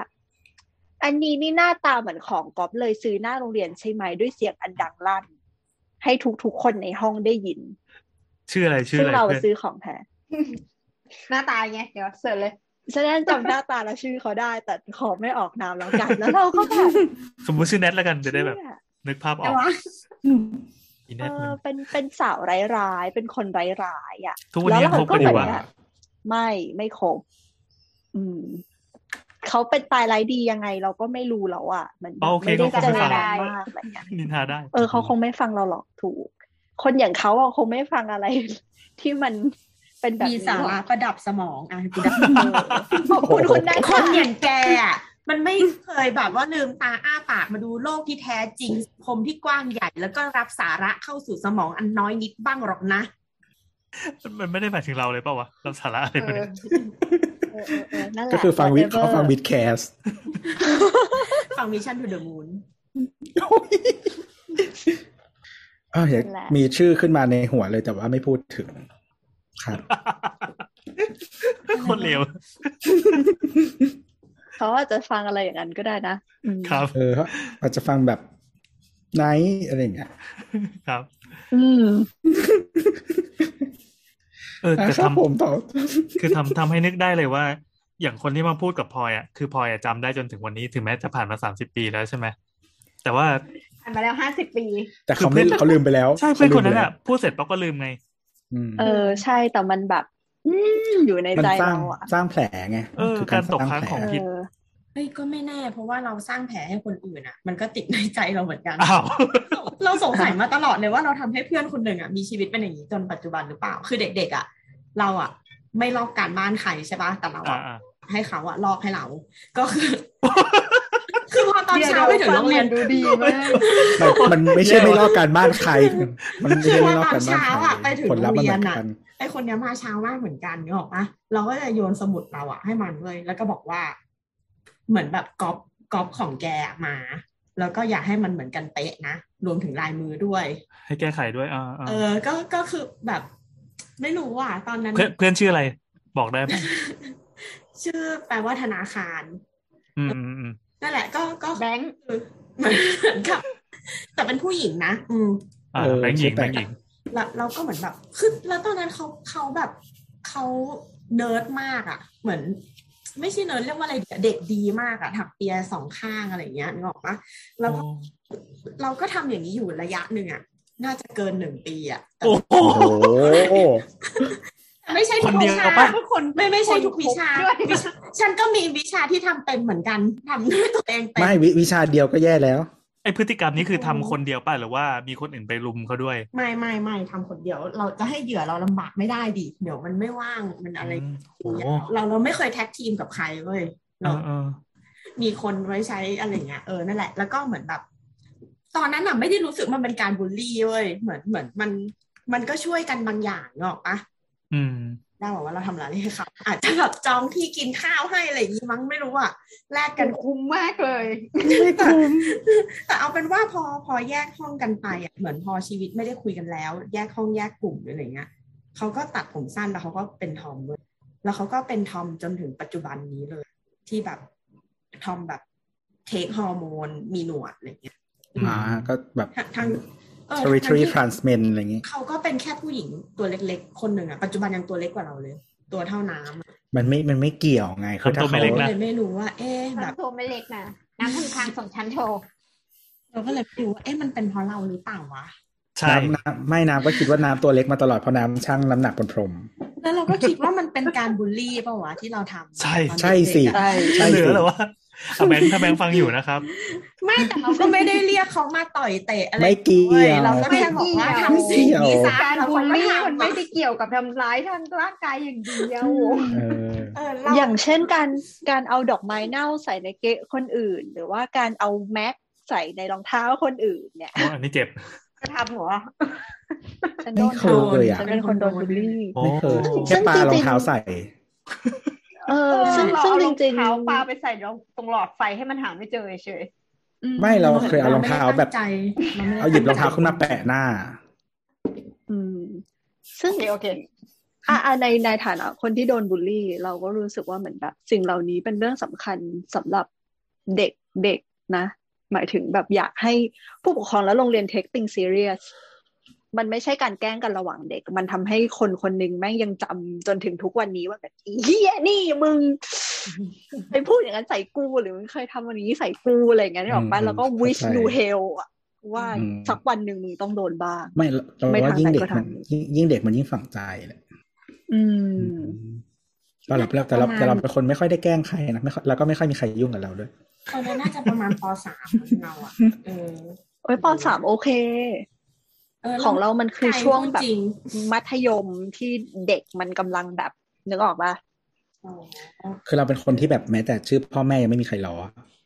Speaker 4: อันนี้นี่หน้าตาเหมือนของก๊อฟเลยซื้อหน้าโรงเรียนใช่ไหมด้วยเสียงอันดังลั่น ให้ทุกๆคนในห้องได้ยิน
Speaker 5: ชื่ออะไรชื่อ
Speaker 4: ซึ่ง
Speaker 5: อะไร
Speaker 4: เรา
Speaker 5: เพื่อน
Speaker 4: ซื้อของแท้
Speaker 9: หน้าตาไงเดี๋ยวเสิร์ชเลย
Speaker 4: ฉะนั้นจำหน้าตาและชื่อเขาได้ แต่ขอไม่ออกนามแล้ว กัน แล้วเราก็แบบ
Speaker 5: สมมติชื่อแนทแล้วกันจะได้แบบ
Speaker 4: เชี่ย
Speaker 5: นึกภาพอ
Speaker 6: แต่
Speaker 5: อก
Speaker 6: ว่า
Speaker 5: อีแน
Speaker 4: เอ
Speaker 5: ท
Speaker 4: อ
Speaker 5: มัน
Speaker 4: เป็นเป็นสาวร้ายๆ เป็นคนร้ายๆอ่ะ
Speaker 5: ทุกวันนี้ยังคบกันอยู่ปะ
Speaker 4: แบบไม่ไม่คบอืมเขาเป็นตายร้ายดียังไงเราก็ไม่รู้แล้วอ่ะ มันแบบ
Speaker 5: อ๋อโอเค
Speaker 4: ไม่ได้
Speaker 5: เขาคงไม่ฟัง
Speaker 4: เจอกันมากอะไรเงี้ย
Speaker 5: นินทาได้
Speaker 4: เออ เขาคงไม่ฟังเราหรอกถูก คนอย่างเขาอ่ะคงไม่ฟังอะไร ที่มันไป เป็นแบบ
Speaker 6: มี
Speaker 4: นี้
Speaker 6: สา
Speaker 4: หร
Speaker 6: ระ
Speaker 4: อ
Speaker 6: ประดับสมองอ่ะกูได้
Speaker 4: ขอบคุณคุณได้
Speaker 6: คน
Speaker 4: ค่ะ
Speaker 6: อย่างแกอ่ะมันไม่เคยแบบว่าลืมตาอ้าปากมาดูโลกที่แท้จริงสังคมที่กว้างใหญ่ แล้วก็รับสาระเข้าสู่สมองอันน้อยนิดบ้างหรอกนะ
Speaker 5: มันไม่ได้หมายถึงเราเลยเปล่าวะเราสาระอะไร
Speaker 4: เอ
Speaker 5: ไป
Speaker 4: อ
Speaker 5: เนี่ย
Speaker 4: เออเออเออนั่นแหละ
Speaker 3: ก็คือฟังวิดเขาฟังวิ
Speaker 4: เ
Speaker 3: ดแคส
Speaker 6: ฟังมิชชั่นทูเดอะมูน
Speaker 3: อ้าวอยาก
Speaker 4: แหละ
Speaker 3: มีชื่อขึ้นมาในหัวเลยแต่ว่าไม่พูดถึง ครับ
Speaker 5: คนเลว
Speaker 4: เขาอาจจะฟังอะไรอย่างนั้นก็ได้นะอืม
Speaker 5: ครับ
Speaker 3: เอออาจจะฟังแบบไนท์อะไรอย่างเงี้ย
Speaker 5: ครับ
Speaker 4: อืม
Speaker 5: เออแต่
Speaker 3: ครับ
Speaker 5: ทำ
Speaker 3: ผมต่อ
Speaker 5: คือทำทำให้นึกได้เลยว่า อย่างคนที่มาพูดกับพลอยอ่ะคือพลอยอะจำได้จนถึงวันนี้ถึงแม้จะผ่านมาสามสิบปีแล้วใช่ไหมแต่ว่า
Speaker 9: ผ่านมาแล้วห้าสิบปี
Speaker 3: แต่เขาไม่เขาลืมไปแล้ว
Speaker 5: ใช่เพื่อนคนนั้น
Speaker 3: ขาลืมไปแล้
Speaker 5: อ่ะ
Speaker 3: ว
Speaker 5: พูดเสร็จป๊อกก็ลืมไง
Speaker 3: อืม
Speaker 4: เออ ใช่แต่มันแบบ อืมอยู่ใน
Speaker 3: มัน
Speaker 4: ใจ
Speaker 3: สร้าง
Speaker 4: เราอ่ะ
Speaker 3: สร้างแผลไง
Speaker 5: เออ
Speaker 3: คือ
Speaker 5: การตกค้างของ
Speaker 4: เอ
Speaker 5: ผิด
Speaker 4: อ
Speaker 6: เฮ้ยก็ไม่แน่ เพราะว่าเราสร้างแผลให้คนอื่นอ่ะ มันก็ติดในใจเราเหมือนกัน
Speaker 5: อ้าว
Speaker 6: เราสงสัยมาตลอดเลยว่าเราทำให้เพื่อนคนหนึ่งอ่ะมีชีวิตเป็นอย่างนี้จนปัจจุบันหรือเปล่า คือเด็กๆอ่ะ เราอ่ะ ไม่ลอกการบ้านใครใช่ปะแต่เรา
Speaker 5: อ่า
Speaker 6: อ่ะ
Speaker 5: อ่า
Speaker 6: ให้เขาอ่ะลอกให้เรา ก็คือ คือพอตอนเช้าไปถึงโรงเรียน
Speaker 4: ดูดีมาก
Speaker 3: มันมันไม่ใช่ไม่ลอกการบ้านใคร มันไม่ใช่ไม่ลอกการบ้าน
Speaker 6: เช้า
Speaker 3: ใคร
Speaker 6: อะไปถึง
Speaker 3: ผลลัพธ์มันเหมือน
Speaker 6: โรงเรียนอะ
Speaker 3: กัน
Speaker 6: ไอคนเนี้ยมาเช้ามากเหมือนกันนึกออกปะเราก็จะโยนสมุดเราอะให้มันเลยแล้วก็บอกว่า เหมือนแบบก๊อปก๊อปของแกอะมา แล้วก็อยากให้มันเหมือนกันเป๊ะนะรวมถึงลายมือด้วย
Speaker 5: ให้แก้ไขด้วยอ่าอ่า
Speaker 6: เออ ก็ก็คือแบบ ไม่รู้อ่ะตอนนั้น
Speaker 5: เพื่อนเพื่อนชื่ออะไร บอกได้ไหม
Speaker 6: ชื่อแปลว่าธนาคาร
Speaker 5: อืมอืมอืม
Speaker 6: นั่นแหละก็ก็
Speaker 4: แบงค์
Speaker 6: คือเหมือนกับ แต่เป็นผู้หญิงนะอืม
Speaker 5: อ่า
Speaker 3: เออ
Speaker 5: แบงค์หญิง
Speaker 3: ชื่อ
Speaker 5: แบ
Speaker 3: แปลก
Speaker 5: งค์หญิง
Speaker 6: แล้วเราก็เหมือนแบบคือแล้วตอนนั้นเขาเขาแบบเขาเนิร์ดมากอะ่ะ เหมือน ไม่ใช่เนิร์ดเรียกว่าอะไรดีอะเด็กดีมากอะ่ะถักเปียสองข้างอะไรอย่างเงี้ยนึกออกปะแล้วก็
Speaker 5: โอ้
Speaker 6: เราก็ทำอย่างนี้อยู่ระยะหนึ่งอะ่ะ น่าจะเกินหนึ่งปีอะ่ะแต่
Speaker 5: โอ้โห
Speaker 3: โอ้โห
Speaker 6: แต่ไม่ใช่ทุ
Speaker 5: คน
Speaker 6: ก
Speaker 5: เดีย
Speaker 6: วิ
Speaker 5: ว
Speaker 6: ชา
Speaker 5: ปะ
Speaker 6: คนไม่ไม่ใช่ทุกวิชา
Speaker 4: คนครบด้วย
Speaker 6: วิชา ฉันก็มีวิชาที่ทำเป็นเหมือนกันทำด้วยตัวเองเป็น
Speaker 3: ไม่วิวิชาเดียวก็แย่แล้ว
Speaker 5: ไอพฤติกรรมนี้คือทำคนเดียวป่ะหรือว่ามีคนอื่นไปลุมเขาด้วย
Speaker 6: ไม่ไม่ไม่ทำคนเดียว เราจะให้เหยื่อเราลำบากไม่ได้ดิเดี๋ยวมันไม่ว่างมันอะไร
Speaker 5: อืมโอ้โห
Speaker 6: เราเราไม่เคยแท็กทีมกับใครเว้ย
Speaker 5: เอ
Speaker 6: เรา
Speaker 5: อเออ
Speaker 6: มีคนไว้ใช้อะไรเงี้ยเออนั่นแหละ แล้วก็เหมือนแบบ ตอนนั้นน่ะไม่ได้รู้สึกมันเป็นการบูลลี่เว้ยเหมือนเหมือนมัน มันก็ช่วยกันบางอย่างเนกอะปะ
Speaker 5: อืม
Speaker 6: ได้บอกว่าเราทำอะไรให้เขาอาจจะแบบจองที่กินข้าวให้อะไรอย่างงี้มั้งไม่รู้อะแลกกั
Speaker 9: กัน นคุ้มมากเลย
Speaker 6: แต่เอาเป็นว่าพอพอแยกห้องกันไปอ่ะเหมือนพอชีวิตไม่ได้คุยกันแล้ว แยกห้องแยกกลุ่มหรืออะไรเงี้ยเขาก็ตัดผมสั้นแล้วเขาก็เป็นทอมเลยแล้วเขาก็เป็นทอมจนถึงปัจจุบันนี้เลย ที่แบบทอมแบบเทคฮอร์โมนมีหนวดอะไรเงี้ย
Speaker 5: อืม
Speaker 3: อ่า ก็แบบ
Speaker 6: ทั้งทั้งเออทั้งทั้ง
Speaker 3: territory
Speaker 6: ที่
Speaker 3: transmen อะไรอย่างงี้
Speaker 6: เขาก็เป็นแค่ผู้หญิงตัวเล็กๆ คนหนึ่งอ่ะปัจจุบันยังตัวเล็กกว่าเราเลย ตัวเท่าน้ำอะ
Speaker 3: มันไม่มันไม่เกี่ยวไงคือถ้า
Speaker 5: ตัวไม่
Speaker 3: เขา
Speaker 5: เล็ก
Speaker 6: ก็
Speaker 5: นะ
Speaker 6: เลยไม่รู้ว่า เอ๊ะ
Speaker 9: ฉั
Speaker 6: แบ
Speaker 9: น
Speaker 6: บ
Speaker 9: โทรไม่เล็กนะน้ำพึ่งทางส่งชั้นโทร
Speaker 6: เราก็เลยไม่รู้ว่าเอ๊ะมันเป็นเพราะเราหรือเปล่าวะ
Speaker 5: ใช่
Speaker 3: น้ำน้ำไม่น้ำก็คิดว่าน้ำตัวเล็กมาตลอดเพราะน้ำช่างน้ำหนักบนพรม
Speaker 6: แล้วเราก็คิดว่ามันเป็นการบูลลี่เปล่าวะที่เราทำ
Speaker 5: ใช่
Speaker 6: ตอนเด็กๆอะ
Speaker 3: ใช่สิ
Speaker 4: ใช่
Speaker 3: ใช่
Speaker 5: เห
Speaker 3: สิ
Speaker 5: ลื อเหรอวะอ่ะแบงค์ถ้าแบงค์ฟังอยู่นะครับ
Speaker 6: ไม่แต่เราก็ไม่ได้เรียกเขามาต่อยเตะอะไร
Speaker 3: ไม่เกี่ยว
Speaker 6: ว้เราก็แค่บอกว่าทำสิ่งนี้ซะ
Speaker 9: การบูลลี่มันไม่
Speaker 6: ได้
Speaker 9: ได้เกี่ยวกับทำร้ายทางร่างกายอย่างเดียว
Speaker 3: เออ
Speaker 6: เออเรา
Speaker 4: อย่างเช่นการการเอาดอกไม้เน่าใส่ในเกะคนอื่น หรือว่าการเอาแม็กใส่ในรองเท้าคนอื่นเนี่ย
Speaker 5: โอ้อันนี้เจ็บ
Speaker 9: จะทำเหรอ
Speaker 4: ฉันโดน
Speaker 3: ไม่เคยเลยอะ
Speaker 4: ฉันเป็นคนโดนบูลลี่
Speaker 5: โอ้
Speaker 3: ไม่เคยแค่ปลารองเท้าใส่
Speaker 4: เออ ซึ่ง
Speaker 9: เรา
Speaker 4: ซึ่ง
Speaker 9: เอา
Speaker 4: จ
Speaker 9: รอง
Speaker 4: ริง
Speaker 9: เท้าปลา
Speaker 4: ๆ
Speaker 9: ไปใส่ตรงหลอดไฟให้มันหาไม่เจอเฉย
Speaker 6: อื
Speaker 3: ไม่เราเคยเอารองเท้าแบบ
Speaker 6: รไม่ได้ตั้งใจ
Speaker 3: เอาหยิบรองเท้าขึ้นมาแปะหน้า
Speaker 4: อืม
Speaker 9: ๆ
Speaker 4: ซึ่
Speaker 9: โอง เคโอเค
Speaker 4: อ่าในในฐานะคนที่โดนบูลลี่ เราก็รู้สึกว่าเหมือนแบบ สิ่งเหล่านี้เป็นเรื่องสำคัญสำหรับเด็กเด็กนะ หมายถึงแบบอยากให้ผู้ปกครองและโรงเรียน take things serious มันไม่ใช่การแกล้งกันระหว่างเด็ก มันทำให้คนคนหนึ่งแม่งยังจำจนถึงทุกวันนี้ว่าแบบอีเฮียนี่มึงไปพูดอย่างนั้นใส่กูหรือมึงเคยทำวันนี้ใส่กูอะไรอย่างเงี้ยนึกออกปะ
Speaker 3: อืม
Speaker 4: แล้วก็
Speaker 3: เข้าใจ
Speaker 4: wish you hell อะว่า
Speaker 3: อืม
Speaker 4: สักวันหนึ่งมึงต้องโดนบ้าง
Speaker 3: ไม่เรา
Speaker 4: ไม่
Speaker 3: ว่า
Speaker 4: ทาง
Speaker 3: ยิ่งเด็กมัน
Speaker 4: ใดก็ทาง
Speaker 3: ยิ่งยิ่งเด็กมันยิ่งฝังใจแหละ
Speaker 4: อืม
Speaker 3: เราหลับแล้วแต่เราแต่เราเป็นคนไม่ค่อยได้แกล้งใครนะไม่ค่อยแล้วก็ไม่ค่อยมีใครยุ่งกับเราด้วย
Speaker 6: ตอนนั้นน่าจะประมาณปสามเราอ่ะเออ
Speaker 4: โอ้ยปสามโอเค
Speaker 6: เ ออ
Speaker 4: ของเรามันคือช่วงแบบ
Speaker 6: จริง
Speaker 4: มัธยมที่เด็กมันกำลังแบบนึกออกปะ
Speaker 6: อ๋อ
Speaker 3: คือเราเป็นคนที่แบบแม้แต่ชื่อพ่อแม่ยังไม่มีใครล้อ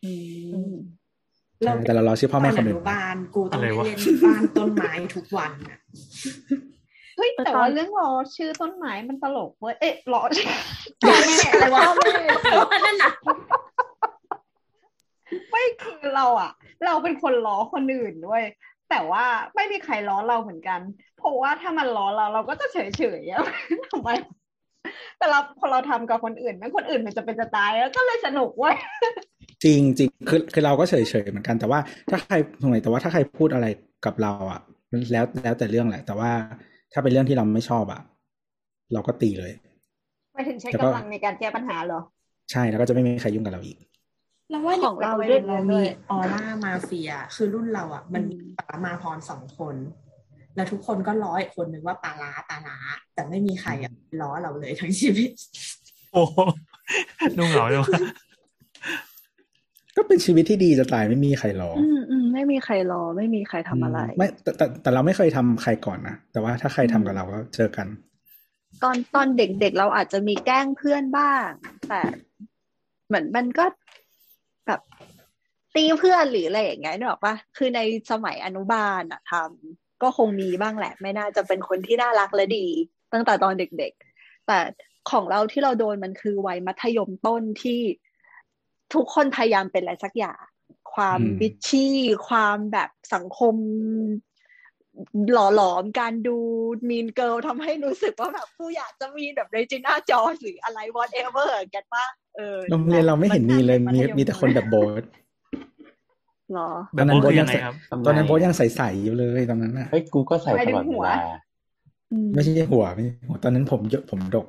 Speaker 4: อืม
Speaker 3: ใช่แต่เราล้อชื่อพ่อแม่คน
Speaker 6: ต
Speaker 3: อื่น
Speaker 6: นุบาลกูต้อง
Speaker 5: อะไร
Speaker 6: ไป
Speaker 5: วะ
Speaker 6: เล่นบ้านต้นไม้ทุกวันน่ะ
Speaker 9: เฮ้ยแต่ว่าเรื่องรอชื่อต้นไม้มันตลกเว้ยเอ๊ะ รอชื่อ
Speaker 6: อะไรวะนั่นน่ะ
Speaker 9: ไม่คือเราอะเราเป็นคนล้อคนอื่นด้วย แต่ว่าไม่มีใครล้อเราเหมือนกัน เพราะว่าถ้ามันล้อเราเราก็จะเฉยเฉยๆอะ ทำไมแต่เราพอเราทำกับคนอื่นแม่งคนอื่นมันจะเป็นจะตายแล้วก็เลยสนุกเว้ย
Speaker 3: จริงจริงคือคือเราก็เฉยเฉยๆเหมือนกันแต่ว่าถ้าใครสมัยแต่ว่าถ้าใครพูดอะไรกับเราอ่ะมันแล้วแล้วแต่เรื่องแหละ แต่ว่าถ้าเป็นเรื่องที่เราไม่ชอบอ่ะ เราก็ตีเลย
Speaker 1: ไปถึงใช้
Speaker 3: แต่ก็
Speaker 1: กำลังในการแก้ปัญหาเหรอ
Speaker 3: ใช่แล้วก็จะไม่มีใครยุ่งกับเราอีก
Speaker 6: เราว่า
Speaker 4: ของเรา
Speaker 6: เร
Speaker 4: ด้วย
Speaker 6: ามีออร่ามาเฟีย คือรุ่นเราอ่ะ มันมีปามาพรสองคน แล้วทุกคนก็ร้อยคนหนึ่งว่าปาล้าปาล้าแต่ไม่มีใครอะล้อเราเลย ทั้งชีวิต
Speaker 5: โอ้โหดูเหงาจังวะ
Speaker 3: ก็เป็นชีวิตที่ดีจะตายไม่มีใครล้อ
Speaker 4: อืมอืมไม่มีใครรอไม่มีใครทำอะไร
Speaker 3: ไม่แต่แต่แต่เราไม่เคยทำใครก่อนนะแต่ว่าถ้าใครทำกับเราก็เจอกัน
Speaker 4: ตอนตอนเด็กๆเราอาจจะมีแกล้งเพื่อนบ้าง แต่เหมือนมันก็แบบตีเพื่อนหรืออะไรอย่างเงี้ยนึกออกปะคือในสมัยอนุบาลอะทำก็คงมีบ้างแหละ ไม่น่าจะเป็นคนที่น่ารักและดี ตั้งแต่ตอนเด็กๆ แต่ของเราที่เราโดนมันคือวัยมัธยมต้นที่ทุกคนพยายามเป็นอะไรสักอย่าง ความ
Speaker 3: อืม
Speaker 4: บิชชี่ความแบบสังคม หล่อหลอมการดูมีนเกิลทำให้รู้สึกว่าแบบกูอยากจะมีแบบเรจิน่าจอหรืออะไร whatever กันปะเออ
Speaker 3: โรงเรียนเราไม่เห็นมีเลยมีมีแต่คนแบบโบส
Speaker 4: หรอ
Speaker 3: ตอนนั้น
Speaker 5: โบ๊ทคือ
Speaker 3: โบ๊ทยั
Speaker 5: ยัง งไง
Speaker 3: ใส่
Speaker 5: ครับ
Speaker 7: ทำไม
Speaker 3: ตอนนั้นโบ๊ทยังใสๆอยู่เลยตอนนั้นน่ะ
Speaker 7: เฮ้ยกูก็ใส่ตลอดเวลา
Speaker 3: ไม่ใช่หัวไม่ใช่หัวตอนนั้นผมเยอะผมดก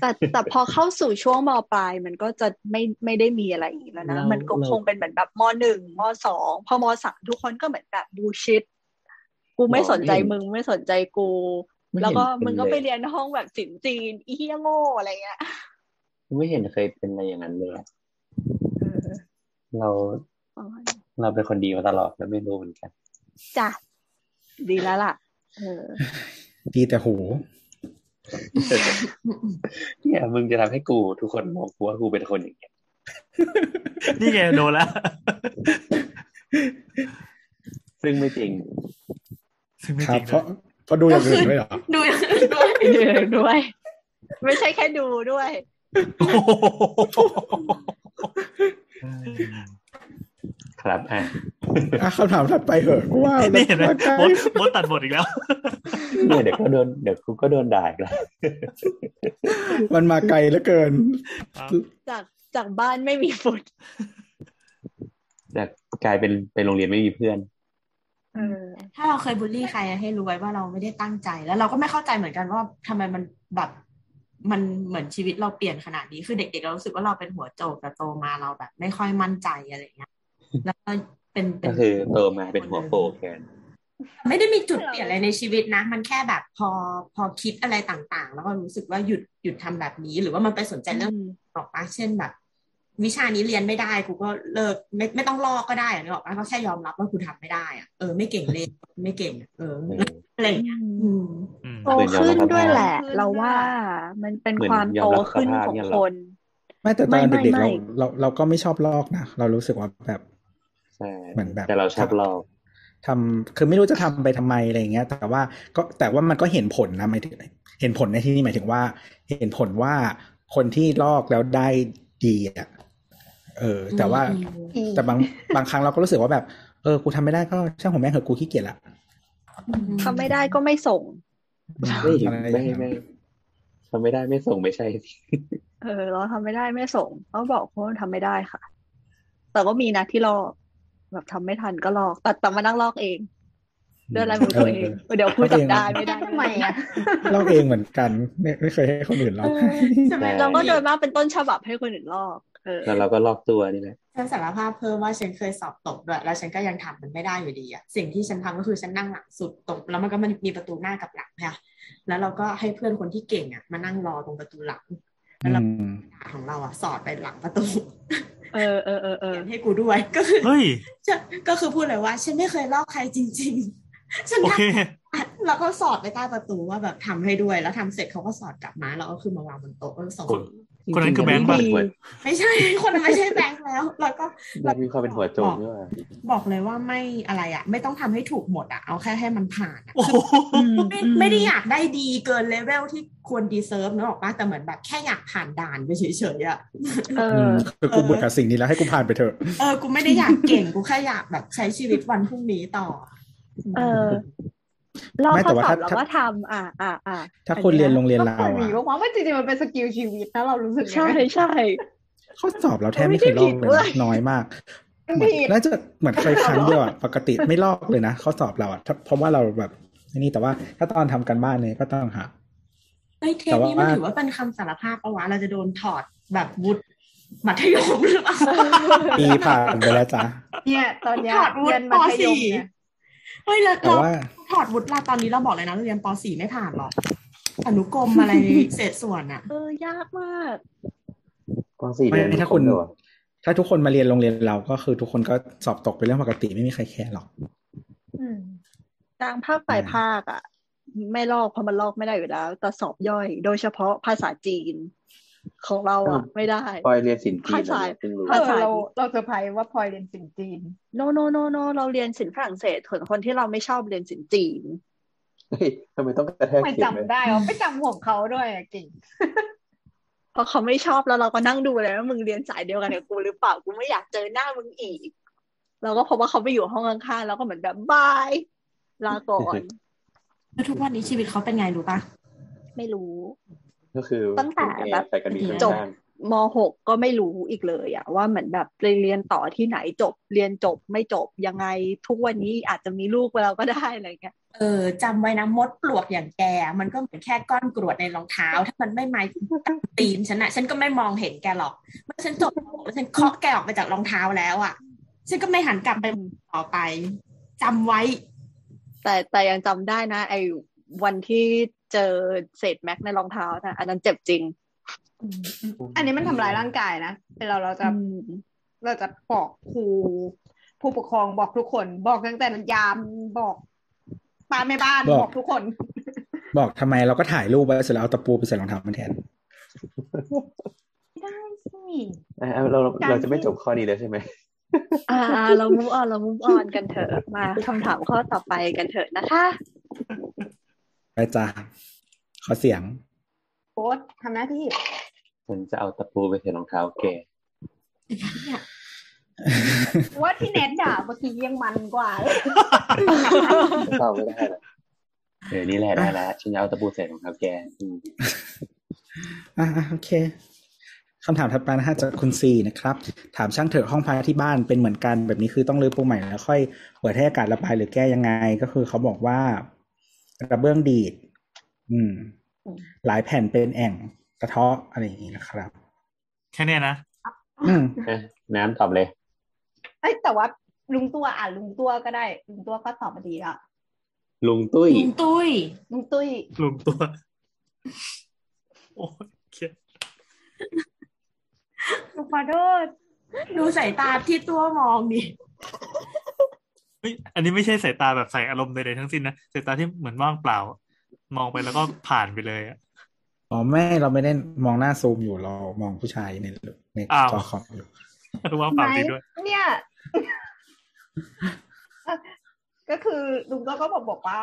Speaker 4: แต่แต่พอเข้าสู่ช่วงมปลายมันก็จะไม่ไม่ได้มีอะไรอีกแล้วนะ มันก็คงเป็นเหมือนแบบมหนึ่งมสองพอมสามทุกคนก็เหมือนแบบบูชิดกูไม่สนใจมึงไม่สนใจกู
Speaker 7: ไม่
Speaker 4: แล้ว
Speaker 7: เห็น
Speaker 4: ก็
Speaker 7: เป็
Speaker 4: มึง
Speaker 7: น
Speaker 4: ก็
Speaker 7: เล
Speaker 4: ไป
Speaker 7: ย
Speaker 4: เรียนห้องแบบศิลป์จีนอีเฮียโง่อะไรเงี้ย
Speaker 7: ไม่เห็นเคยเป็นอะไรอย่างนั้นเลยอะ
Speaker 4: เออ
Speaker 7: เรา
Speaker 4: ประมาณนั้น
Speaker 7: เราเป็นคนดีมาตลอดแล้วไม่รู้เหมือนกัน
Speaker 4: จ้ะดีแล้วล่ะ เออ
Speaker 3: ดีแต่หู
Speaker 7: เนี่ยมึงจะทำให้กูทุกคนมองกูว่ากูเป็นคนอย่างเงี้ย
Speaker 5: นี่ไงโดนละ
Speaker 7: ซึ่งไม่จริง
Speaker 5: ซึ่งไม่
Speaker 3: ครั
Speaker 5: จ
Speaker 3: บ
Speaker 5: ริงนะ
Speaker 3: เพราะเพราะดูอย่างอื่นด้วยเหรอ
Speaker 6: ดูอย่างอื่นด้วย
Speaker 4: ดูด้วย ไม่ใช่แค่ดูด้วย
Speaker 5: โอ้โห
Speaker 7: ครับอ่ะ
Speaker 3: อ่ะคำถามถัดไปเหอะเพราะว่า
Speaker 5: นี่เห็นไหม
Speaker 3: ว่าใกล้
Speaker 5: โบ๊ทโบ๊ทตัดบทอีกแล้ว
Speaker 7: เนี่ยเดี๋ยวก็โดนเดี๋ยวกูก็โดนด่าอีกแล้ว
Speaker 3: มันมาไกลเหลือเกิน
Speaker 4: จากจากบ้านไม่มีฝุ่น
Speaker 7: แต่กลายเป็นไปโรงเรียนไม่มีเพื่อน
Speaker 4: เออ
Speaker 6: ถ้าเราเคยบูลลี่ใครอะให้รู้ไว้ว่าเราไม่ได้ตั้งใจ แล้วเราก็ไม่เข้าใจเหมือนกันว่าทำไมมันแบบมันเหมือนชีวิตเราเปลี่ยนขนาดนี้คือเด็กๆเรารู้สึกว่าเราเป็นหัวโจกแต่โตมาเราแบบ ไม่ค่อยมั่นใจอะไรเงี้ยแล้วก็เป็นเป็น
Speaker 7: ก็คือโตมาเป็นหัวโปกแทน
Speaker 6: ไม่ได้มีจุดเปลี่ยนอะไรในชีวิตนะ มันแค่แบบพอพอคิดอะไรต่างๆ แล้วก็รู้สึกว่าหยุดหยุดทำแบบนี้ หรือว่ามันไปสนใจเรื่องออกปะเช่นแบบ วิชานี้เรียนไม่ได้กูก็เลิกไม่ไม่ต้องลอกก็ได้อะนึกออกปะก็แค่ยอมรับว่ากูทำไม่ได้อะเออไม่เก่งเลยไม่เก่งอะเออ
Speaker 7: เออ
Speaker 6: อะไรอย่างเงี้ยอืม
Speaker 5: อืม
Speaker 4: โตขึ้นด้วยแหละ เราว่ามันเป็น
Speaker 7: เหมือน
Speaker 4: ความ
Speaker 7: ยอ
Speaker 4: โต
Speaker 7: มรับส
Speaker 4: ขึ้น
Speaker 7: ภาพ
Speaker 4: ของ
Speaker 7: เนี่ยเหรอ
Speaker 4: คน
Speaker 3: ไม่แต่ตอน
Speaker 4: ไม่
Speaker 3: เด็กๆ
Speaker 4: ไม่
Speaker 3: เราเราเราก็ไม่ชอบลอกนะเรารู้สึกว่าแบบ
Speaker 7: ใช่
Speaker 3: เหมือนแบบ
Speaker 7: แต่เราชอบลอก
Speaker 3: ทำคือไม่รู้จะทำไปทำไมอะไรอย่างเงี้ย แต่ว่าก็แต่ว่ามันก็เห็นผลนะหมายถึงเห็นผลในที่นี้หมายถึงว่า เห็นผลว่าคนที่ลอกแล้วได้ดีอ่ะเออ แต่ว่า
Speaker 6: อืม
Speaker 3: แต่บางบางครั้งเราก็รู้สึกว่าแบบ เออ กูทำไม่ได้ก็ช่างหัวแม่งเหอะกูขี้เกียจละ
Speaker 6: อืม
Speaker 4: ทำไม่ได้ก็ไม่ส่ง
Speaker 7: ไม่ถึง
Speaker 3: อะไรอ
Speaker 7: ไม่
Speaker 3: ย่างนั้น
Speaker 7: ไม่ทำไม่ได้ไม่ส่งไม่ใช่สิ
Speaker 4: เออ เราทำไม่ได้ไม่ส่งเขาบอกว่าทำไม่ได้ค่ะ แต่ก็มีนะที่ลอกแบบทำไม่ทันก็ลอกแต่แต่มานั่งลอกเองด้วยลายมือตัวเอง เดี๋ยวพูดจับได้ไม่ได้
Speaker 9: ทำไมอะ
Speaker 3: ลอกเองเหมือนกัน ไม่ไม่เคยให้คนอื่นลอกให้
Speaker 6: ใช่ไหม
Speaker 4: เราก็โดยมากเป็นต้นฉบับให้คนอื่นลอกเออ
Speaker 7: แล้วเราก็ลอกตัวนี่แหละ
Speaker 6: ฉันสารภาพเพิ่มว่าฉันเคยสอบตกด้วยแล้วฉันก็ยังทำมันไม่ได้อยู่ดีอะสิ่งที่ฉันทำก็คือฉันนั่งหลังสุดตกแล้วมันก็มันมีประตูหน้ากับหลังค่ะแล้วเราก็ให้เพื่อนคนที่เก่งอะมานั่งรอตรงประตูหลัง
Speaker 3: อืม
Speaker 6: ของเราอะสอดไปหลังประตู
Speaker 4: เออเออเออเอ
Speaker 6: เขี
Speaker 4: อย
Speaker 6: นให้กูด้วยก็คือ
Speaker 5: เฮ้ย
Speaker 6: ก็คือพูดเลยว่า ฉันไม่เคยลอกใครจริง ๆ ฉัน
Speaker 5: โอ
Speaker 6: ท
Speaker 5: เค
Speaker 6: ำแล้วก็สอดไปใต้ประตูว่าแบบทำให้ด้วยแล้วทำเสร็จเขาก็สอดกลับมาแล้วเอาขึ้นมาวางบนโต๊ะแล้วส่ง
Speaker 7: คน
Speaker 5: คนนั้นคือแบงค์ป่ะ
Speaker 6: ไม่ใช่ คนนั้นไม่ใช่แบงค์แล้ว แล้วก็
Speaker 7: แบงค์มีความเป็นหัวโจกด้วยว่ะ
Speaker 6: บอกเลยว่าไม่อะไรอ่ะ ไม่ต้องทำให้ถูกหมดอ่ะเอาแค่ให้มันผ่านอะ
Speaker 5: โอ้โห
Speaker 6: ไม่ไม่ได้อยากได้ดีเกินเลเวลที่ควรดีเซิร์ฟนึกออกปะแต่เหมือนแบบแค่อยากผ่านด่านไปเฉยๆอะ
Speaker 1: เอ
Speaker 3: อื
Speaker 1: อ
Speaker 3: มคือกูเบื่อกับสิ่งนี้แล้วให้กูผ่านไปเถอะ
Speaker 6: เออ กูไม่ได้อยากเก่ง กูแค่อยากแบบใช้ชีวิตวันพรุ่งนี้ต่อ
Speaker 4: เออลอง
Speaker 3: ไม่
Speaker 4: ข้
Speaker 3: แต่
Speaker 4: อ
Speaker 3: ว่า
Speaker 4: สอบ
Speaker 3: ถ้า
Speaker 4: เราก็ทำอ่าอ่าอ่า
Speaker 3: ถ้าคนเรียนโรงเรียนเรา
Speaker 9: เคยมี
Speaker 3: อะ
Speaker 9: บ้างวะว่าจริงๆมันเป็นสกิลชีวิตนะเรารู้สึก
Speaker 4: ใช่
Speaker 9: อย่างนั้น
Speaker 4: ใช่
Speaker 3: ข้อสอบเราแทบไม่เคยลอกเลยนะ
Speaker 9: ไม่ได้ผิดเว้ย
Speaker 3: น้อยมาก
Speaker 9: มัน
Speaker 3: เหมื
Speaker 9: ผิ
Speaker 3: อน
Speaker 9: ด
Speaker 3: น่าจะเหมือนเคยครั้งเดียวอะปกติไม่ลอกเลยนะข้อสอบเราอะถ้าเพราะว่าเราแบบไอ้นี่แต่ว่าถ้าตอนทำกันบ้านเนี่ยก็ต้องหา
Speaker 6: ไอ้ยเทปนี้
Speaker 3: แต่ว่า
Speaker 6: มั
Speaker 3: มั
Speaker 6: นถือว่าเป็นคำสารภาพปะวะเราจะโดนถอดแบบวุฒิมัธยมหรือเป ล่า
Speaker 3: ปีผ่านไปแล้วจ้ะ
Speaker 9: เนี่ยตอนเนี้ย
Speaker 6: ถอดวุ
Speaker 9: เรีย
Speaker 6: ฒิ
Speaker 9: น
Speaker 6: ป
Speaker 9: มัธยม
Speaker 6: สี่
Speaker 9: เนี่ย
Speaker 6: เฮ้ยแล้ว
Speaker 3: แต่
Speaker 6: เรา
Speaker 3: ว่า
Speaker 6: ถอดวุฒิเราตอนนี้เราบอกเลยนะเราเรียนปสี่ไม่ผ่านหรอกอนุกรม อะไรเศษส่วนอะ
Speaker 4: เออยากมาก
Speaker 7: กว้างสี่
Speaker 3: ไม่
Speaker 7: เดือน
Speaker 3: ถ้าคุณ
Speaker 7: รบเลยวะ
Speaker 3: ถ้าทุกคนมาเรียนโรงเรียนเราก็คือทุกคนก็สอบตกเป็นเรื่องปกติไม่มีใครแคร์หรอก
Speaker 9: อืม
Speaker 4: ทางภาคฝ่ายภาคอ่ะ ไม่ลอกเพราะมันลอกไม่ได้อยู่แล้วแต่สอบย่อย โดยเฉพาะภาษาจีน ของเราอ่ะ ไม่ได้
Speaker 7: พลอยเรียนศิลป์จีน
Speaker 4: ภาษา
Speaker 7: เหรอเพิ่งรู้
Speaker 9: เอ
Speaker 4: ภา
Speaker 9: อ
Speaker 4: ษา
Speaker 9: เราเราเซอร์ไพรส์ว่าพลอยเรียนสิงจีน
Speaker 4: โนโนโนโนเราเรียนศิลป์ฝรั่งเศสส่วนคนที่เราไม่ชอบเรียนศิลป์จีน
Speaker 7: เฮ้ยทำไมต้องกระแทก
Speaker 9: ไม่
Speaker 7: เขียนเลย
Speaker 9: จำได้เหรอไม่จำของเขาด้วยอะเก่ง
Speaker 4: เพราะเขาไม่ชอบแล้วเราก็นั่งดูเลยว่ามึงเรียนสายเดียวกันกับกูหรือเปล่ากูไม่อยากเจอหน้ามึงอีก เราก็พบว่าเขาไปอยู่ห้องข้างๆแล้วก็เหมือนแบบบายลาก่อน
Speaker 6: แล้วทุกวันนี้ชีวิตเขาเป็นไงรู้ปะ
Speaker 4: ไม่รู้
Speaker 7: ก็คือ
Speaker 4: ตั้งแต่
Speaker 7: คุณเอ
Speaker 4: แบบ
Speaker 7: ใส่กันดีทั้ง
Speaker 4: จบ
Speaker 7: ด้าน
Speaker 4: มหกก็ไม่รู้อีกเลยอะว่าเหมือนแบบไปเรียนต่อที่ไหนจบ เรียนจบไม่จบยังไงทุกวันนี้อาจจะมีลูกไปแล้วก็ได้อะไรเงี้ย
Speaker 6: เออจำไว้นะมดปลวกอย่างแก มันก็เหมือนแค่ก้อนกรวดในรอง เท้า ถ้ามันไม่มาถึงตีนฉันอะฉันก็ไม่มองเห็นแกหรอกเมื่อฉันจบแล้วฉันเคาะแกออกไปจากรองเท้าแล้วอะฉันก็ไม่หันกลับไปต่อไปจำไว้
Speaker 4: แต่แต่ยังจำได้นะ ไอ้วันที่เจอเศษแม็กในรองเท้านะอันนั้นเจ็บจริง
Speaker 9: อันนี้มันทำร้ายร่างกายนะเป็นเราเราจะ
Speaker 4: อืม
Speaker 9: เราจะบอกครูผู้ปกครองบอกทุกคน บอกตั้งแต่ยามบอกป้าแม่บ้าน
Speaker 3: บอก
Speaker 9: บอกทุกคน
Speaker 3: บอกทำไมเราก็ถ่ายรูปไว้เสร็จแล้วเอาตะปูไปใส่รองเท้ามันแทน
Speaker 9: ไม่ได้สิ
Speaker 7: อ่ะเอาเราเรา
Speaker 9: การ
Speaker 7: เราจะไม่
Speaker 9: ที่
Speaker 7: จบข้อนี้แล้วใช่ไหม
Speaker 4: อ่าเรามุฟออนเรามุฟออนกันเถอะมาคำถามข้อต่อไปกันเถอะนะคะ
Speaker 3: ไปจ้าขอเสียง
Speaker 9: โค้ดทำหน้าที่
Speaker 7: ฉันจะเอาตะปูไปใส่รองเท้าแก
Speaker 9: ว่าที่แนทด่าเมื่อกี้ยังมันกว่าเลย
Speaker 7: เข้าไม่ได้หรอกเออนี่แหละได้แล้วฉันจะเอาตะปูใส่รองเท้าแกอืม
Speaker 3: อ่าโอเคคำถามถัดไปนะฮะจากคุณซีนะครับ ถามช่างเถอะห้องพักที่บ้านเป็นเหมือนกันแบบนี้คือต้องรื้อปูใหม่แล้วค่อยเปิดให้อากาศระบายหรือแก้ยังไง ก็คือเขาบอกว่ากระเบื้องดีด อืม หลายแผ่นเป็นแอ่งกระเทาะอะไรอย่างนี้นะครับ
Speaker 5: แค่เนี้ยนะ
Speaker 3: อืม
Speaker 7: อ่ะน้ำตอบเลย
Speaker 9: เอ้ยแต่ว่าลุงตัวอ่านลุงตัวก็ได้ ลุงตัวก็ตอบมาดีแล้ว
Speaker 7: ลุงตุ้ย
Speaker 6: ลุงตุ้ย
Speaker 9: ลุงตุ้ย
Speaker 5: ลุมตัว โอ้ยเครียด
Speaker 9: ลุงขอโทษ
Speaker 6: ดูสายตาที่ตัวมองดิ
Speaker 5: เฮ้ยอันนี้ไม่ใช่สายตาแบบใส่อารมณ์ใดๆทั้งสิ้นนะสายตาที่เหมือนว่างเปล่า มองไปแล้วก็ผ่านไปเลยอะ
Speaker 3: อ๋อไม่เราไม่ได้มองหน้าซูมอยู่เรามองผู้ชายในใน
Speaker 5: อ้าว
Speaker 3: จอคอมอยู่
Speaker 5: ว่างเปล่าจริงด้วย
Speaker 9: เนี่ย ก็คือลุงตัวก็บอกบอกว่า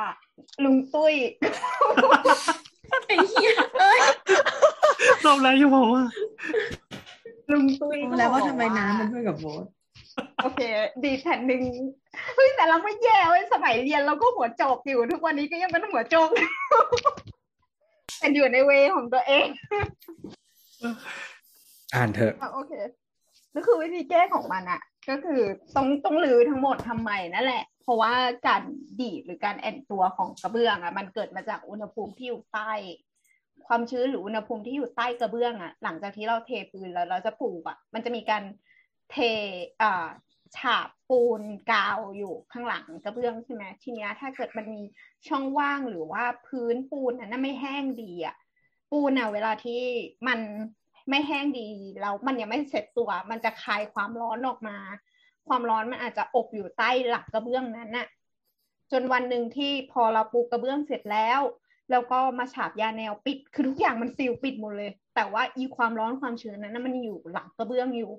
Speaker 9: ลุงตุ้ย
Speaker 6: ไอ้เหี้ยเอ้ย
Speaker 5: รอบแรกยังบอกว่า
Speaker 9: ลุงตุ้ยก็บอก
Speaker 6: แล้วว่าทำไมน้ำมันเพื่อนกับโบส
Speaker 9: โอเค ดีแผ่นหนึ่งเฮ้ยแต่เราไม่แย่เว้ยสมัยเรียนเราก็หัวโจกอยู่ ทุกวันนี้ก็ยังเป็นหัวโจก อยู่เป็นอยู่ในเวของตัวเอง
Speaker 3: อ่านเถอะ
Speaker 9: อ่ะโอเคก็คือวิธีแก้ของมันอะก็คือต้องต้องรื้อทั้งหมดทำใหม่นั่นแหละ เพราะว่าการดีดหรือการแอนตัวของกระเบื้องอะมันเกิดมาจากอุณหภูมิที่อยู่ใต้ ความชื้นหรืออุณหภูมิที่อยู่ใต้กระเบื้องอะหลังจากที่เราเทปูนแล้วเราจะปลูกอะมันจะมีการเทอ่าฉาบปูนกาวอยู่ข้างหลังกระเบื้องใช่ไหมทีเนี้ยถ้าเกิดมันมีช่องว่างหรือว่าพื้นปูนนั้นนะไม่แห้งดีอะ ปูนอ่ะเวลาที่มันไม่แห้งดีแล้วมันยังไม่เสร็จตัว มันจะคายความร้อนออกมา ความร้อนมันอาจจะอบอยู่ใต้หลักกระเบื้องนั้นน่ะ จนวันหนึ่งที่พอเราปูกระเบื้องเสร็จแล้ว แล้วก็มาฉาบยาแนวปิด คือทุกอย่างมันซีลปิดหมดเลย แต่ว่าอีความร้อนความชื้นนั้นนะมันอยู่หลังกระเบื้องอยู่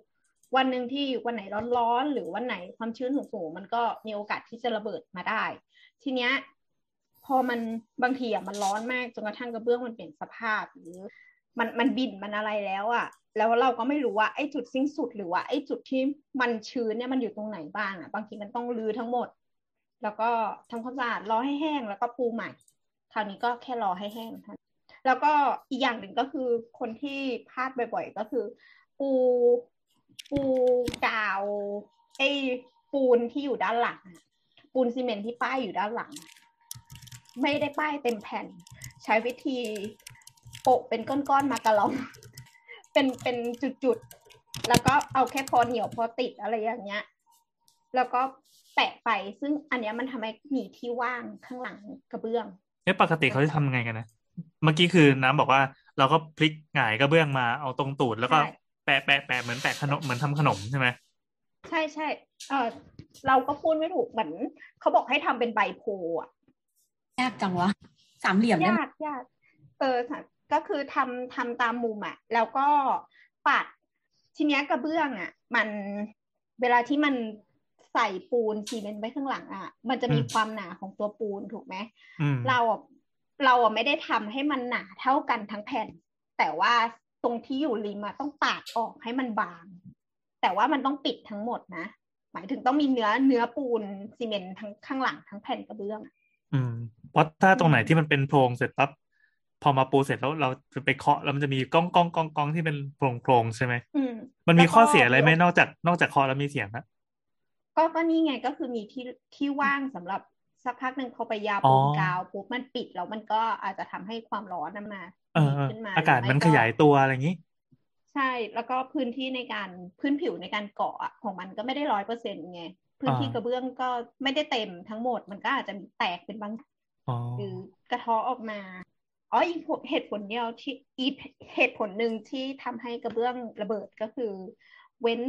Speaker 9: วันหนึ่งที่วันไหนร้อนๆหรือวันไหนความชื้นสูงๆมันก็มีโอกาสที่จะระเบิดมาได้ ทีเนี้ยพอมันบางทีอ่ะมันร้อนมากจนกระทั่งกระเบื้องมันเปลี่ยนสภาพหรือมันมันบินมันอะไรแล้วอะ่ะ แล้วเราก็ไม่รู้ว่าไอ้จุดสิ้นสุดหรือว่าไอ้จุดที่มันชื้นเนี่ยมันอยู่ตรงไหนบ้างอะ่ะ บางทีมันต้องรื้อทั้งหมด แล้วก็ทำความสะอาดรอให้แห้งแล้วก็ปูใหม่ คราวนี้ก็แค่รอให้แห้งเท่านั้นแล้วก็อีกอย่างหนึ่งก็คือคนที่พลาดบ่อยๆ ก็คือ ปูปูกาวไอ้ปูนที่อยู่ด้านหลังอะปูนซีเมนต์ที่ป้ายอยู่ด้านหลังอะไม่ได้ป้ายเต็มแผ่น ใช้วิธีโปะเป็นก้อนๆมากระลอง เป็นเป็นจุดๆ แล้วก็เอาแค่พอเหนียวพอติดอะไรอย่างเงี้ย แล้วก็แปะไปซึ่งอันเนี้ยมันทำให้มีที่ว่างข้างหลังกระเบื้อง
Speaker 5: เอ๊ะปกติเขาจะทำยังไงกันนะ เมื่อกี้คือน้ำบอกว่าเราก็พลิกหงายกระเบื้องมาเอาตรงตูดแล้วก็
Speaker 9: ใช่
Speaker 5: แปะแปะแปะเหมือนแปะขนมเหมือนทำขนมใช่ไหม
Speaker 9: ใช่ใช่เออเราก็พูดไม่ถูกเหมือนเขาบอกให้ทำเป็นใบโพธิ์อะ
Speaker 6: ยากจังวะสามเหลี่ยมได้ไหม
Speaker 9: ยากยากเออค่ะก็คือทำทำตามมุมอะแล้วก็ปัดทีเนี้ยกระเบื้องอะมันเวลาที่มันใส่ปูนซีเมนต์ไว้ข้างหลังอะมันจะมีความหนาของตัวปูนถูกไหม
Speaker 5: อืม
Speaker 9: เราอะเราอะไม่ได้ทำให้มันหนาเท่ากันทั้งแผ่น แต่ว่าตรงที่อยู่ริมอะต้องปาดออกให้มันบาง แต่ว่ามันต้องปิดทั้งหมดนะ หมายถึงต้องมีเนื้อเนื้อปูนซีเมนต์ทั้งข้างหลังทั้งแผ่นกระเบื้อง
Speaker 5: อืมเพราะถ้าตรงไหนที่มันเป็นโพรงเสร็จปั๊บพอมาปูเสร็จแล้วเราจะไปเคาะแล้วมันจะมีก้องก้องก้องก้องที่เป็นโพรงโพรงใช่ไหม
Speaker 9: อืม
Speaker 5: มันมีข้อเสียอะไรไหม
Speaker 9: แล้ว
Speaker 5: น
Speaker 9: ก็
Speaker 5: อกจากนอกจากเคาะแล้วมีเสียงนะ
Speaker 9: ก็ก็นี่ไงก็คือมีที่ที่ว่างสำหรับสักพักหนึ่งพอไปยาปูนกาวปุ๊บมันปิดแล้วมันก็อาจจะทำให้ความร้อนนั้นมา
Speaker 5: เออเออ
Speaker 9: ขึ้นมา
Speaker 5: อากาศ
Speaker 9: หรื
Speaker 5: มันขยายตัวอะไรอย่างนี้
Speaker 9: ใช่ แล้วก็พื้นที่ในการพื้นผิวในการเกาะอะของมันก็ไม่ได้ร้อยเปอร์เซ็นต์ไงพื้นที่
Speaker 5: อ่า
Speaker 9: กระเบื้องก็ไม่ได้เต็มทั้งหมดมันก็อาจจะมีแตกเป็นบาง
Speaker 5: อ๋อ
Speaker 9: หรือกระเท้อออกมา อ๋ออีกผลเหตุผลเดียวที่อีกเหตุผลหนึ่งที่ทำให้กระเบื้องระเบิดก็คือ เว้น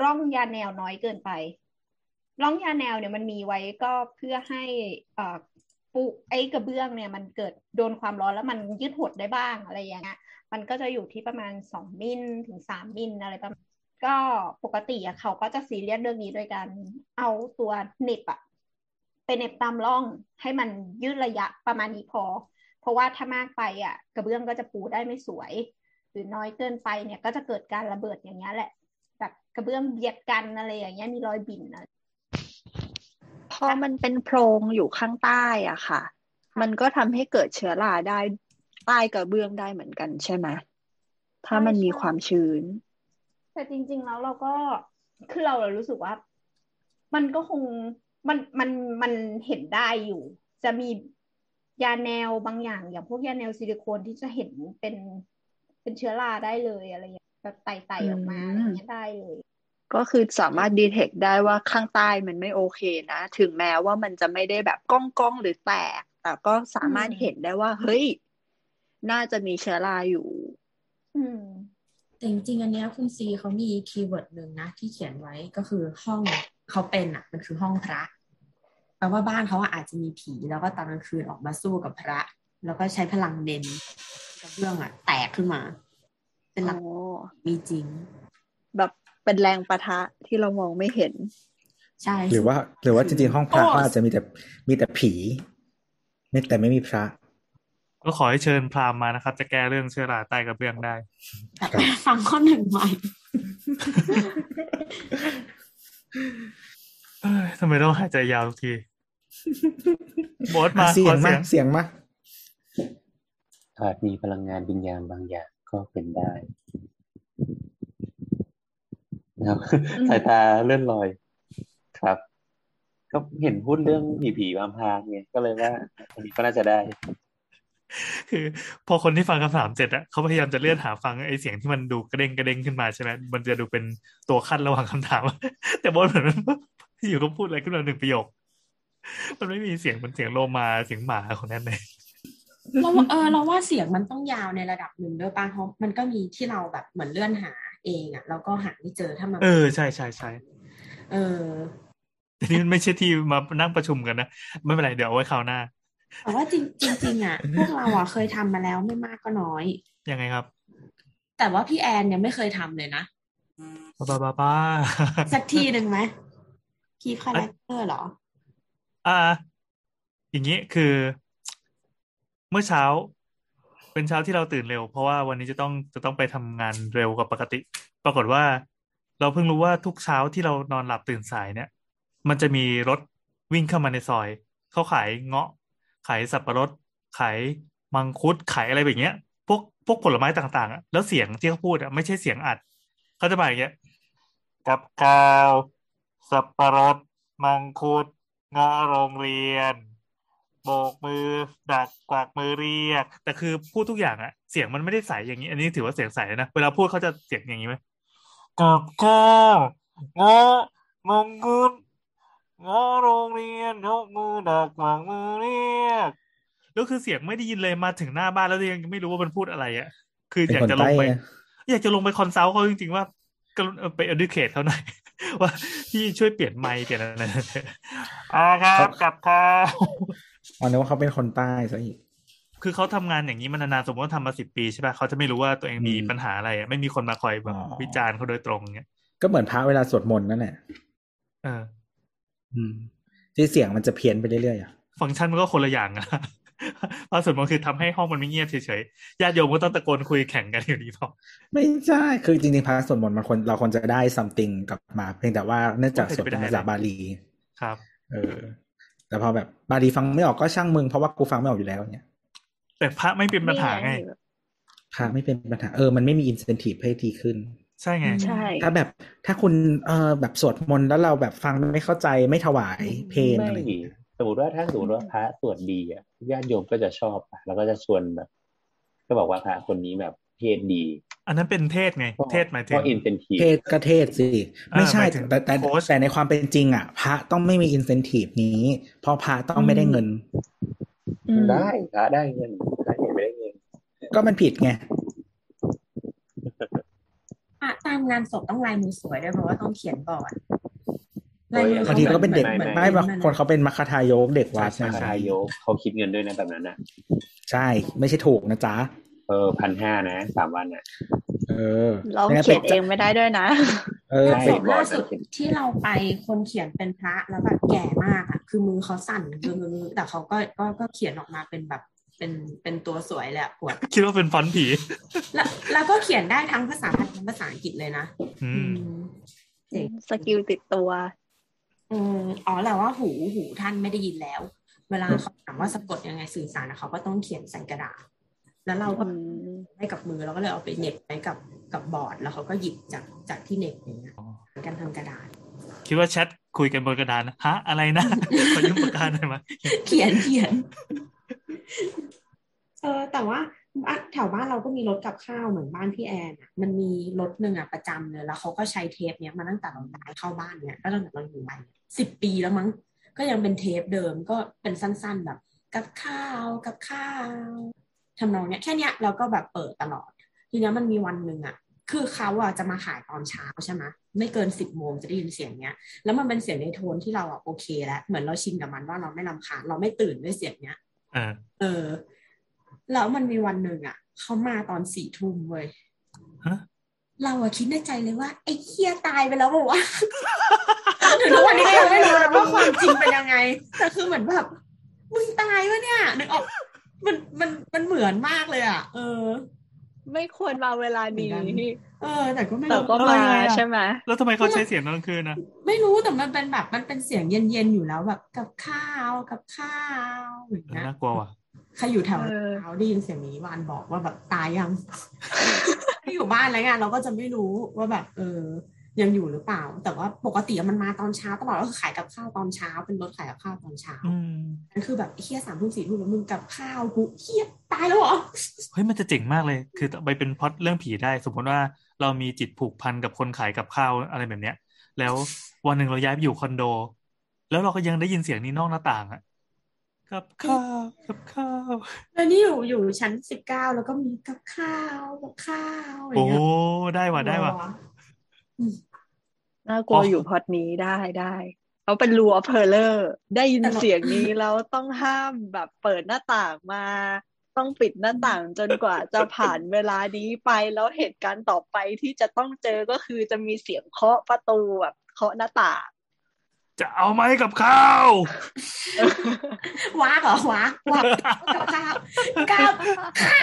Speaker 9: ร่องยาแนวน้อยเกินไป ร่องยาแนวเนี่ยมันมีไว้ก็เพื่อให้เอ่อปุไอ้กระเบื้องเนี่ย มันเกิดโดนความร้อนแล้วมันยืดหดได้บ้างอะไรอย่างเงี้ย มันก็จะอยู่ที่ประมาณสองมิลถึงสามมิลอะไรประมาณ ก็ปกติอะเขาก็จะซีเรียสเรื่องนี้โดยการเอาตัวเหน็บอะไปเหน็บตามร่องให้มันยืดระยะประมาณนี้พอ เพราะว่าถ้ามากไปอะกระเบื้องก็จะปูได้ไม่สวย หรือน้อยเกินไปเนี่ยก็จะเกิดการระเบิดอย่างเงี้ยแหละ แบบกระเบื้องเบียดกันอะไรอย่างเงี้ยมีรอยบิ่นอะ
Speaker 4: พอมันเป็นโพรงอยู่ข้างใต้อ่ะค่ะ มันก็ทำให้เกิดเชื้อราได้ใต้กระเบื้องได้เหมือนกันใช่ไหมถ้ามันมีความชื้น
Speaker 9: แต่จริง ๆ แล้วเราก็คือเราเรารู้สึกว่า มันก็คงมันมันมันเห็นได้อยู่ จะมียาแนวบางอย่าง อย่างพวกยาแนวซิลิโคนที่จะเห็นเป็นเป็นเชื้อราได้เลยอะไรอย่างเงี้ยแบบไต่ไต่ออกมาอะไร
Speaker 4: อืม
Speaker 9: อย่างเงี้ยได้เลย
Speaker 4: ก็คือสามารถดีเทคได้ว่าข้างใต้มันไม่โอเคนะ ถึงแม้ว่ามันจะไม่ได้แบบก้องก้องๆหรือแตก แต่ก็สามารถเห็นได้ว่า เฮ้ย น่าจะมีเชื้อราอยู่
Speaker 9: อืม
Speaker 6: แต่จริงๆอันเนี้ยคุณซีเขามีคีย์เวิร์ดหนึ่งนะที่เขียนไว้ก็คือห้องเขาเป็นอ่ะ มันคือห้องพระแปลว่าบ้านเขาอะอาจจะมีผีแล้วก็ตอนกลางคืนออกมาสู้กับพระ แล้วก็ใช้พลังเน้นกระเบื้องอ่ะ แตกขึ้นมา เป็นหลัก
Speaker 4: อ๋อ
Speaker 6: มีจริง
Speaker 4: แบบเป็นแรงปะทะที่เรามองไม่เห็น
Speaker 6: ใช่
Speaker 3: หรือว่า หรือว่าจริงๆห้องพระก็อาจจะมีแต่มีแต่ผีไม่แต่ไม่มีพระ
Speaker 5: ก็ขอให้เชิญพราหมณ์มานะครับ จะแก้เรื่องเชื้อราใต้กระเบื้องได้
Speaker 6: แต่ ฟังข้อหนึ่งใหม่
Speaker 5: เอ้ยทำไมต้องหายใจยาวทุกที โบสมา
Speaker 3: อ่ะเสี
Speaker 5: ข
Speaker 3: ย
Speaker 5: อง
Speaker 3: มา
Speaker 5: เสียง
Speaker 3: เสียงมา
Speaker 7: อาจมีพลังงานวิญญาณบางอย่างก็เป็นได้นะครับ
Speaker 9: อืม
Speaker 7: สายตาเลื่อนลอย ครับ ก็เห็นพูดเรื่องผีผีๆวามพรางไงก็เลยว่าอันนี้ก็น่าจะได้
Speaker 5: คือ พอคนที่ฟังคำถามเสร็จอะเขาพยายามจะเลื่อนหาฟังไอเสียงที่มันดูกระเด้งกระเด้งขึ้นมาใช่ไหมมันจะดูเป็นตัวขั้นระหว่ างคำถาม แต่โบสเห มือนมันอยู่ก็พูดอะไรขึ้นมาหนึ่งประโยค มันไม่มีเสียงมันเสียงโลมาเสียงหมาของแนั่นเลย
Speaker 6: เราว่าเออเราว่าเสียงมันต้องยาวในระดับหนึ่งด้วยป่ะเพราะมันก็มีที่เราแบบเหมือนเลื่อนหาเองอะแล้วก็หาไม่เจอถ้ามัน
Speaker 5: เออใช่ใช่ใช่
Speaker 6: เออ
Speaker 5: แต่นี่มันไม่ใช่ที่มานั่งประชุมกันนะ ไม่เป็นไรเดี๋ยวเอาไว้คราวหน้า
Speaker 6: แต่ว่าจริงจริงๆอ่ะ พวกเราอ่ะเคยทำมาแล้วไม่มากก็น้อย
Speaker 5: ยังไงครับ
Speaker 6: แต่ว่าพี่แอนยังไม่เคยทำเลยนะ
Speaker 5: ป้าป้าป้าป้า
Speaker 6: สักทีหนึ่งไหมคีคาแรคเตอร์หรอ
Speaker 5: อ่า อย่างนี้คือเมื่อเช้า เป็นเช้าที่เราตื่นเร็ว เพราะว่าวันนี้จะต้องจะต้องไปทำงานเร็วกว่าปกติ ปรากฏว่า เราเพิ่งรู้ว่าทุกเช้าที่เรานอนหลับตื่นสายเนี่ย มันจะมีรถวิ่งเข้ามาในซอยเขาขายเงาะ ขายสับปะรด ขายมังคุดขายอะไรแบบเนี้ย พวกพวกผลไม้ต่างๆอะแล้วเสียงที่เขาพูดอ่ะไม่ใช่เสียงอัดเขาจะมาอย่างเงี้ย กับข้าวสับปะรด มังคุดงาโรงเรียน โบกมือ ดักกวักมือเรียก แต่คือพูดทุกอย่างอะเสียงมันไม่ได้ใสอย่างนี้ อันนี้ถือว่าเสียงใสนะ เวลาพูดเขาจะเสียงอย่างนี้ไหมกับข้าวงามังคุดงาโรงเรียนยกมือดักกวักมือเรียกแล้วคือเสียงไม่ได้ยินเลยมาถึงหน้าบ้านแล้วยังไม่รู้ว่ามันพูดอะไรอะคือ
Speaker 3: เป็น
Speaker 5: อยาก
Speaker 3: คน
Speaker 5: จะล
Speaker 3: ใต้
Speaker 5: งไป
Speaker 3: นะ
Speaker 5: อยากจะลงไปคอนซัลท์เขาจริงๆว่ากรุณเอ่อไป educate เขาหน่อย ว่าพี่ช่วยเปลี่ยนไมค์เปลี่ยนอะไรหน่อย อ่าครับกลับ ค่ะ
Speaker 3: อ๋อนึกว่าเขาเป็นคนใต้ซะอีก
Speaker 5: คือเขาทำงานอย่างนี้มานานๆสมมติว่าทำมาสิบปีใช่ป่ะเขาจะไม่รู้ว่าตัวเองมี
Speaker 3: อืม
Speaker 5: ปัญหาอะไรอะไม่มีคนมาคอยแบบ
Speaker 3: อ๋อ
Speaker 5: วิจารณ์เขาโดยตรงเนี้ย
Speaker 3: ก็เหมือนพระเวลาสวดมนต์นั่นแหละ
Speaker 5: เออ
Speaker 3: อืม ที่เสียงมันจะเพี้ยนไปเรื่อยๆอ่ะ
Speaker 5: ฟังก์ชันมันก็คนละอย่างอะ พาส่วนมันคือทำให้ห้องมันไม่เงียบเฉยๆญาติโยมก็ต้องตะโกนคุยแข่งกันอยู่ดีพอ
Speaker 3: ไม่ใช่คือจริงๆพระสวดมนต์มันควรเราควรจะได้ something กลับมา เพียงแต่ว่าเนื่องจากสวดเป็นภาษาบาลี
Speaker 5: ครับ
Speaker 3: เออ แต่พอแบบบาลีฟังไม่ออกก็ช่างมึงเพราะว่ากูฟังไม่ออกอยู่แล้วเนี่ย
Speaker 5: แต่พระไม่เป็นปัญหาไง
Speaker 3: พระไม่เป็นปัญหาเออมันไม่มี incentive ให้ดีขึ้น
Speaker 5: ใช่ไง
Speaker 4: ใช่
Speaker 3: ถ้าแบบถ้าคุณเออแบบสวดมนต์แล้วเราแบบฟังไม่เข้าใจไม่ถวายเพลงอะไรอย่างเงี้ย
Speaker 7: สมมติว่าถ้าสมมติว่าพระสวดดีอ่ะญาติโยมก็จะชอบอะแล้วก็จะชวนแบบ ก็บอกว่าพระคนนี้แบบเทศน์ดี
Speaker 5: อันนั้นเป็นเทศไง เทศหมายถึง
Speaker 7: ก็อินเซนที
Speaker 3: เทศก็เทศสิ ไม่ใช่
Speaker 5: หมายถึง
Speaker 3: แต่แต่
Speaker 5: โพสต์
Speaker 3: แต่ในความเป็นจริงอ่ะ พระต้องไม่มี incentive นี้ เพราะพระต้องไม่ได้เงิน
Speaker 7: ได้พระได้เงินพระเงินไม่ได้เงิน
Speaker 3: ก็มันผิดไง
Speaker 6: อ่ะตามงานศพต้องลายมือสวยด้วยเพราะว่าต้องเขียนบอร์ด
Speaker 7: เฮ้ย
Speaker 6: มื
Speaker 3: บางทีก็เป็นเด็ก
Speaker 6: หมือ
Speaker 3: ไม่บางคนเขาเป็นมัคคทายกเด็กวัด
Speaker 7: พระ
Speaker 3: นะ
Speaker 7: ชายโยกเขาคิดเงินด้วยนะแบบนั้นอ่ะ
Speaker 3: ใช่ ไม่ใช่ถูกนะจ๊ะ
Speaker 7: เออพันห้านะสามวันอ่ะ
Speaker 3: เออ
Speaker 4: ลองเขียนเองไม่ได้ด้วยนะ
Speaker 3: เออ
Speaker 6: แต่
Speaker 3: ไป
Speaker 7: ใช่
Speaker 6: ศพล่าสุดที่เราไปคนเขียนเป็นพระแล้วแบบแก่มากอ่ะคือมือเขาสั่นคือมือแต่เขาก็ก็ก็เขียนออกมาเป็นแบบเป็นเป็นตัวสวยแหลยอะปวด
Speaker 5: คิดว่าเป็นฟอนต์ผี
Speaker 6: แล้วแล้วก็เขียนได้ทั้งภาษาไทยทั้งภาษาอังกฤษเลยนะ
Speaker 5: อืม
Speaker 6: อืมเจ๋ง
Speaker 4: สกิลติดตัว
Speaker 6: อืมอ๋อแหละว่าหูหูท่านไม่ได้ยินแล้ว เวลาเขาถามว่าสะกดยังไงสื่อสารนะเขาก็ต้องเขียนใส่กระดาษ แล้วเราก็
Speaker 4: อืม
Speaker 6: ให้กับมือเราก็เลยเอาไปเหน็บไปกับกับบอร์ด แล้วเขาก็หยิบจากจากที่เหน็บอย่างเงี้ย
Speaker 5: อ๋อ
Speaker 6: กันทำกระดาษ
Speaker 5: คิดว่าแชทคุยกันบนกระดานนะฮะ อะไรนะ ขอยืมปากกาหน่อยมา
Speaker 6: เขียนเขียนเออแต่ว่าบ้านแถวบ้านเราก็มีรถกับข้าวเหมือนบ้านพี่แอนอะมันมีรถหนึ่งอะประจำเลยแล้วเขาก็ใช้เทปเนี้ยมาตั้งแต่เราย้ายเข้าบ้านเนี้ยก็ตั้งแต่เราอยู่ไปสิบปีแล้วมั้งก็ยังเป็นเทปเดิมก็เป็นสั้น ๆ แบบ กับข้าวกับข้าวทำนองเนี้ยแค่เนี้ยเราก็แบบเปิดตลอด ทีเนี้ยมันมีวันหนึ่งอะคือเขาอะจะมาขายตอนเช้าใช่ไหมไม่เกินสิบโมงจะได้ยินเสียงเนี้ย แล้วมันเป็นเสียงในโทนที่เราอะโอเคแล้วเหมือนเราชินกับมันว่าเราไม่รำคาญเราไม่ตื่นด้วยเสียงเนี้ย
Speaker 5: เออ
Speaker 6: เออ แล้วมันมีวันหนึ่งอ่ะเขามาตอนสี่ทุ่มเว้ย
Speaker 5: ฮะ
Speaker 6: เราอะคิดในใจเลยว่า ไอ้เคียตายไปแล้วบอก ว่าวะ ถึงทุกวันนี้ก็ยังไม่รู้นะว่าความจริงเป็นยังไง แต่คือเหมือนแบบมึงตายวะเนี่ยนึกออกมันมันมันเหมือนมากเลยอ่ะ เออ
Speaker 4: ไม่ควรมาเวลานี้
Speaker 6: เออ แต่ก็ไม่
Speaker 4: แต่
Speaker 6: รู้
Speaker 4: ก็มาใช่ไหม
Speaker 5: แล้วทำไมเขาใช้เสียงตอนกลางคืนนะ
Speaker 6: ไม่รู้แต่มันเป็นแบบมันเป็นเสียงเย็นๆอยู่แล้วแบบ กับข้าวกับข้าวอย่าง
Speaker 5: เออ
Speaker 6: เงี้ย
Speaker 5: น่ากลัวว่ะ
Speaker 6: ใครอยู่แถว
Speaker 4: เออ
Speaker 6: เท้าได้ยินเสียงนี้วานบอกว่าแบบตายยัง ไม่อยู่บ้านแล้วไงเราก็จะไม่รู้ว่าแบบ เออ ยังอยู่หรือเปล่า แต่ว่าปกติมันมาตอนเช้าตลอดก็คือขายกับข้าวตอนเช้า เป็นรถขายกับข้าวตอนเช้า
Speaker 5: อืม
Speaker 6: นั่นคือแบบไอ้เฮียสามทุ่มสี่ทุ่มแล้วมึงกับข้าวกูเฮียตายแล้วเหรอ
Speaker 5: เฮ้ยมันจะเจ๋งมากเลย คือไปเป็นพล็อดเรื่องผีได้ สมมติว่าเรามีจิตผูกพันกับคนขายกับข้าวอะไรแบบเนี้ย แล้ววันหนึ่งเราย้ายไปอยู่คอนโด แล้วเราก็ยังได้ยินเสียงนี้นอกหน้าต่างอะกับข้าวกับข้าว
Speaker 6: แล้วนี่อยู่อยู่ชั้นสิบเก้าแล้วก็มีกับข้าวกับข้าวอย่า
Speaker 5: โอ้
Speaker 6: งเงี้ย
Speaker 5: ได้ว่ะได้ว่ะ
Speaker 6: รอ
Speaker 4: น่ากลัวอยู่พอดนี้ได้ได้ เขาเป็นรูออฟเพลเลอร์ ได้ยินเสียงนี้แล้วต้องห้ามแบบเปิดหน้าต่างมา ต้องปิดหน้าต่างจนกว่าจะผ่านเวลานี้ไปแล้วเหตุการณ์ต่อไปที่จะต้องเจอก็คือจะมีเสียงเคาะประตูแบบเคาะหน้าต่าง
Speaker 5: จะเอาไหมกับข้าว
Speaker 6: ว้ากเหรอว้ากว้ากกับข้าวกับข้าว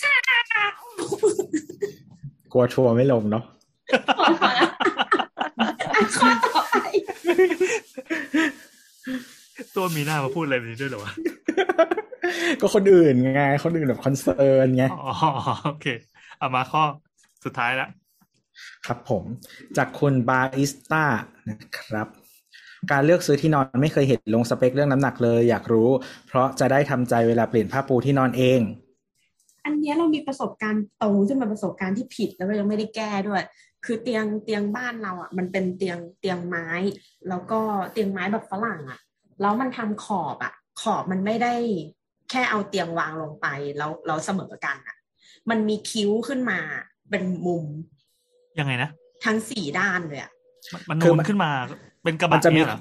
Speaker 6: ข้าว
Speaker 3: กลัวทัวร์ไม่ลงเนาะ
Speaker 6: พอแล้วอ่ะข้อต่อไป
Speaker 5: ตัวมีหน้ามาพูดอะไรแบบนี้ด้วยเหรอวะ
Speaker 3: ก็คนอื่นไงคนอื่นแบบคอนเซิร์นไง
Speaker 5: อ๋อโอเคเอามาข้อสุดท้ายละ
Speaker 3: ครับผม จากคุณบาอิสต้านะครับ การเลือกซื้อที่นอนไม่เคยเห็นลงสเปคเรื่องน้ำหนักเลย อยากรู้ เพราะจะได้ทำใจเวลาเปลี่ยนผ้าปูที่นอนเอง
Speaker 6: อันเนี้ยเรามีประสบการณ์ตรงซึ่งเป็นประสบการณ์ที่ผิดแล้วเรายังไม่ได้แก้ด้วย คือเตียงเตียงบ้านเราอ่ะ มันเป็นเตียงเตียงไม้ แล้วก็เตียงไม้แบบฝรั่งอ่ะแล้วมันทำขอบอ่ะ ขอบมันไม่ได้แค่เอาเตียงวางลงไปแล้วเราเสมอกันอ่ะ มันมีคิ้วขึ้นมาเป็นมุม
Speaker 5: ยังไงนะ
Speaker 6: ทั้งสี่ด้านเลยอ่ะ
Speaker 5: มันมัน
Speaker 3: คือ
Speaker 5: นู
Speaker 3: มัน
Speaker 5: นขึ้นมาเป็นกระ
Speaker 3: มั
Speaker 5: บะ
Speaker 3: นจะมี
Speaker 5: เนี่ยเหรอ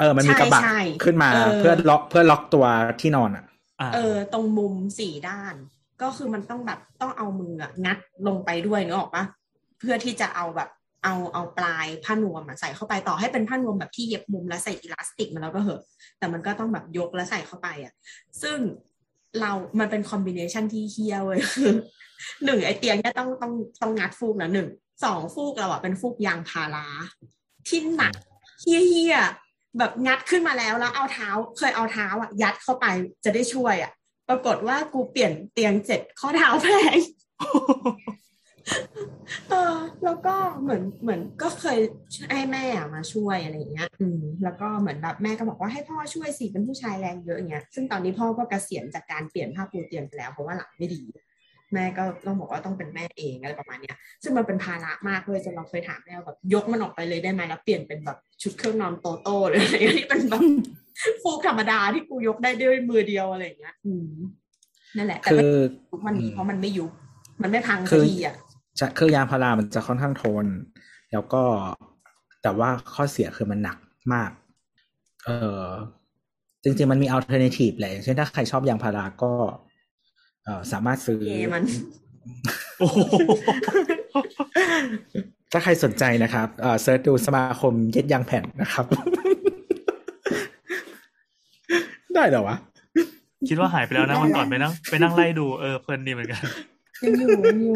Speaker 3: เออมันมี
Speaker 6: ใช่
Speaker 3: กระบะ
Speaker 6: ใช่
Speaker 3: ขึ้นมา
Speaker 6: เออ
Speaker 3: เพื่อล็อกเพื่อล็อกตัวที่นอนอ่ะ
Speaker 5: อ่า
Speaker 6: เออตรงมุมสี่ด้าน ก็คือมันต้องแบบต้องเอามืออะงัดลงไปด้วยนึกออกปะเพื่อที่จะเอาแบบเอาเอาปลายผ้านวมอะใส่เข้าไปต่อให้เป็นผ้านวมแบบที่เย็บมุมแล้วใส่อีลาสติกมาแล้วก็เหอะ แต่มันก็ต้องแบบยกแล้วใส่เข้าไปอ่ะ ซึ่งเรามันเป็นคอมบิเนชันที่เฮี้ยเว้ย คือหนึ่งไอเตียงเนี่ยต้องต้องต้องงัดฟูกนะหนึ่งสองฟูกเราอ่ะเป็นฟูกยางพาราที่หนักเฮี้ยเฮี้ยๆแบบงัดขึ้นมาแล้วแล้วเอาเท้าเคยเอาเท้าอ่ะยัดเข้าไปจะได้ช่วยอ่ะ ปรากฏว่ากูเปลี่ยนเตียงเจ็ดข้อเท้าแพลง เออแล้วก็เหมือนเหมือนก็เคยให้แม่อะมาช่วยอะไรอย่างเงี้ย อืมแล้วก็เหมือนแบบแม่ก็บอกว่าให้พ่อช่วยสิเป็นผู้ชายแรงเยอะอย่างเงี้ย ซึ่งตอนนี้พ่อก็เกษียณจากการเปลี่ยนผ้าปูเตียงไปแล้วเพราะว่าหลังไม่ดี แม่ก็ต้องบอกว่าต้องเป็นแม่เองอะไรประมาณเนี้ย ซึ่งมันเป็นภาระมากเลยจนเราเคยถามแม่ว่าแบบยกมันออกไปเลยได้ไหมแล้วเปลี่ยนเป็นแบบชุดเครื่องนอนโตโต้เลยอะไรอย่างเงี้ยที่ เป็นแบบฟูกธรรมดาที่กูยกได้ด้วยมือเดียวอะไรอย่างเงี้ย อืมนั่นแหละแต่
Speaker 3: คื
Speaker 6: ไม่
Speaker 3: อ
Speaker 6: มันมีเพราะมันไม่ยุบมันไม่พัง
Speaker 3: คื
Speaker 6: สัก
Speaker 3: อ
Speaker 6: ทีอ่ะ
Speaker 3: จะคือยางพารามันจะค่อนข้างทน แล้วก็แต่ว่าข้อเสียคือมันหนักมาก เออจริงๆมันมีอัลเทอร์เนทีฟแหละอย่างเช่นถ้าใครชอบยางพาราก็ เออสามารถซื้อ
Speaker 6: เยมัน
Speaker 5: โอ้โห
Speaker 3: ถ้าใครสนใจนะครับเออเซิร์ชดูสมาคมเย็ดยางแผ่นนะครับ ได้เหรอวะ
Speaker 5: คิดว่าหายไปแล้วนะวันก่อนไปนั่งไปนั่งไล่ดูเออเพลินดีเหมือนกัน
Speaker 6: ยังอยู่ยังอยู่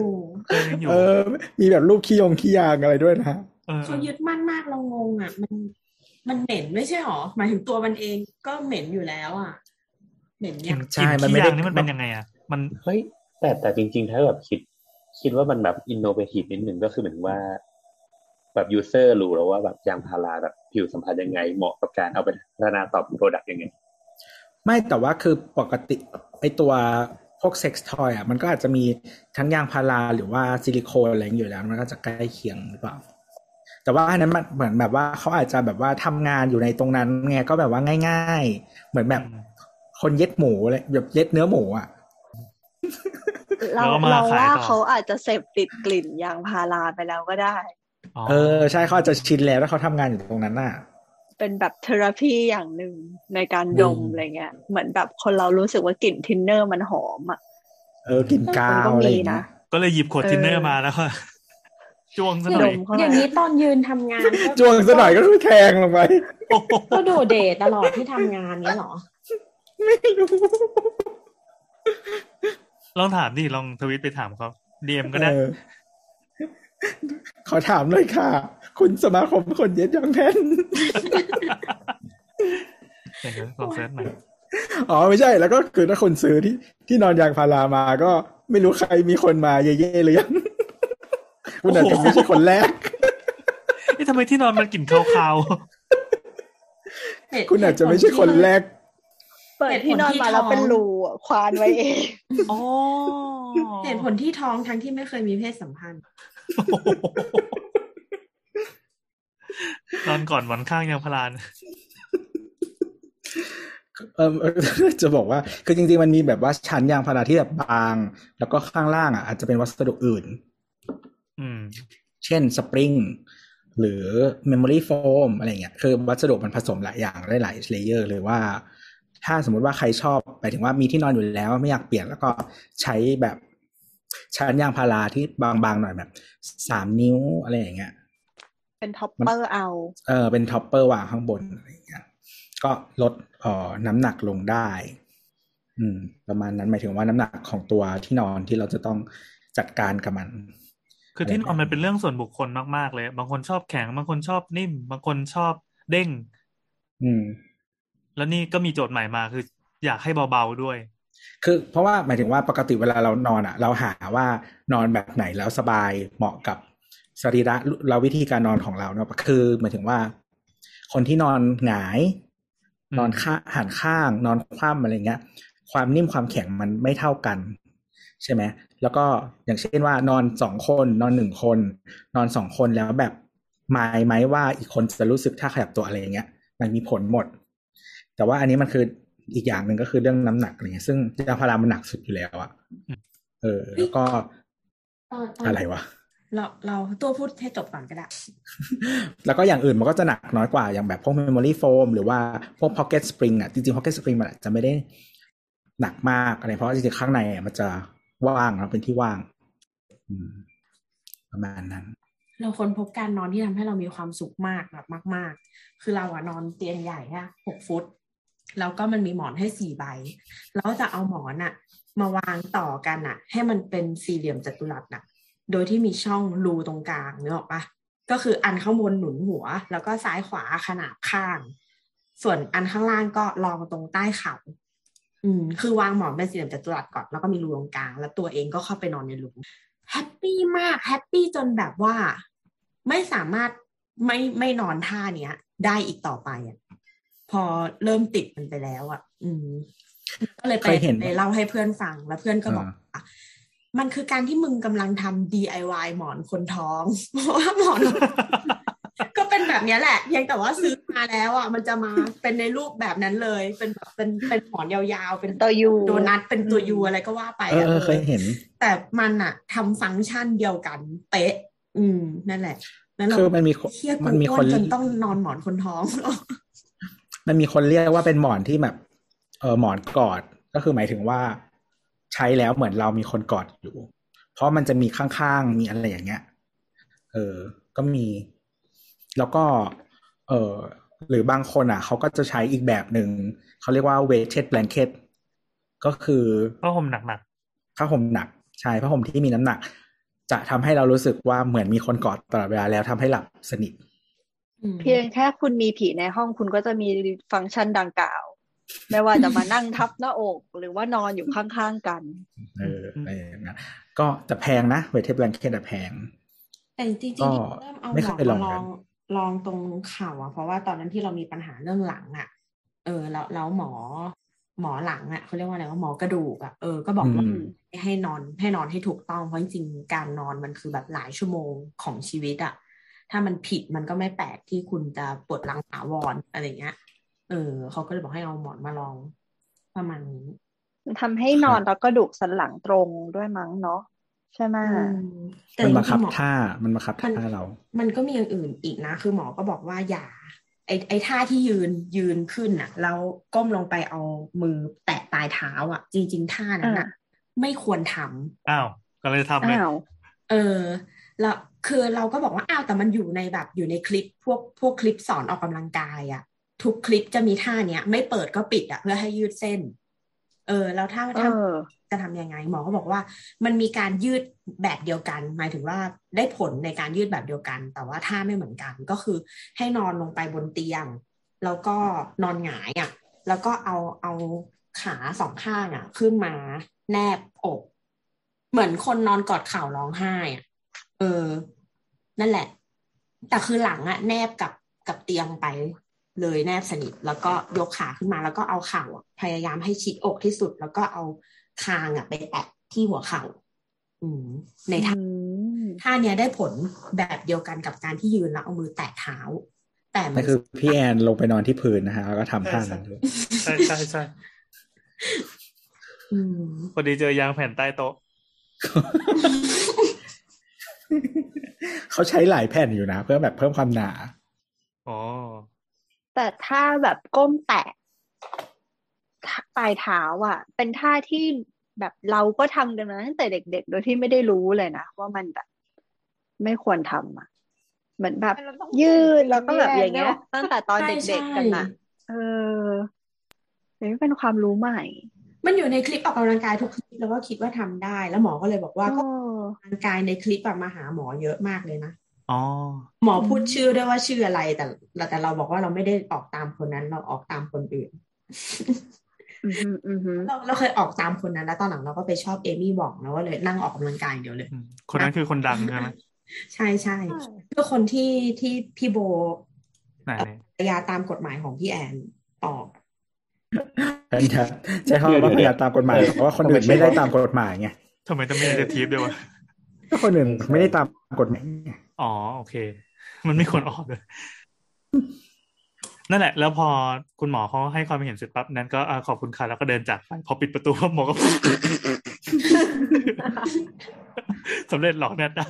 Speaker 5: เออยังอยู่
Speaker 3: เออ มีแบบรูปขี้ยงขี้ยางอะไรด้วยนะ
Speaker 5: เออ
Speaker 6: เขายึดมั่นมากเรางงอ่ะ มันมันเหม็นไม่ใช่หรอหมายถึงตัวมันเองก็เหม็นอยู่แล้วอ่ะ เหม็น
Speaker 5: กลิ่
Speaker 6: เนี่
Speaker 5: น
Speaker 6: ย
Speaker 3: ใช่
Speaker 5: กลิ่น
Speaker 3: มัน
Speaker 5: ขี้
Speaker 3: ไม่ได้
Speaker 5: ยางนี่มันเป็นยังไงอ่ะ มัน
Speaker 7: เฮ้ยแต่แต่จริงๆ ถ้าแบบคิด คิดว่ามันแบบอินโนเวทีฟนิดหนึ่งก็คือเหมือนว่า แบบยูเซอร์รู้แล้วว่าแบบยางพาราแบบผิวสัมผัสยังไง เหมาะกับการเอาไปพัฒนาต่อโปรดักต์ยังไง
Speaker 3: ไม่แต่ว่าคือปกติไอตัวพวกเซ็กซ์ทอยอ่ะมันก็อาจจะมีทั้งยางพาราหรือว่าซิลิโคนอะไรอย่างอยู่แล้ว มันก็จะใกล้เคียงหรือเปล่า แต่ว่าอันนั้นมันเหมือนแบบว่าเขาอาจจะแบบว่าทำงานอยู่ในตรงนั้นไงก็แบบว่าง่าย ๆ เหมือนแบบคนเย็ดหมูเลยแบบเย็ดเนื้อหมูอ่ะ
Speaker 5: แล้
Speaker 4: เรา
Speaker 5: วก็มา
Speaker 4: เรา
Speaker 5: ขาย
Speaker 4: ว่า
Speaker 5: ต่อ
Speaker 4: เขาอาจจะเสพติดกลิ่นยางพาราไปแล้วก็ได้
Speaker 5: อ๋อ
Speaker 3: เออใช่เขาอาจจะชินแล้วถ้าเขาทำงานอยู่ตรงนั้นน่ะ
Speaker 4: เป็นแบบเทอราพีอย่างหนึ่งในการดม
Speaker 3: อืม
Speaker 4: อะไรเงี้ย เหมือนแบบคนเรารู้สึกว่ากลิ่นทินเนอร์มันหอมอ่ะ
Speaker 3: เออกลิ่นกา
Speaker 4: มันก็
Speaker 3: วอะไรอ
Speaker 4: มีนะ
Speaker 3: ย่างเงี้ย
Speaker 5: ก็เลยหยิบขวดทินเนอร์มาแล้วก็จ้วงซะห
Speaker 4: ด
Speaker 5: น่อย
Speaker 4: มเข้า
Speaker 6: อ
Speaker 4: ไป
Speaker 6: ย่างนี้ตอนยืนทำงานก็
Speaker 3: จวงซะหน่อยก็คือแทงลงไป
Speaker 5: โอ้โห
Speaker 6: ก็โดดเดทตลอดที่ทำงานเนี้ยเหรอ
Speaker 3: ไม่รู้
Speaker 5: ลองถามดิลองทวิตไปถามเขาดีเอ็มก็ได้
Speaker 3: เออขอถามเลยค่ะ คุณสมาคมคนเย็ดยางแผ่น
Speaker 5: เดี๋ยวลองเซิร์ชใหม่
Speaker 3: อ๋อไม่ใช่แล้วก็คือถ้าคนซื้อที่ที่นอนยางพารามาก็ไม่รู้ใครมีคนมาเย่ๆหรือยังคุณอาจจะไม่ใช่คนแรก
Speaker 5: เอ๊ะทำไมที่นอนมันกลิ่นคาว
Speaker 3: คุณอาจจะไม่ใช่คนแรก
Speaker 4: เปิดที่นอนมาแล้วเป็นรูอะควานไว้เอง
Speaker 5: ๆอ๋อ
Speaker 6: เหตุผลที่ท้องทั้งที่ไม่เคยมีเพศสัมพันธ์
Speaker 5: โอ้โห นอนก่อนหมอนข้างยางพารานะ
Speaker 3: เออจะบอกว่าคือจริงๆมันมีแบบว่าชั้นยางพาราที่แบบบาง แล้วก็ข้างล่างอ่ะอาจจะเป็นวัสดุอื่น
Speaker 5: อืม
Speaker 3: เช่นสปริง หรือ Memory Foam อะไรเงี้ยคือวัสดุมันผสมหลายอย่างได้หลายเลเยอร์เลยว่า ถ้าสมมติว่าใครชอบหมายถึงว่ามีที่นอนอยู่แล้วไม่อยากเปลี่ยนแล้วก็ใช้แบบชั้นยางพาราที่บางๆหน่อยแบบสามนิ้วอะไรอย่างเงี้ย
Speaker 4: เป็นท็อปเปอร์เอา
Speaker 3: เออเป็นท็อปเปอร์วางข้างบนอะไรอย่างเงี้ย ก็ลดเอ่อน้ำหนักลงได้ อืม ประมาณนั้นหมายถึงว่าน้ำหนักของตัวที่นอนที่เราจะต้องจัดการกับมัน
Speaker 5: คือที่นอนมันเป็นเรื่องส่วนบุคคลมากๆเลย บางคนชอบแข็ง บางคนชอบนิ่ม บางคนชอบเด้ง
Speaker 3: อืม
Speaker 5: แล้วนี่ก็มีโจทย์ใหม่มาคือ อยากให้เบาๆด้วย
Speaker 3: คือเพราะว่าหมายถึงว่าปกติเวลาเรานอนอ่ะ เราหาว่านอนแบบไหนแล้วสบายเหมาะกับสรีระเราวิธีการนอนของเราเนอะคือหมายถึงว่า คนที่นอนหงาย
Speaker 5: อืม
Speaker 3: นอนข้าหันข้าง นอนคว่ำอะไรเงี้ย ความนิ่มความแข็งมันไม่เท่ากัน ใช่ไหมแล้วก็อย่างเช่นว่านอนสองคนนอนหนึ่งคน นอนสองคนแล้วแบบหมายไหมว่าอีกคนจะรู้สึกถ้าขยับตัวอะไรอย่างเงี้ย มันมีผลหมด แต่ว่าอันนี้มันคืออีกอย่างหนึ่งก็คือเรื่องน้ำหนักอะไรเงี้ยซึ่งยางพารามันหนักสุดอยู่แล้วอะเออ แล้วก็
Speaker 6: ตอนตน
Speaker 3: อะไรวะ
Speaker 6: เราเราตัวพูดให้จบก่อนก็ได้
Speaker 3: แล้วก็อย่างอื่นมันก็จะหนักน้อยกว่าอย่างแบบพวก Memory Foam หรือว่าพวก Pocket Spring อ่ะ จริงๆ Pocket Spring มันอาจจะไม่ได้หนักมากอะไร เพราะจริงๆ ข้างในอะมันจะว่างเราเป็นที่ว่าง อืม ประมาณนั้น
Speaker 6: เราค้นพบการนอนที่ทำให้เรามีความสุขมากแบบมาก ๆ คือเราอะนอนเตียงใหญ่อะหกฟุต แล้วก็มันมีหมอนให้สี่ใบ แล้วจะเอาหมอนอะมาวางต่อกันอะให้มันเป็นสี่เหลี่ยมจัตุรัสอะโดยที่มีช่องรูตรงกลางนึกออกปะก็คืออันข้างบนหนุนหัว แล้วก็ซ้ายขวาขนาบข้าง ส่วนอันข้างล่างก็รองตรงใต้เข่าอืม คือวางหมอนเป็นสี่เหลี่ยมจัตุรัสก่อนแล้วก็มีรูตรงกลาง แล้วตัวเองก็เข้าไปนอนในรู แฮปปี้มากแฮปปี้จนแบบว่า ไม่สามารถไม่ไม่นอนท่าเนี้ย ได้อีกต่อไปอะพอเริ่มติดมันไปแล้วอ่ะ อืม ก็เลยไป
Speaker 3: เคยเห็นไหม
Speaker 6: ไปเล่าให้เพื่อนฟังแล้วเพื่อนก็บอก
Speaker 3: อ่า
Speaker 6: ว่ามันคือการที่มึงกำลังทำ DIY หมอนคนท้อง เพราะว่าหมอน ก็เป็นแบบเนี้ยแหละเพียงแต่ว่าซื้อมาแล้วอ่ะมันจะมาเป็นในรูปแบบนั้นเลย เป็นแบบเป็นเป็นหมอนยาวๆ เป็น
Speaker 4: ตัวยู
Speaker 6: โดนัทเป็นตัวยูอะไรก็ว่าไป
Speaker 3: เออ
Speaker 6: อะ
Speaker 3: เออเคยเห็น
Speaker 6: แต่มันอะทำฟังก์ชันเดียวกันเป๊ะ อืม นั่นแหละ แล้วเรา
Speaker 3: คือมันมีคน
Speaker 6: เคียกู
Speaker 3: มันมี
Speaker 6: อ้
Speaker 3: ค
Speaker 6: วน
Speaker 3: น
Speaker 6: จนต้องนอนหมอนคนท้อง
Speaker 3: มันมีคนเรียกว่าเป็นหมอนที่แบบ เออหมอนกอด ก็คือหมายถึงว่า ใช้แล้วเหมือนเรามีคนกอดอยู่ เพราะมันจะมีข้างๆ มีอะไรอย่างเงี้ย เออ ก็มี แล้วก็ เออหรือบางคนอ่ะ เขาก็จะใช้อีกแบบหนึ่ง เขาเรียกว่า weighted blanket ก็คือ
Speaker 5: เพราะผมหนัก
Speaker 3: ผ้าห่มหนักใช่ผ้าห่มที่มีน้ำหนัก จะทำให้เรารู้สึกว่าเหมือนมีคนกอดตลอดเวลาแล้วทำให้หลับสนิท
Speaker 4: เพียงแค่คุณมีผีในห้องคุณก็จะมีฟังก์ชันดังกล่าว ไม่ว่าจะมานั่งทับหน้าอก หรือว่านอนอยู่ข้างๆกัน
Speaker 3: เอออะไรอย่างนั้นก็แต่แพงนะเวทเทปแบงเกตแต่แพง
Speaker 6: แต่จริงๆ
Speaker 3: ก็
Speaker 6: เริ่มเอาห
Speaker 3: ไม่
Speaker 6: ม
Speaker 3: เค
Speaker 6: อน
Speaker 3: ยล
Speaker 6: มาล
Speaker 3: องกั
Speaker 6: อน งลองตรงเข่าอะเพราะว่าตอนนั้นที่เรามีปัญหาเรื่องหลังอะเออ แล้วแล้วหมอ หมอหลังอะเขาเรียกว่าอะไรว่าหมอกระดูกอะเออก็บอกว่า
Speaker 3: อืม
Speaker 6: ให้นอนให้นอนให้ถูกต้องเพราะจริงๆการนอนมันคือแบบหลายชั่วโมงของชีวิตอะถ้ามันผิดมันก็ไม่แปลกที่คุณจะปวดหลังถาวรอะไรเงี้ย เออเขาก็เลยบอกให้เอาหมอนมาลอง ประมาณนี้
Speaker 4: มันทำให้นอนแล้วก็ดูกสันหลังตรงด้วยมั้งเนาะใช่ไหม
Speaker 6: อืมแต่
Speaker 3: มันบังคับ
Speaker 6: จริงๆหมอ
Speaker 3: ท่ามันบังคับท่าเรา
Speaker 6: มันก็มีอย่างอื่นอีกนะ คือหมอก็บอกว่าอย่า ไอไอท่าที่ยืนยืนขึ้นอ่ะ แล้วก้มลงไปเอามือแตะปลายเท้าอ่ะ จริง ๆ ท่านั้นอ่ะ ไม่ควรทำ
Speaker 5: ๆ อ้าว ก็เลยทำเลย
Speaker 4: อ้าว
Speaker 6: เออแล้วคือเราก็บอกว่าอ้าวแต่มันอยู่ในแบบอยู่ในคลิปพวกพวกคลิปสอนออกกำลังกายอะทุกคลิปจะมีท่าเนี้ย ไม่เปิดก็ปิดอะเพื่อให้ยืดเส้น เออ แล้วถ้า
Speaker 4: เอ
Speaker 6: ถ้า
Speaker 4: อ
Speaker 6: จะทำยังไงหมอก็บอกว่า มันมีการยืดแบบเดียวกัน หมายถึงว่าได้ผลในการยืดแบบเดียวกัน แต่ว่าท่าไม่เหมือนกันก็คือให้นอนลงไปบนเตียง แล้วก็นอนหงายอ่ะแล้วก็เอาเอาขาสองข้างอ่ะ ขึ้นมาแนบอก เหมือนคนนอนกอดเข่าร้องไห้อ่ะเออ นั่นแหละ แต่คือหลังอ่ะ แนบกับกับเตียงไป เลยแนบสนิทแล้วก็ยกขาขึ้นมาแล้วก็เอาเข่าอะพยายามให้ชิดอกที่สุด แล้วก็เอาคางอะไปแตะที่หัวเข่าอืม ในท่า
Speaker 4: อืม
Speaker 6: ท่าเนี้ยได้ผลแบบเดียวกันกับการที่ยืนแล้วเอามือแตะเท้า แต่มั
Speaker 3: นั่
Speaker 6: น
Speaker 3: นคือพี่แอนลงไปนอนที่พื้นนะฮะแล้วก็ทำท่านั้นด้วย
Speaker 5: ใช่ใช่ใช่
Speaker 6: อืม
Speaker 5: พอดีเจอยางแผ่นใต้โต๊ะ
Speaker 3: เขาใช้หลายแผ่นอยู่นะ เพื่อแบบเพิ่มความหนา
Speaker 5: อ๋อ
Speaker 4: แต่ถ้าแบบก้มแตะปลายเท้าอ่ะ เป็นท่าที่แบบเราก็ทำกันมาตั้งแต่เด็กๆ โดยที่ไม่ได้รู้เลยนะ ว่ามันแบบ ไม่ควรทำอ่ะ เหมือนแบบ
Speaker 9: เราต้อง
Speaker 4: ยื
Speaker 9: เป็
Speaker 4: ด
Speaker 9: น
Speaker 4: แล้วก็แบบอย่างเงี้
Speaker 9: แย
Speaker 4: ย
Speaker 9: กเนอะ
Speaker 4: ตั้งแต่ตอนเด็กๆกันนะเออนี่เป็นความรู้ใหม่
Speaker 6: มันอยู่ในคลิปออกกำลังกายทุกคลิปแล้วก็คิดว่าทำได้ แล้วหมอก็เลยบอกว่าก็อ
Speaker 4: โอ้
Speaker 6: อกกำลังกายในคลิปอะมาหาหมอเยอะมากเลยนะ
Speaker 5: อ๋อ
Speaker 6: หมอพูดชื่อด้วยว่าชื่ออะไรแต่แต่เราบอกว่าเราไม่ได้ออกตามคนนั้น เราออกตามคนอื่น
Speaker 4: อือหืออือหือ
Speaker 6: เราเราเคยออกตามคนนั้น แล้วตอนหลังเราก็ไปชอบเอมี่บอกแล้วก็เลยนั่งออกกำลังกายอย่างเดียวเลย
Speaker 5: อืมคนนั้นคือคนดังใช่ไหม
Speaker 6: ใช่ใช่ก็คนที่ที่พี่โบ
Speaker 5: ไหนไหน
Speaker 6: ภรรยาตามกฎหมายของพี่แอนออก
Speaker 3: นะครับใช้คำว่าพยายามตามกฎห มายเพราะว่าคนอื่นไม่ได้ตามกฎหมายไง
Speaker 5: ทำไมต้องมีเดทีฟด้วยวะ
Speaker 3: ก็คนอื่นไม่ได้ตามกฎหมายไง
Speaker 5: อ๋อโอเค มันไม่ควรออกเลย นั่นแหละ แล้วพอคุณหมอเขาให้ความเห็นเสร็จปั๊บนั้นก็อ่าขอบคุณค่ะแล้วก็เดินจากไปพอปิดประตูปั๊บ หมอก็ สำเร็จหลอกแนทได้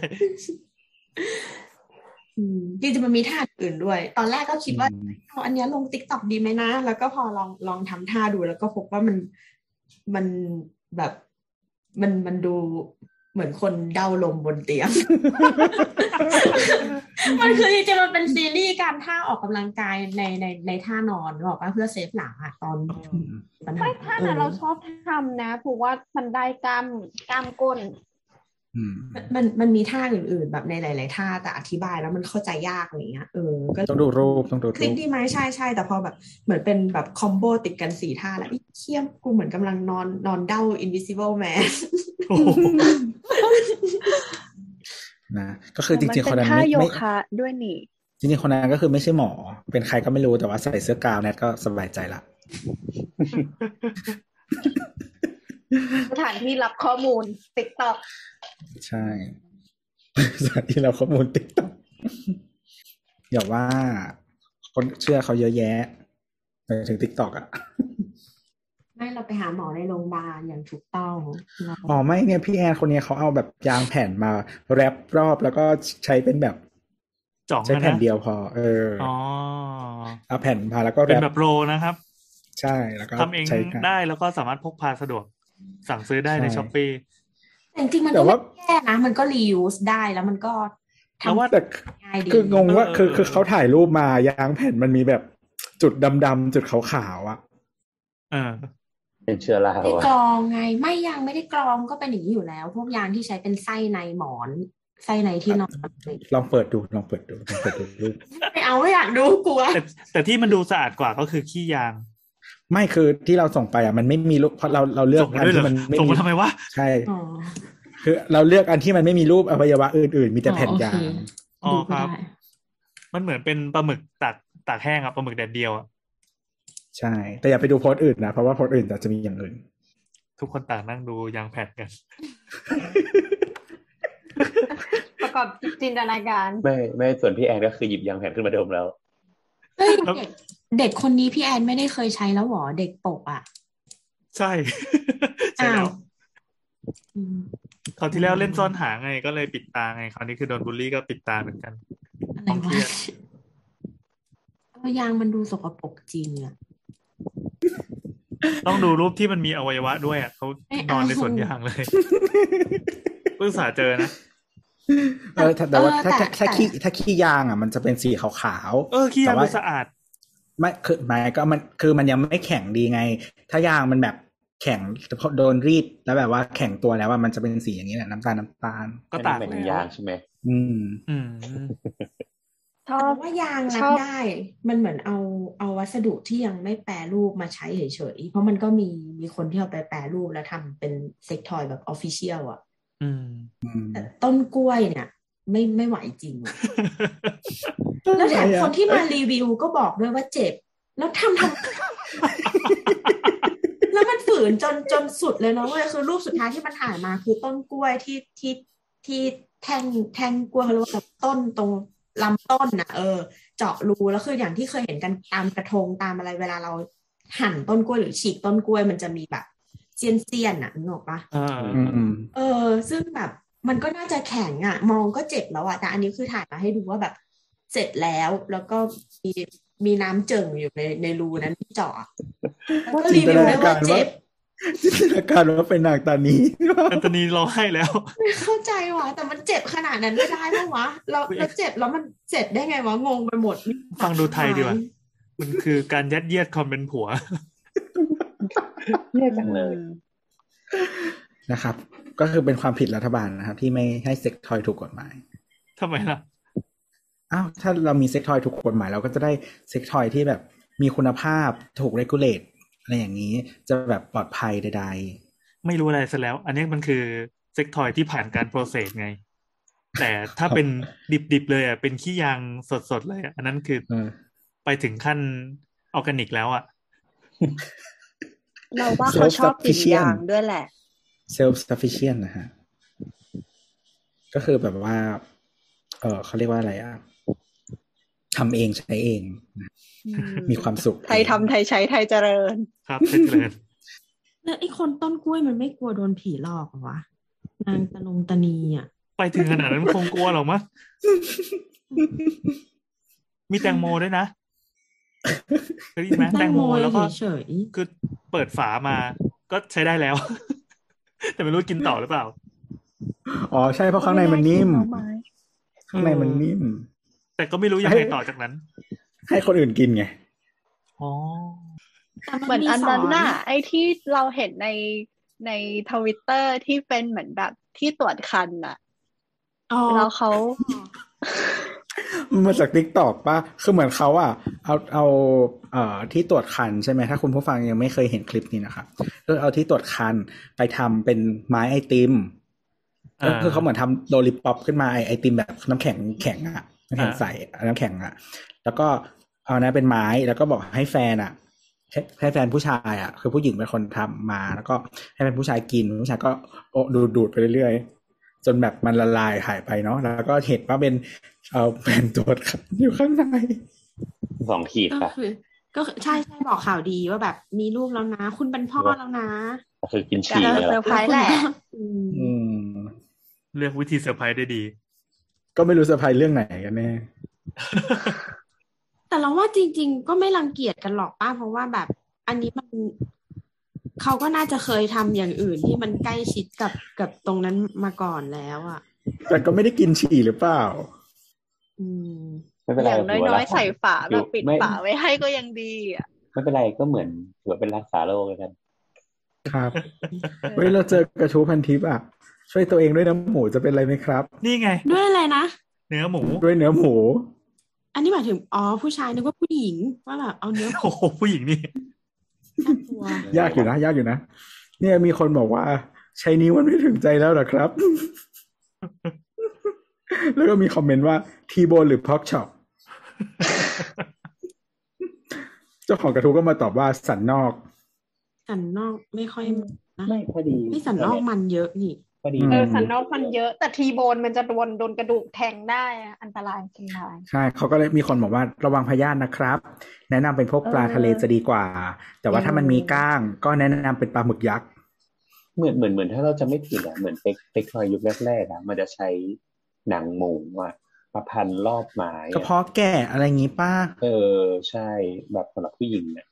Speaker 6: อืมจริงๆมันมีท่าอื่นด้วย ตอนแรกก็คิดว่าเอาอันเนี้ยลงติ๊กต็อกดีไหมนะ แล้วก็พอลองลองทำท่าดูแล้วก็พบว่ามันมันแบบมันมันดูเหมือนคนเดาลมบนเตียง มันคือจริงๆมันเป็นซีรีส์การท่าออกกำลังกายในในในท่านอนบอกว่าเพื่อเซฟหลังอะตอนปัญหา
Speaker 9: ไม่ท่า
Speaker 6: ออ
Speaker 9: นะเราชอบทำนะผูว่ามันได้กล้ามกล้ามก้น
Speaker 3: อืม
Speaker 6: มันมันมันมีท่าอื่นๆ แบบในหลาย ๆ ท่าแต่อธิบายแล้วมันเข้าใจยากอะไรเงี้ยเออก็
Speaker 3: ต้องดูรูปต้องดู
Speaker 6: คลิ
Speaker 3: รู
Speaker 6: ป
Speaker 3: ป
Speaker 6: ดีไหมใช่ใช่แต่พอแบบเหมือนเป็นแบบคอมโบติดกันสี่ท่าแล้วไอ้เคียมกูเหมือนกำลังนอนนอนเด้า Invisible Man
Speaker 5: โอ้โห
Speaker 3: นะก็คือจริงๆคนนั้น
Speaker 4: มัเป็ท่า
Speaker 3: ไม่
Speaker 4: โย
Speaker 3: ไม่
Speaker 4: คะด้วยนี่
Speaker 3: จริงๆคนนั้นก็คือไม่ใช่หมอ เป็นใครก็ไม่รู้แต่ว่าใส่เสื้อกาวแนทก็สบายใจละ
Speaker 9: สถานที่รับข้อมูลติ๊กต็อก
Speaker 3: ใช่ สถานที่เราข้อมูลติ๊กต็อกอย่าว่าคนเชื่อเขาเยอะแยะไปถึงติ๊กต็อกอ่ะ
Speaker 6: ไม่เราไปหาหมอในโรงพยาบาลอย่างถูกต้องเรา
Speaker 3: อ๋อไม่เนี่ยพี่แอนคนเนี้ยเขาเอาแบบยางแผ่นมาแรปรอบแล้วก็ใช้เป็นแบบ
Speaker 5: จ่อง
Speaker 3: ใช้
Speaker 5: นะ
Speaker 3: แผ่น
Speaker 5: นะ
Speaker 3: เดียวพอ เออ
Speaker 5: อ๋อ
Speaker 3: เอาแผ่นมาแล้วก็แร
Speaker 5: เป็น
Speaker 3: ป
Speaker 5: แบบโปรนะครับ
Speaker 3: ใช่แล้วก็
Speaker 5: ทำเอง
Speaker 3: ใช้กัน
Speaker 5: ได้แล้วก็สามารถพกพาสะดวก สั่งซื้อได้ใน
Speaker 3: ใช่
Speaker 5: ช้อปปี้
Speaker 6: แต่จริงๆมัน
Speaker 3: แต่
Speaker 6: ก็ไม่
Speaker 3: ว่า
Speaker 6: แย่นะ มันก็ reuse ได้แล้วมันก็
Speaker 5: แล้วว่า
Speaker 6: ทำ
Speaker 3: แต่
Speaker 6: ง่ายดี
Speaker 3: คืองงว่า
Speaker 5: เออ
Speaker 3: คือ
Speaker 5: เออ
Speaker 3: คือเขาถ่ายรูปมายางแผ่นมันมีแบบจุดดำๆจุดขาวๆอ่ะ
Speaker 5: เออ
Speaker 7: เป็นเชื้อรา
Speaker 6: ไม่ได้
Speaker 7: วะ
Speaker 6: กรองไง ไม่ยังไม่ได้กรองก็เป็นอย่างนี้อยู่แล้ว พวกยางที่ใช้เป็นไส้ในหมอนไส้ในที่นอนอะไรอย่างเงี้ย
Speaker 3: ลองเปิดดูลองเปิดดูลองเปิดดูรูป
Speaker 6: ไม่เอาไม่อยากดูกลัว
Speaker 5: แต่แต่ที่มันดูสะอาดกว่าก็คือขี้ยาง
Speaker 3: ไม่คือที่เราส่งไปอ่ะมันไม่มีรูปเพราะเราเราเลือก
Speaker 5: ส่งมา
Speaker 3: อัน
Speaker 5: ด้วยเหรอ
Speaker 3: ที่มันไม่
Speaker 5: ส่ง
Speaker 3: มี
Speaker 5: มาทำไมวะ
Speaker 3: ใช่
Speaker 6: อ๋อ
Speaker 3: คือเราเลือกอันที่มันไม่มีรูปอวัยวะอื่น ๆ มีแต่แผ่น
Speaker 6: อ๋อโอเค
Speaker 3: ยาง
Speaker 5: อ๋อ
Speaker 6: ดู
Speaker 5: ค
Speaker 6: ก็
Speaker 5: รับ
Speaker 6: ได้
Speaker 5: มันเหมือนเป็นปลาหมึกตากตากแห้งอะปลาหมึกแดดเดียวอะ
Speaker 3: ใช่ แต่อย่าไปดูโพสต์อื่นนะ เพราะว่าโพสต์อื่นอาจจะมีอย่างอื่น
Speaker 5: ทุกคนต่างนั่งดูยางแผ่นกัน
Speaker 9: ประกอบจินตนาการ
Speaker 7: ไม่ไม่ส่วนพี่แอนก็คือหยิบยางแผ่นขึ้นมาดมแล้ว
Speaker 6: เฮ้ย
Speaker 5: แล้ว
Speaker 6: เด็กเด็กคนนี้พี่แอนไม่ได้เคยใช้แล้วหรอเด็กปกอ่ะ
Speaker 5: ใช่ ใช่แล้ว
Speaker 6: อืม
Speaker 5: คราวที่แล้วเล่นซ่อนหาไงก็เลยปิดตาไงคราวนี้คือโดนบูลลี่ก็ปิดตาเหมือนกัน
Speaker 6: อะไร
Speaker 5: ความเครี
Speaker 6: วะ
Speaker 5: ยด
Speaker 6: เออยางมันดูสกปรกจริงอ่ะ
Speaker 5: ต้องดูรูปที่มันมีอวัยวะด้วยอะเขา
Speaker 6: ไม่เอา
Speaker 5: นอนในสวนยาง เลยเพิ่งสาเจอนะ
Speaker 3: เออแต่แต่ว่าถ้า
Speaker 6: แต่
Speaker 3: ถ้า
Speaker 6: แต่
Speaker 3: ถ้าขี้ถ้าขี้ยางอ่ะมันจะเป็นสีขาว
Speaker 5: เออขี้ยางดูสะอาด
Speaker 3: ๆไม่คือหมายก็มันคือมันยังไม่แข็งดีไง ถ้ายางมันแบบแข็งพอโดนรีดแล้วแบบว่าแข็งตัวแล้วว่ามันจะเป็นสีอย่างนี้แหละน้ำตาลน้ำตาล
Speaker 5: ก็ตาก
Speaker 7: ไม่ได้หมายถึ
Speaker 5: แล้วย
Speaker 7: งางใช่ไหม
Speaker 3: อืม
Speaker 5: อืม
Speaker 4: ช
Speaker 6: แต่
Speaker 4: อบ
Speaker 6: ว่ายางรั
Speaker 4: ช
Speaker 6: บ
Speaker 4: อบ
Speaker 6: ได้ มันเหมือนเอาเอาวัสดุที่ยังไม่แปรรูปมาใช้เฉยๆเพราะมันก็มีมีคนที่เอาไปแปรรูปแล้วทำเป็นเซ็กทอยแบบออฟฟิเชียลอ่ะ
Speaker 5: อืม
Speaker 3: อืม
Speaker 6: แต่ต้นกล้วยเนี่ย ไม่ไม่ไหวจริงอะแล้วแถมคนที่มารีวิวก็บอกด้วยว่าเจ็บ แล้วท ำทำ แล้วมันฝืนจนจนสุดเลยเนาะเว้ยคือรูปสุดท้ายที่มันถ่ายมาคือต้นกล้วยที่ที่ที่แท่งแท่งกล้วยเขาเรียกว่าต้นตรงลำต้นนะเออ เจาะรูแล้วคืออย่างที่เคยเห็นกันตามกระทงตามอะไรเวลาเราหั่นต้นกล้วยหรือฉีกต้นกล้วยมันจะมีแบบเซียนเซียนๆอ่ะนึกออกปะ
Speaker 5: เออ
Speaker 3: อืมอืม
Speaker 6: เออ ซึ่งแบบ มันก็น่าจะแข็งอะมองก็เจ็บแล้วอะแต่อันนี้คือถ่ายมาให้ดูว่าแบบเสร็จแล้วแล้วก็มีมีน้ำเจิ่งอยู่ในในรูนั้นที่เจาะแล้วก็รีวิวได้ว่าเจ็บ
Speaker 3: จินตนาการว่าเป็นนางตานี
Speaker 5: แอนโทนีร้องไห้แล้ว
Speaker 6: ไม่เข้าใจว่ะแต่มันเจ็บขนาดนั้นไม่ได้ปะวะเราเราเจ็บแล้วมันเจ็บได้ไงวะงงไปหมด
Speaker 5: ฟังดูไทยดีกว่า มันคือการยัดเยียดความเป็นผัว
Speaker 7: แย่จังเลย
Speaker 3: นะครับ ก็คือเป็นความผิดรัฐบาลนะครับ ที่ไม่ให้เซ็กทอยถูกกฎหมาย
Speaker 5: ทำไมล่ะ
Speaker 3: อ้าว ถ้าเรามีเซ็กทอยถูกกฎหมายเราก็จะได้เซ็กทอยที่แบบมีคุณภาพถูกเรกูเลตอะไรอย่างนี้จะแบบปลอดภัยใด
Speaker 5: ไม่รู้อะไรซะแล้ว อันนี้มันคือเซ็กทอยที่ผ่านการโปรเซสไง แต่ถ้าเป็นดิบๆเลยอ่ะเป็นขี้ยางสดๆเลยอ่ะอันนั้นคือ
Speaker 3: ๆเออ
Speaker 5: ไปถึงขั้นออร์แกนิกแล้วอ่ะ
Speaker 4: เราว่าเขาชอบติดยางด้วยแหละ
Speaker 3: เซลฟ์ซัฟฟิเชียนนะฮะ ก็คือแบบว่า เออเขาเรียกว่าอะไรอ่ะทำเองใช้เองนะมีความสุข
Speaker 4: ไทยทำไทยใช้ไทยเจริญ
Speaker 5: ครับเพชรเจริญ
Speaker 6: แล้วไอ้คนต้นกล้วยมันไม่กลัวโดนผีหลอกเหรอวะนางตะนงตะนีอ่ะ
Speaker 5: ไปถึงขนาดนั้นคงกลัวหรอกมั้งมีแตงโมด้วยนะเคยได้ยินไหมแตงโมแล้วก็
Speaker 6: เฉย
Speaker 5: คือเปิดฝามาก็ใช้ได้แล้ว แต่ไม่รู้กินต่อหรือเปล่า
Speaker 3: อ๋อใช่เพราะข้างในมันนิ่ม ข้างในมันนิ่ม
Speaker 5: แต่ก็ไม่รู้ยังไงต่อจากนั้น
Speaker 3: ให้คนอื่นกินไง
Speaker 5: อ๋อ
Speaker 6: ๆแต่
Speaker 4: เหมือน
Speaker 6: ส
Speaker 4: อันนั้นน่ะไอ้ที่เราเห็นในในทวิตเตอร์ที่เป็นเหมือนแบบที่ตรวจคันน่ะ
Speaker 6: อ๋อ
Speaker 4: แล้วเขา
Speaker 3: มาจากทิกตอกป่ะ คือเหมือนเขาอ่ะ เอาเอาเอ่อที่ตรวจคันใช่ไหม ถ้าคุณผู้ฟังยังไม่เคยเห็นคลิปนี้นะครับก็เอาที่ตรวจคันไปทำเป็นไม้ไอติม
Speaker 5: อ่า
Speaker 3: ก็คือเขาเหมือนทำโดลิปป๊อปขึ้นมาไอไอติมแบบน้ำแข็งแข็งอ่ะน้ำแข็ง
Speaker 5: อ่า
Speaker 3: ใสน้ำแข็งอ่ะ แล้วก็เอานะเป็นไม้แล้วก็บอกให้แฟนอ่ะให้ให้แฟนผู้ชายอ่ะ คือผู้หญิงเป็นคนทำมา แล้วก็ให้แฟนผู้ชายกินผู้ชายก็โอะดูดดูดไปเรื่อยๆ จนแบบมันละลายหายไปเนาะแล้วก็เห็นว่าเป็นเอาแผ่นตรวจคันอยู่ข้างใน
Speaker 7: สองขีด
Speaker 6: ก็
Speaker 7: ค่ะ
Speaker 6: คือ ก็คือใช่ใช่บอกข่าวดีว่าแบบมีลูกแล้วนะ คุณเป็นพ่อแล้วนะ
Speaker 7: ก็คือกิน
Speaker 4: การ
Speaker 7: ฉี่เนี่ย
Speaker 4: เซ
Speaker 7: แห
Speaker 4: อ
Speaker 7: ละ
Speaker 4: ร์ไพรส์แหละ
Speaker 6: อืม
Speaker 3: อืม
Speaker 5: เลือกวิธีเซอร์ไพรส์ได้ดี
Speaker 3: ก็ไม่รู้สะพายเรื่องไหนกันแน่
Speaker 6: แต่เราว่าจริง ๆ ก็ไม่รังเกียจกันหรอกป้าเพราะว่าแบบ อันนี้มันเขาก็น่าจะเคยทำอย่างอื่นที่มันใกล้ชิดกับกับตรงนั้นมาก่อนแล้วอ่ะ
Speaker 3: แต่ก็ไม่ได้กินฉี่หรือเปล่า
Speaker 6: อืม
Speaker 7: ไม่เป็น
Speaker 4: อ
Speaker 7: ไร
Speaker 4: ย่าง
Speaker 7: ถืว่า
Speaker 4: น้อ
Speaker 7: รั
Speaker 4: ย
Speaker 7: ก
Speaker 4: ๆ
Speaker 7: ษา
Speaker 4: ใส่ฝา
Speaker 7: อยู่
Speaker 4: แบบปิด
Speaker 7: ไม่
Speaker 4: ฝาไว้ให้ก็ยังดีอ่ะ
Speaker 7: ไม่เป็นไรก็เหมือนถือว่าเป็นรักษาโรคเลยกัน
Speaker 3: ครับ เฮ้ยเราเจอกระทู้พันทิปอ่ะ ช่วยตัวเองด้วยนะหมูจะเป็นไรไหมครับ
Speaker 5: นี่ไง
Speaker 6: ด้วยอะไรนะ
Speaker 5: เนื้อหมู
Speaker 3: ด้วยเนื้อหมู
Speaker 6: อันนี้หมายถึงอ๋อผู้ชายนึกว่าผู้หญิงว่าแบบเอาเนื้อ
Speaker 5: โอ้โหผู้หญิงนี่
Speaker 6: น่ากลัว
Speaker 3: ยากอยู่นะ ยากอยู่นะ เนี่ยมีคนบอกว่าใช้นิ้วมันไม่ถึงใจแล้วเหรอครับ แล้วก็มีคอมเมนต์ว่าทีโบนหรือพ็อกช็อป เจ้าของกระทู้ก็มาตอบว่าสันนอก
Speaker 6: สันนอกไม่ค่อยนะ
Speaker 7: ไม่พอดี
Speaker 6: ไม่สันนอกมันเยอะนี่
Speaker 7: พอดี
Speaker 3: ม
Speaker 9: เออสันนอกมันเยอะแต่ทีโบนมันจะโดนโดนกระดูกแทงได้อะอันตรายอันตราย
Speaker 3: ใช่เขาก็เลยมีคนบอกว่าระวังพยาธินะครับ แนะนำเป็นพวกปลา
Speaker 9: เออ
Speaker 3: ทะเลจะดีกว่า แต่ว่าถ้ามันมีก้าง ก็แนะนำเป็นปลาหมึกยักษ์
Speaker 7: เหมือนเหมือนเหมือนถ้าเราจะไม่ผิดอ่ะเหมือนเทคเทคโนโลยียุคแรกๆอ่ะมันจะใช้หนังหมูอ่ะมาพันรอบไม้
Speaker 3: กระเพาะแก่อะไรงี้ป้า
Speaker 7: เออใช่แบบสำหรับผู้หญิงเนี่ย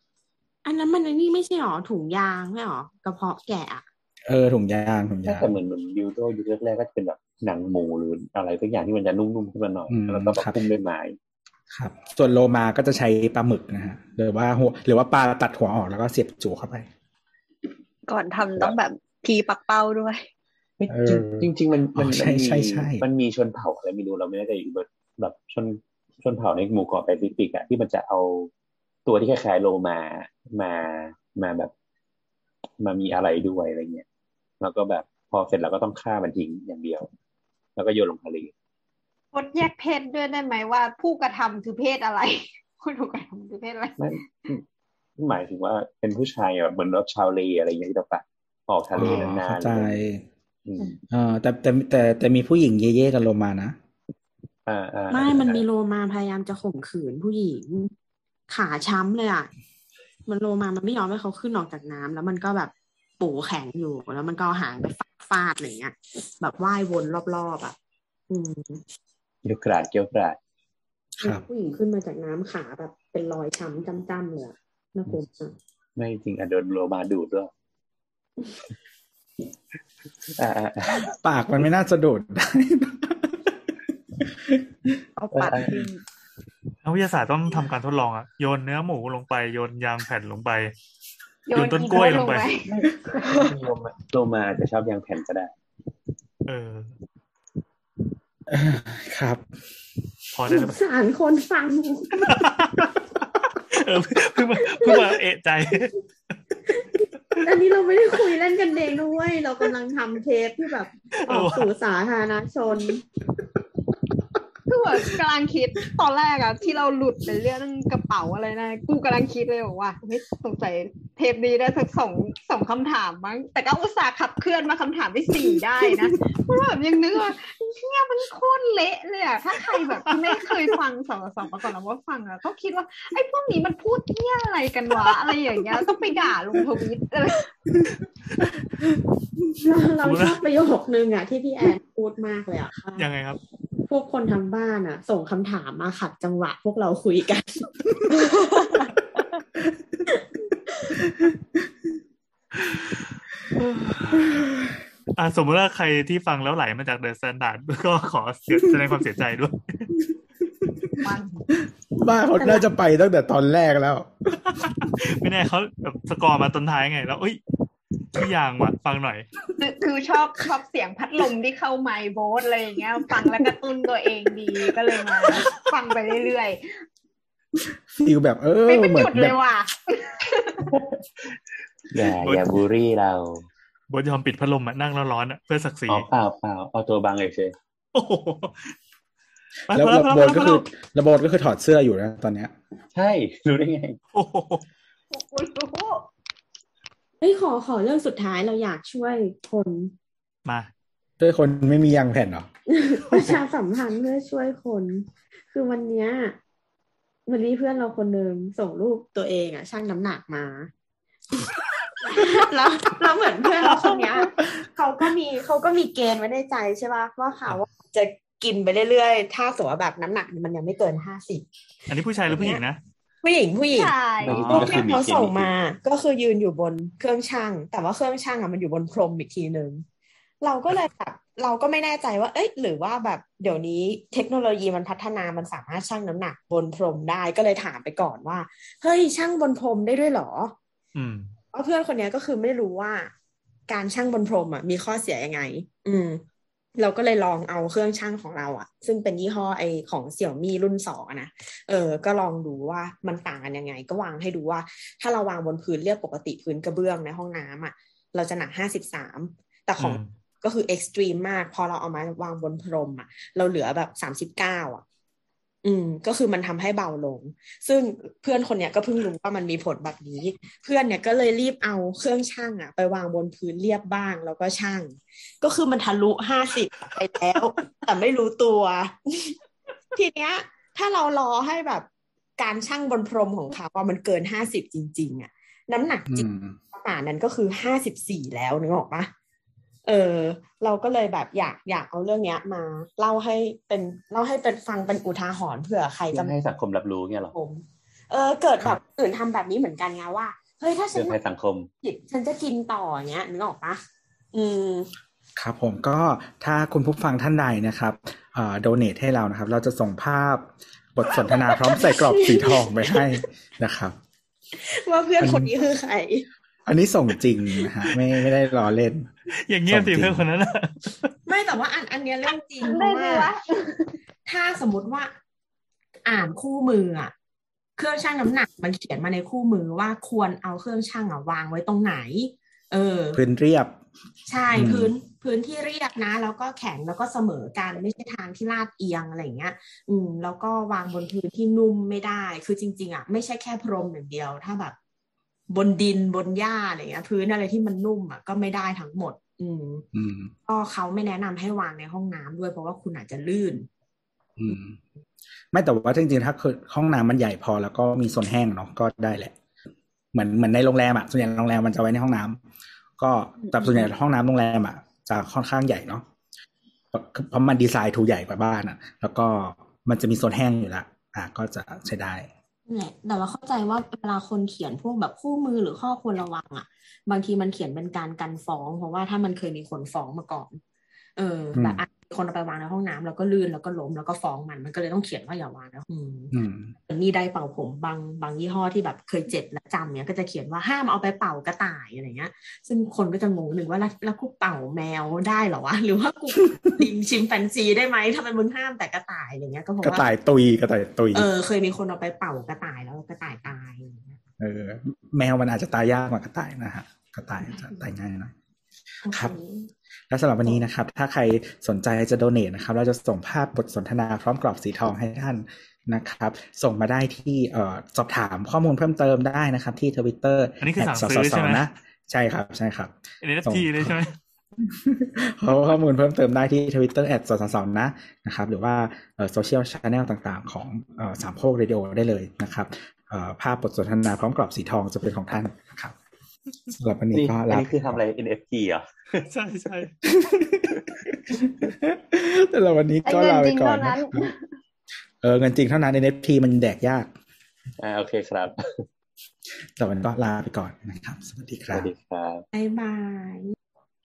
Speaker 6: อันนั้นมันไอ้นี่ไม่ใช่หรอถุงยางไม่หรอกระเพาะแกะอะ
Speaker 3: เออถุงยางถุงยาง
Speaker 7: แต่เหมือนเหมือนดิวโดยุคแรกๆก็จะเป็นแบบหนังหมูหรืออะไรสักอย่างที่มันจะนุ่มๆขึ้นมาหน่อย
Speaker 3: อืม
Speaker 7: แล้วก็แบ
Speaker 3: ครับ
Speaker 7: บพุ่มด้วยไม้
Speaker 3: ครับ ส่วนโลมาก็จะใช้ปลาหมึกนะฮะหรือว่าหัวหรือว่าปลาตัดหัวออกแล้วก็เสียบจูเข้าไป
Speaker 4: ก่อนทำต้องแบบทีปักเป้าด้วย
Speaker 7: เฮ้ย
Speaker 3: เออ
Speaker 7: จริงจริง ๆ มันมัน
Speaker 3: อ๋อใช่
Speaker 7: มันมี
Speaker 3: ใช่ใช่
Speaker 7: มันมีชนเผ่าอะไรไม่รู้เราไม่แน่ใจอีกแบบแบบชนชนเผ่าในหมู่เกาะแปซิฟิกอ่ะที่มันจะเอาตัวที่คล้ายๆโลมามามาแบบ มามีอะไรด้วยอะไรเงี้ยแล้วก็แบบพอเสร็จแล้วก็ต้องฆ่ามันทิ้งอย่างเดียว แล้วก็โยนลงทะเล
Speaker 9: งดแยกเพศด้วยได้ไหมว่า ผู้กระทำคือเพศอะไร ผู้ถูกกระทำคือเพศอะไร
Speaker 7: ไม่หมายถึงว่าเป็นผู้ชายแบบเหมือนรับชาวเลอะไรเงี้ยที่เราปะออกทะเล
Speaker 3: อ๋อน
Speaker 7: านๆ
Speaker 3: เข้าใจ
Speaker 7: อะไรเงี้ยอืม
Speaker 3: เออแต่แต่แต่แต่มีผู้หญิงเย่ๆกับโลมานะ
Speaker 7: อ่าอ่า
Speaker 6: ไม่มันมีโลมาพยายามจะข่มขืนผู้หญิง ขาช้ำเลยอ่ะมันโลมามันไม่ยอมให้เขาขึ้นออกจากน้ำแล้วมันก็แบบปูแข็งอยู่แล้วมันก็เอาหางไปฟาด ฟาดอะไรเงี้ย แบบว่ายวนรอบๆอ่ะ อืม
Speaker 7: เกี่ยวกราดเกี่ยวกราด
Speaker 3: ครับ
Speaker 6: ผู้หญิงขึ้นมาจากน้ำขาแบบเป็นรอยช้ำจ้ำๆเลยอะน่ากลัวมาก
Speaker 7: ไม่จริงอ่ะโดนโลมาดูด ด้วยอ่าๆ
Speaker 3: ปากมันไม่น่าจะโด ดได้
Speaker 4: เอาปัดทิ้ง
Speaker 5: นักวิทยาศาสตร์ต้องทำการทดลองอะโยนเนื้อหมูลงไปโยนยางแผ่นลงไป โยนต้นกล้วยลงไป
Speaker 7: ๆโลมาโลมาอาจจะชอบยางแผ่นก็ได้
Speaker 5: เออ
Speaker 3: ครับ
Speaker 5: พอได้แล้ว
Speaker 6: สารคนฟัง
Speaker 5: เออเพิ่งมาเพิ่งมาเอะใจ
Speaker 6: อันนี้เราไม่ได้คุยเล่นกันเองนะเว้ยเรากำลังทำเทปที่แบบออก
Speaker 5: เออว่ะ
Speaker 6: สู่สาธารณชน
Speaker 9: คือแบบกำลังคิดตอนแรกอะที่เราหลุดไปเรื่องกระเป๋าอะไรนะกูกำลังคิดเลยบอกว่าเฮ้ยสงสัยเทปนี้ได้สักสองสองคำถามมั้ง แต่ก็อุตส่าห์ขับเคลื่อนมาคำถามที่สี่ได้นะเพราะแบบยังนึกว่าเฮียมันโคตรเละเลยอะถ้าใครแบบไม่เคยฟังสองสองมาก่อนแล้วว่าฟังอะก็คิดว่าไอ้พวกนี้มันพูดเฮียอะไรกันวะอะไรอย่างเงี้ยต้องไปด่าลงทวิตอะไร
Speaker 6: เราชอบประโยคนึงอ่ะที่พี่แอนพูดมากเลยอ่ะว่า
Speaker 5: ยังไงครับ
Speaker 6: พวกคนทางบ้านอ่ะ ส่งคำถามมาขัดจังหวะ พวกเราคุยกัน
Speaker 5: อ่าสมมติว่าใครที่ฟังแล้วไหลมาจากเดอะสแตนดาร์ดก็ขอเสียแสดงความเสียใจด้วย
Speaker 9: มัน
Speaker 3: บ้าเขาน่าจะไปตั้งแต่ตอนแรกแล้ว
Speaker 5: ไม่แน่เขาแบบสกอร์มาตอนท้ายไง แล้วเอ้ยที่ยางว่ะฟังหน่อย
Speaker 9: คือคือชอบชอบเสียงพัดลมที่เข้าไมค์โบสอะไรอย่างเงี้ย ฟังแล้วกระตุ้นตัวเองดีก็เลยมาฟังไปเรื่อยๆ
Speaker 3: ฟีลแบบเออ
Speaker 9: ไม่ไม่
Speaker 3: เหมือ
Speaker 9: หยุ
Speaker 3: น
Speaker 9: ด
Speaker 3: แบ
Speaker 9: เล
Speaker 3: บ
Speaker 9: ยว่ะ
Speaker 7: อย่าอย่าบูลลี่เรา
Speaker 5: บนยอมปิดพัดลมอะนั่งแล้วร้อนอะเพื่อศักดิ์ศรี
Speaker 7: อ๋อเปล่าเปล่าเอาตัวบังเฉย
Speaker 5: โอ้โหไป
Speaker 3: แล้ว
Speaker 5: พอ
Speaker 3: ระ
Speaker 5: พ
Speaker 3: โบ
Speaker 5: อพ
Speaker 3: น
Speaker 5: อ
Speaker 3: ก็
Speaker 5: พอ
Speaker 3: คือระโบนก็คือถอดเสื้ออยู่นะตอนเนี้ย
Speaker 7: ๆใช่รู้ได้ไง
Speaker 5: โอ้โห
Speaker 9: โอ้ยรู้
Speaker 6: เฮ้ยขอขอเรื่องสุดท้ายเราอยากช่วยคน
Speaker 5: มา
Speaker 3: ด้วยคนไม่มียางแผ่นเหรอ
Speaker 6: ประชาสัมพันธ์เพื่อช่วยคน คือวันเนี้ยวันนี้เพื่อนเราคนหนึ่งส่งรูปตัวเองอ่ะช่างน้ำหนักมา แล้วแล้วเหมือนเพื่อนเราคนเนี้ยเขาก็มีเขาก็มีเกณฑ์ไว้ในใจใช่ป่ะว่าเขาอะจะกินไปเรื่อยๆ ถ้าสมมติว่าแบบน้ำหนักมันยังไม่เกินห้าสิบ
Speaker 5: อันนี้ผู้ชายหรือผู้หญิงนะ
Speaker 6: ผู้หญิงผู้หญิง
Speaker 9: ใช่
Speaker 7: อ๋อ
Speaker 6: รูปที่เขาส่งมา ก็คือยืนอยู่บนเครื่องช่าง แต่ว่าเครื่องช่างอะมันอยู่บนพรมอีกทีหนึ่งเราก็เลยแบบเราก็ไม่แน่ใจว่า เอ๊ะหรือว่าแบบเดี๋ยวนี้เทคโนโลยีมันพัฒนามันสามารถชั่งน้ำหนักบนพรมได้ก็เลยถามไปก่อนว่า เฮ้ยชั่งบนพรมได้ด้วยเหรอ
Speaker 5: อืม
Speaker 6: เพราะเพื่อนคนเนี้ยก็คือไม่รู้ว่า การชั่งบนพรมอ่ะมีข้อเสียยังไง อืม เราก็เลยลองเอาเครื่องชั่งของเราอ่ะ ซึ่งเป็นยี่ห้อไอของเสี่ยมี่รุ่นสองอะนะ เออ ก็ลองดูว่ามันต่างกันยังไง ก็วางให้ดูว่า ถ้าเราวางบนพื้นเรียบปกติพื้นกระเบื้องในห้องน้ำอ่ะ เราจะหนักห้าสิบสาม แต่ของ
Speaker 5: อืม
Speaker 6: ก็คือเอ็กซ์ตรีมมาก พอเราเอามาวางบนพรมอ่ะ เราเหลือแบบสามสิบเก้าอ่ะ อืม ก็คือมันทำให้เบาลง ซึ่งเพื่อนคนเนี้ยก็เพิ่งรู้ว่ามันมีผลแบบนี้ เพื่อนเนี่ยก็เลยรีบเอาเครื่องช่างอะไปวางบนพื้นเรียบบ้างแล้วก็ช่าง ก็คือมันทะลุห้าสิบไปแล้ว แต่ไม่รู้ตัว ทีเนี้ย ถ้าเรารอให้แบบการช่างบนพรมของเขาว่ามันเกินห้าสิบจริง ๆอะน้ำหนักจ
Speaker 3: อื
Speaker 6: ริง
Speaker 3: ม
Speaker 6: ประมาณนั้นก็คือห้าสิบสี่แล้วนึกออกปะเออ เราก็เลยแบบอยากอยากเอาเรื่องเนี้ย มาเล่าให้เป็นเล่าให้เป็นฟังเป็นอุทาหรณ์เผื่อใคร
Speaker 7: เพื่
Speaker 6: จะ
Speaker 7: อ
Speaker 6: ไม่
Speaker 7: ให้สังคมรับรู้เงี้ยเหรอ
Speaker 6: ผมเออ เกิดแบบอื่นทำแบบนี้เหมือนกันไงว่าเฮ้ยถ้าฉั
Speaker 7: เพื่
Speaker 6: น
Speaker 7: อให้สังคม
Speaker 6: ผิดฉันจะกินต่ออย่างเงี้ยนึกออกปะอืม
Speaker 3: ครับผมก็ถ้าคุณผู้ฟังท่านใดนะครับเอ่อ donate ให้เรานะครับ เราจะส่งภาพบทสนทนาพร้อมใส่กรอบสีทองไปให้นะครับ
Speaker 6: ว่าเพื่อนคนนี้คือใคร
Speaker 3: อันนี้ส่งจริงนะฮะไม่ไม่ได้ล้อเล่น
Speaker 5: อย่างเงี้ยสิ
Speaker 3: จริง
Speaker 5: เพื่อนคนนั้นอะ
Speaker 6: ไม่แต่ว่าอันอันเนี้ยเรื่องจริงเพ
Speaker 9: ได้
Speaker 6: ราะ
Speaker 9: ไหม
Speaker 6: ว่า
Speaker 9: วะ
Speaker 6: ถ้าสมมติว่าอ่านคู่มืออะเครื่องชั่งน้ำหนักมันเขียนมาในคู่มือว่าควรเอาเครื่องชั่งอะวางไว้ตรงไหน เออ
Speaker 3: พื้นเรียบ
Speaker 6: ใช่
Speaker 3: อืม
Speaker 6: พื้นพื้นที่เรียบนะ แล้วก็แข็งแล้วก็เสมอกันไม่ใช่ทางที่ลาดเอียงอะไรอย่างเงี้ย อืม แล้วก็วางบนพื้นที่นุ่มไม่ได้ คือจริง ๆอ่ะไม่ใช่แค่พรมอย่างเดียว ถ้าแบบ บนดินบนหญ้าอะไรอย่างเงี้ย พื้นอะไรที่มันนุ่มอ่ะก็ไม่ได้ทั้งหมด อืม
Speaker 3: อืม
Speaker 6: ก็เขาไม่แนะนำให้วางในห้องน้ำด้วยเพราะว่าคุณอาจจะลื่น
Speaker 3: อืม ไม่แต่ว่าจริงๆถ้าคือห้องน้ำมันใหญ่พอแล้วก็มีโซนแห้งเนาะก็ได้แหละ เหมือนเหมือนในโรงแรมอะส่วนใหญ่โรงแรมมันจะไว้ในห้องน้ำก็แต่ส่วนใหญ่ห้องน้ำโรงแรมอะ จะค่อนข้างใหญ่เนาะเพราะมันดีไซน์ทูใหญ่กว่าบ้านอ่ะ แล้วก็มันจะมีโซนแห้งอยู่ละอ่ะก็จะใช้ได้
Speaker 6: เนี่ยแต่เราเข้าใจว่าเวลาคนเขียนพวกแบบคู่มือหรือข้อควรระวังอะ่ะ บางทีมันเขียนเป็นการกันฟ้อง เพราะว่าถ้ามันเคยมีคนฟ้องมาก่อน เอออ
Speaker 3: ม
Speaker 6: แบบอ่ะคนเอาไปวางในห้องน้ำแล้วก็ลื่นแล้วก็ล้มแล้วก็ฟ้องมันมันก็เลยต้องเขียนว่าอย่าวางนะอืม
Speaker 3: อืม
Speaker 6: เหมือนมีไดร์เป่าผมบางบางยี่ห้อที่แบบเคยเจ็บและจำเนี้ยก็จะเขียนว่าห้ามเอาไปเป่ากระต่ายอะไรเงี้ย ซึ่งคนก็จะงงหนึ่งว่าแล้วแล้วกูเป่าแมวได้เหรอวะหรือว่ากูดิมชิมแปนซีได้ไหมทำไมมึงห้ามแต่กระต่ายอะไรเงี้ยก็เพราะ
Speaker 3: กระ
Speaker 6: ว่า
Speaker 3: ต่ายตุยกระต่ายตุย
Speaker 6: เอ อเคยมีคนเอาไปเป่ากระต่ายแล้วกระต่ายตายอะไรอย่างเงี้ย
Speaker 3: เออ แมวมันอาจจะตายยากกว่ากระต่ายนะฮะกระต่ายอาจจะตายง่ายหน่อย ครับ
Speaker 6: โอเ
Speaker 3: และสำหรับวันนี้นะครับ ถ้าใครสนใจจะโดเน e นะครับ เราจะส่งภาพบทสนทนาพร้อมกรอบสีทองให้ท่านนะครับ ส่งมาได้ที่เอ่อสอบถามข้อมูลเพิ่มเติมได้นะครับ ที่ทวิตเตอร์
Speaker 5: อันนี้คือสั่งซื้อใช่ไหม
Speaker 3: นะ ใช่ครับใช่ครับ
Speaker 5: NFT เลยใช่ไหม
Speaker 3: ข้อข้อมูลเพิ่มเติมได้ที่ Twitter แอดสองสองนะนะครับ หรือว่าโซเชียลช n แนลต่างๆ ของเอ่อสามโคกเรดิโอได้เลยนะครับเอ่อภาพบทสนทนาพร้อมกรอบสีทองจะเป็นของท่านนะครับสำหรับวันนี้
Speaker 7: นี่
Speaker 3: ก็
Speaker 7: อัน
Speaker 3: ลา
Speaker 7: นี้คือทำอะไร NFT เหรอ
Speaker 5: ใช่ใช่
Speaker 3: สำหรับวันนี้ก็ลาไปก่อน
Speaker 1: แต่
Speaker 3: นะครับ
Speaker 1: เงินจริงเท่านั้น
Speaker 3: เออเงินจริงเท่านั้น NFT มันแดกยาก
Speaker 7: อ่าโอเคครับ
Speaker 3: แต่วันนี้ก็ลาไปก่อนนะครับ สวัสดีค
Speaker 7: ส
Speaker 3: รั
Speaker 7: วัส
Speaker 3: บ
Speaker 7: ดีครับ
Speaker 6: บ๊ายบาย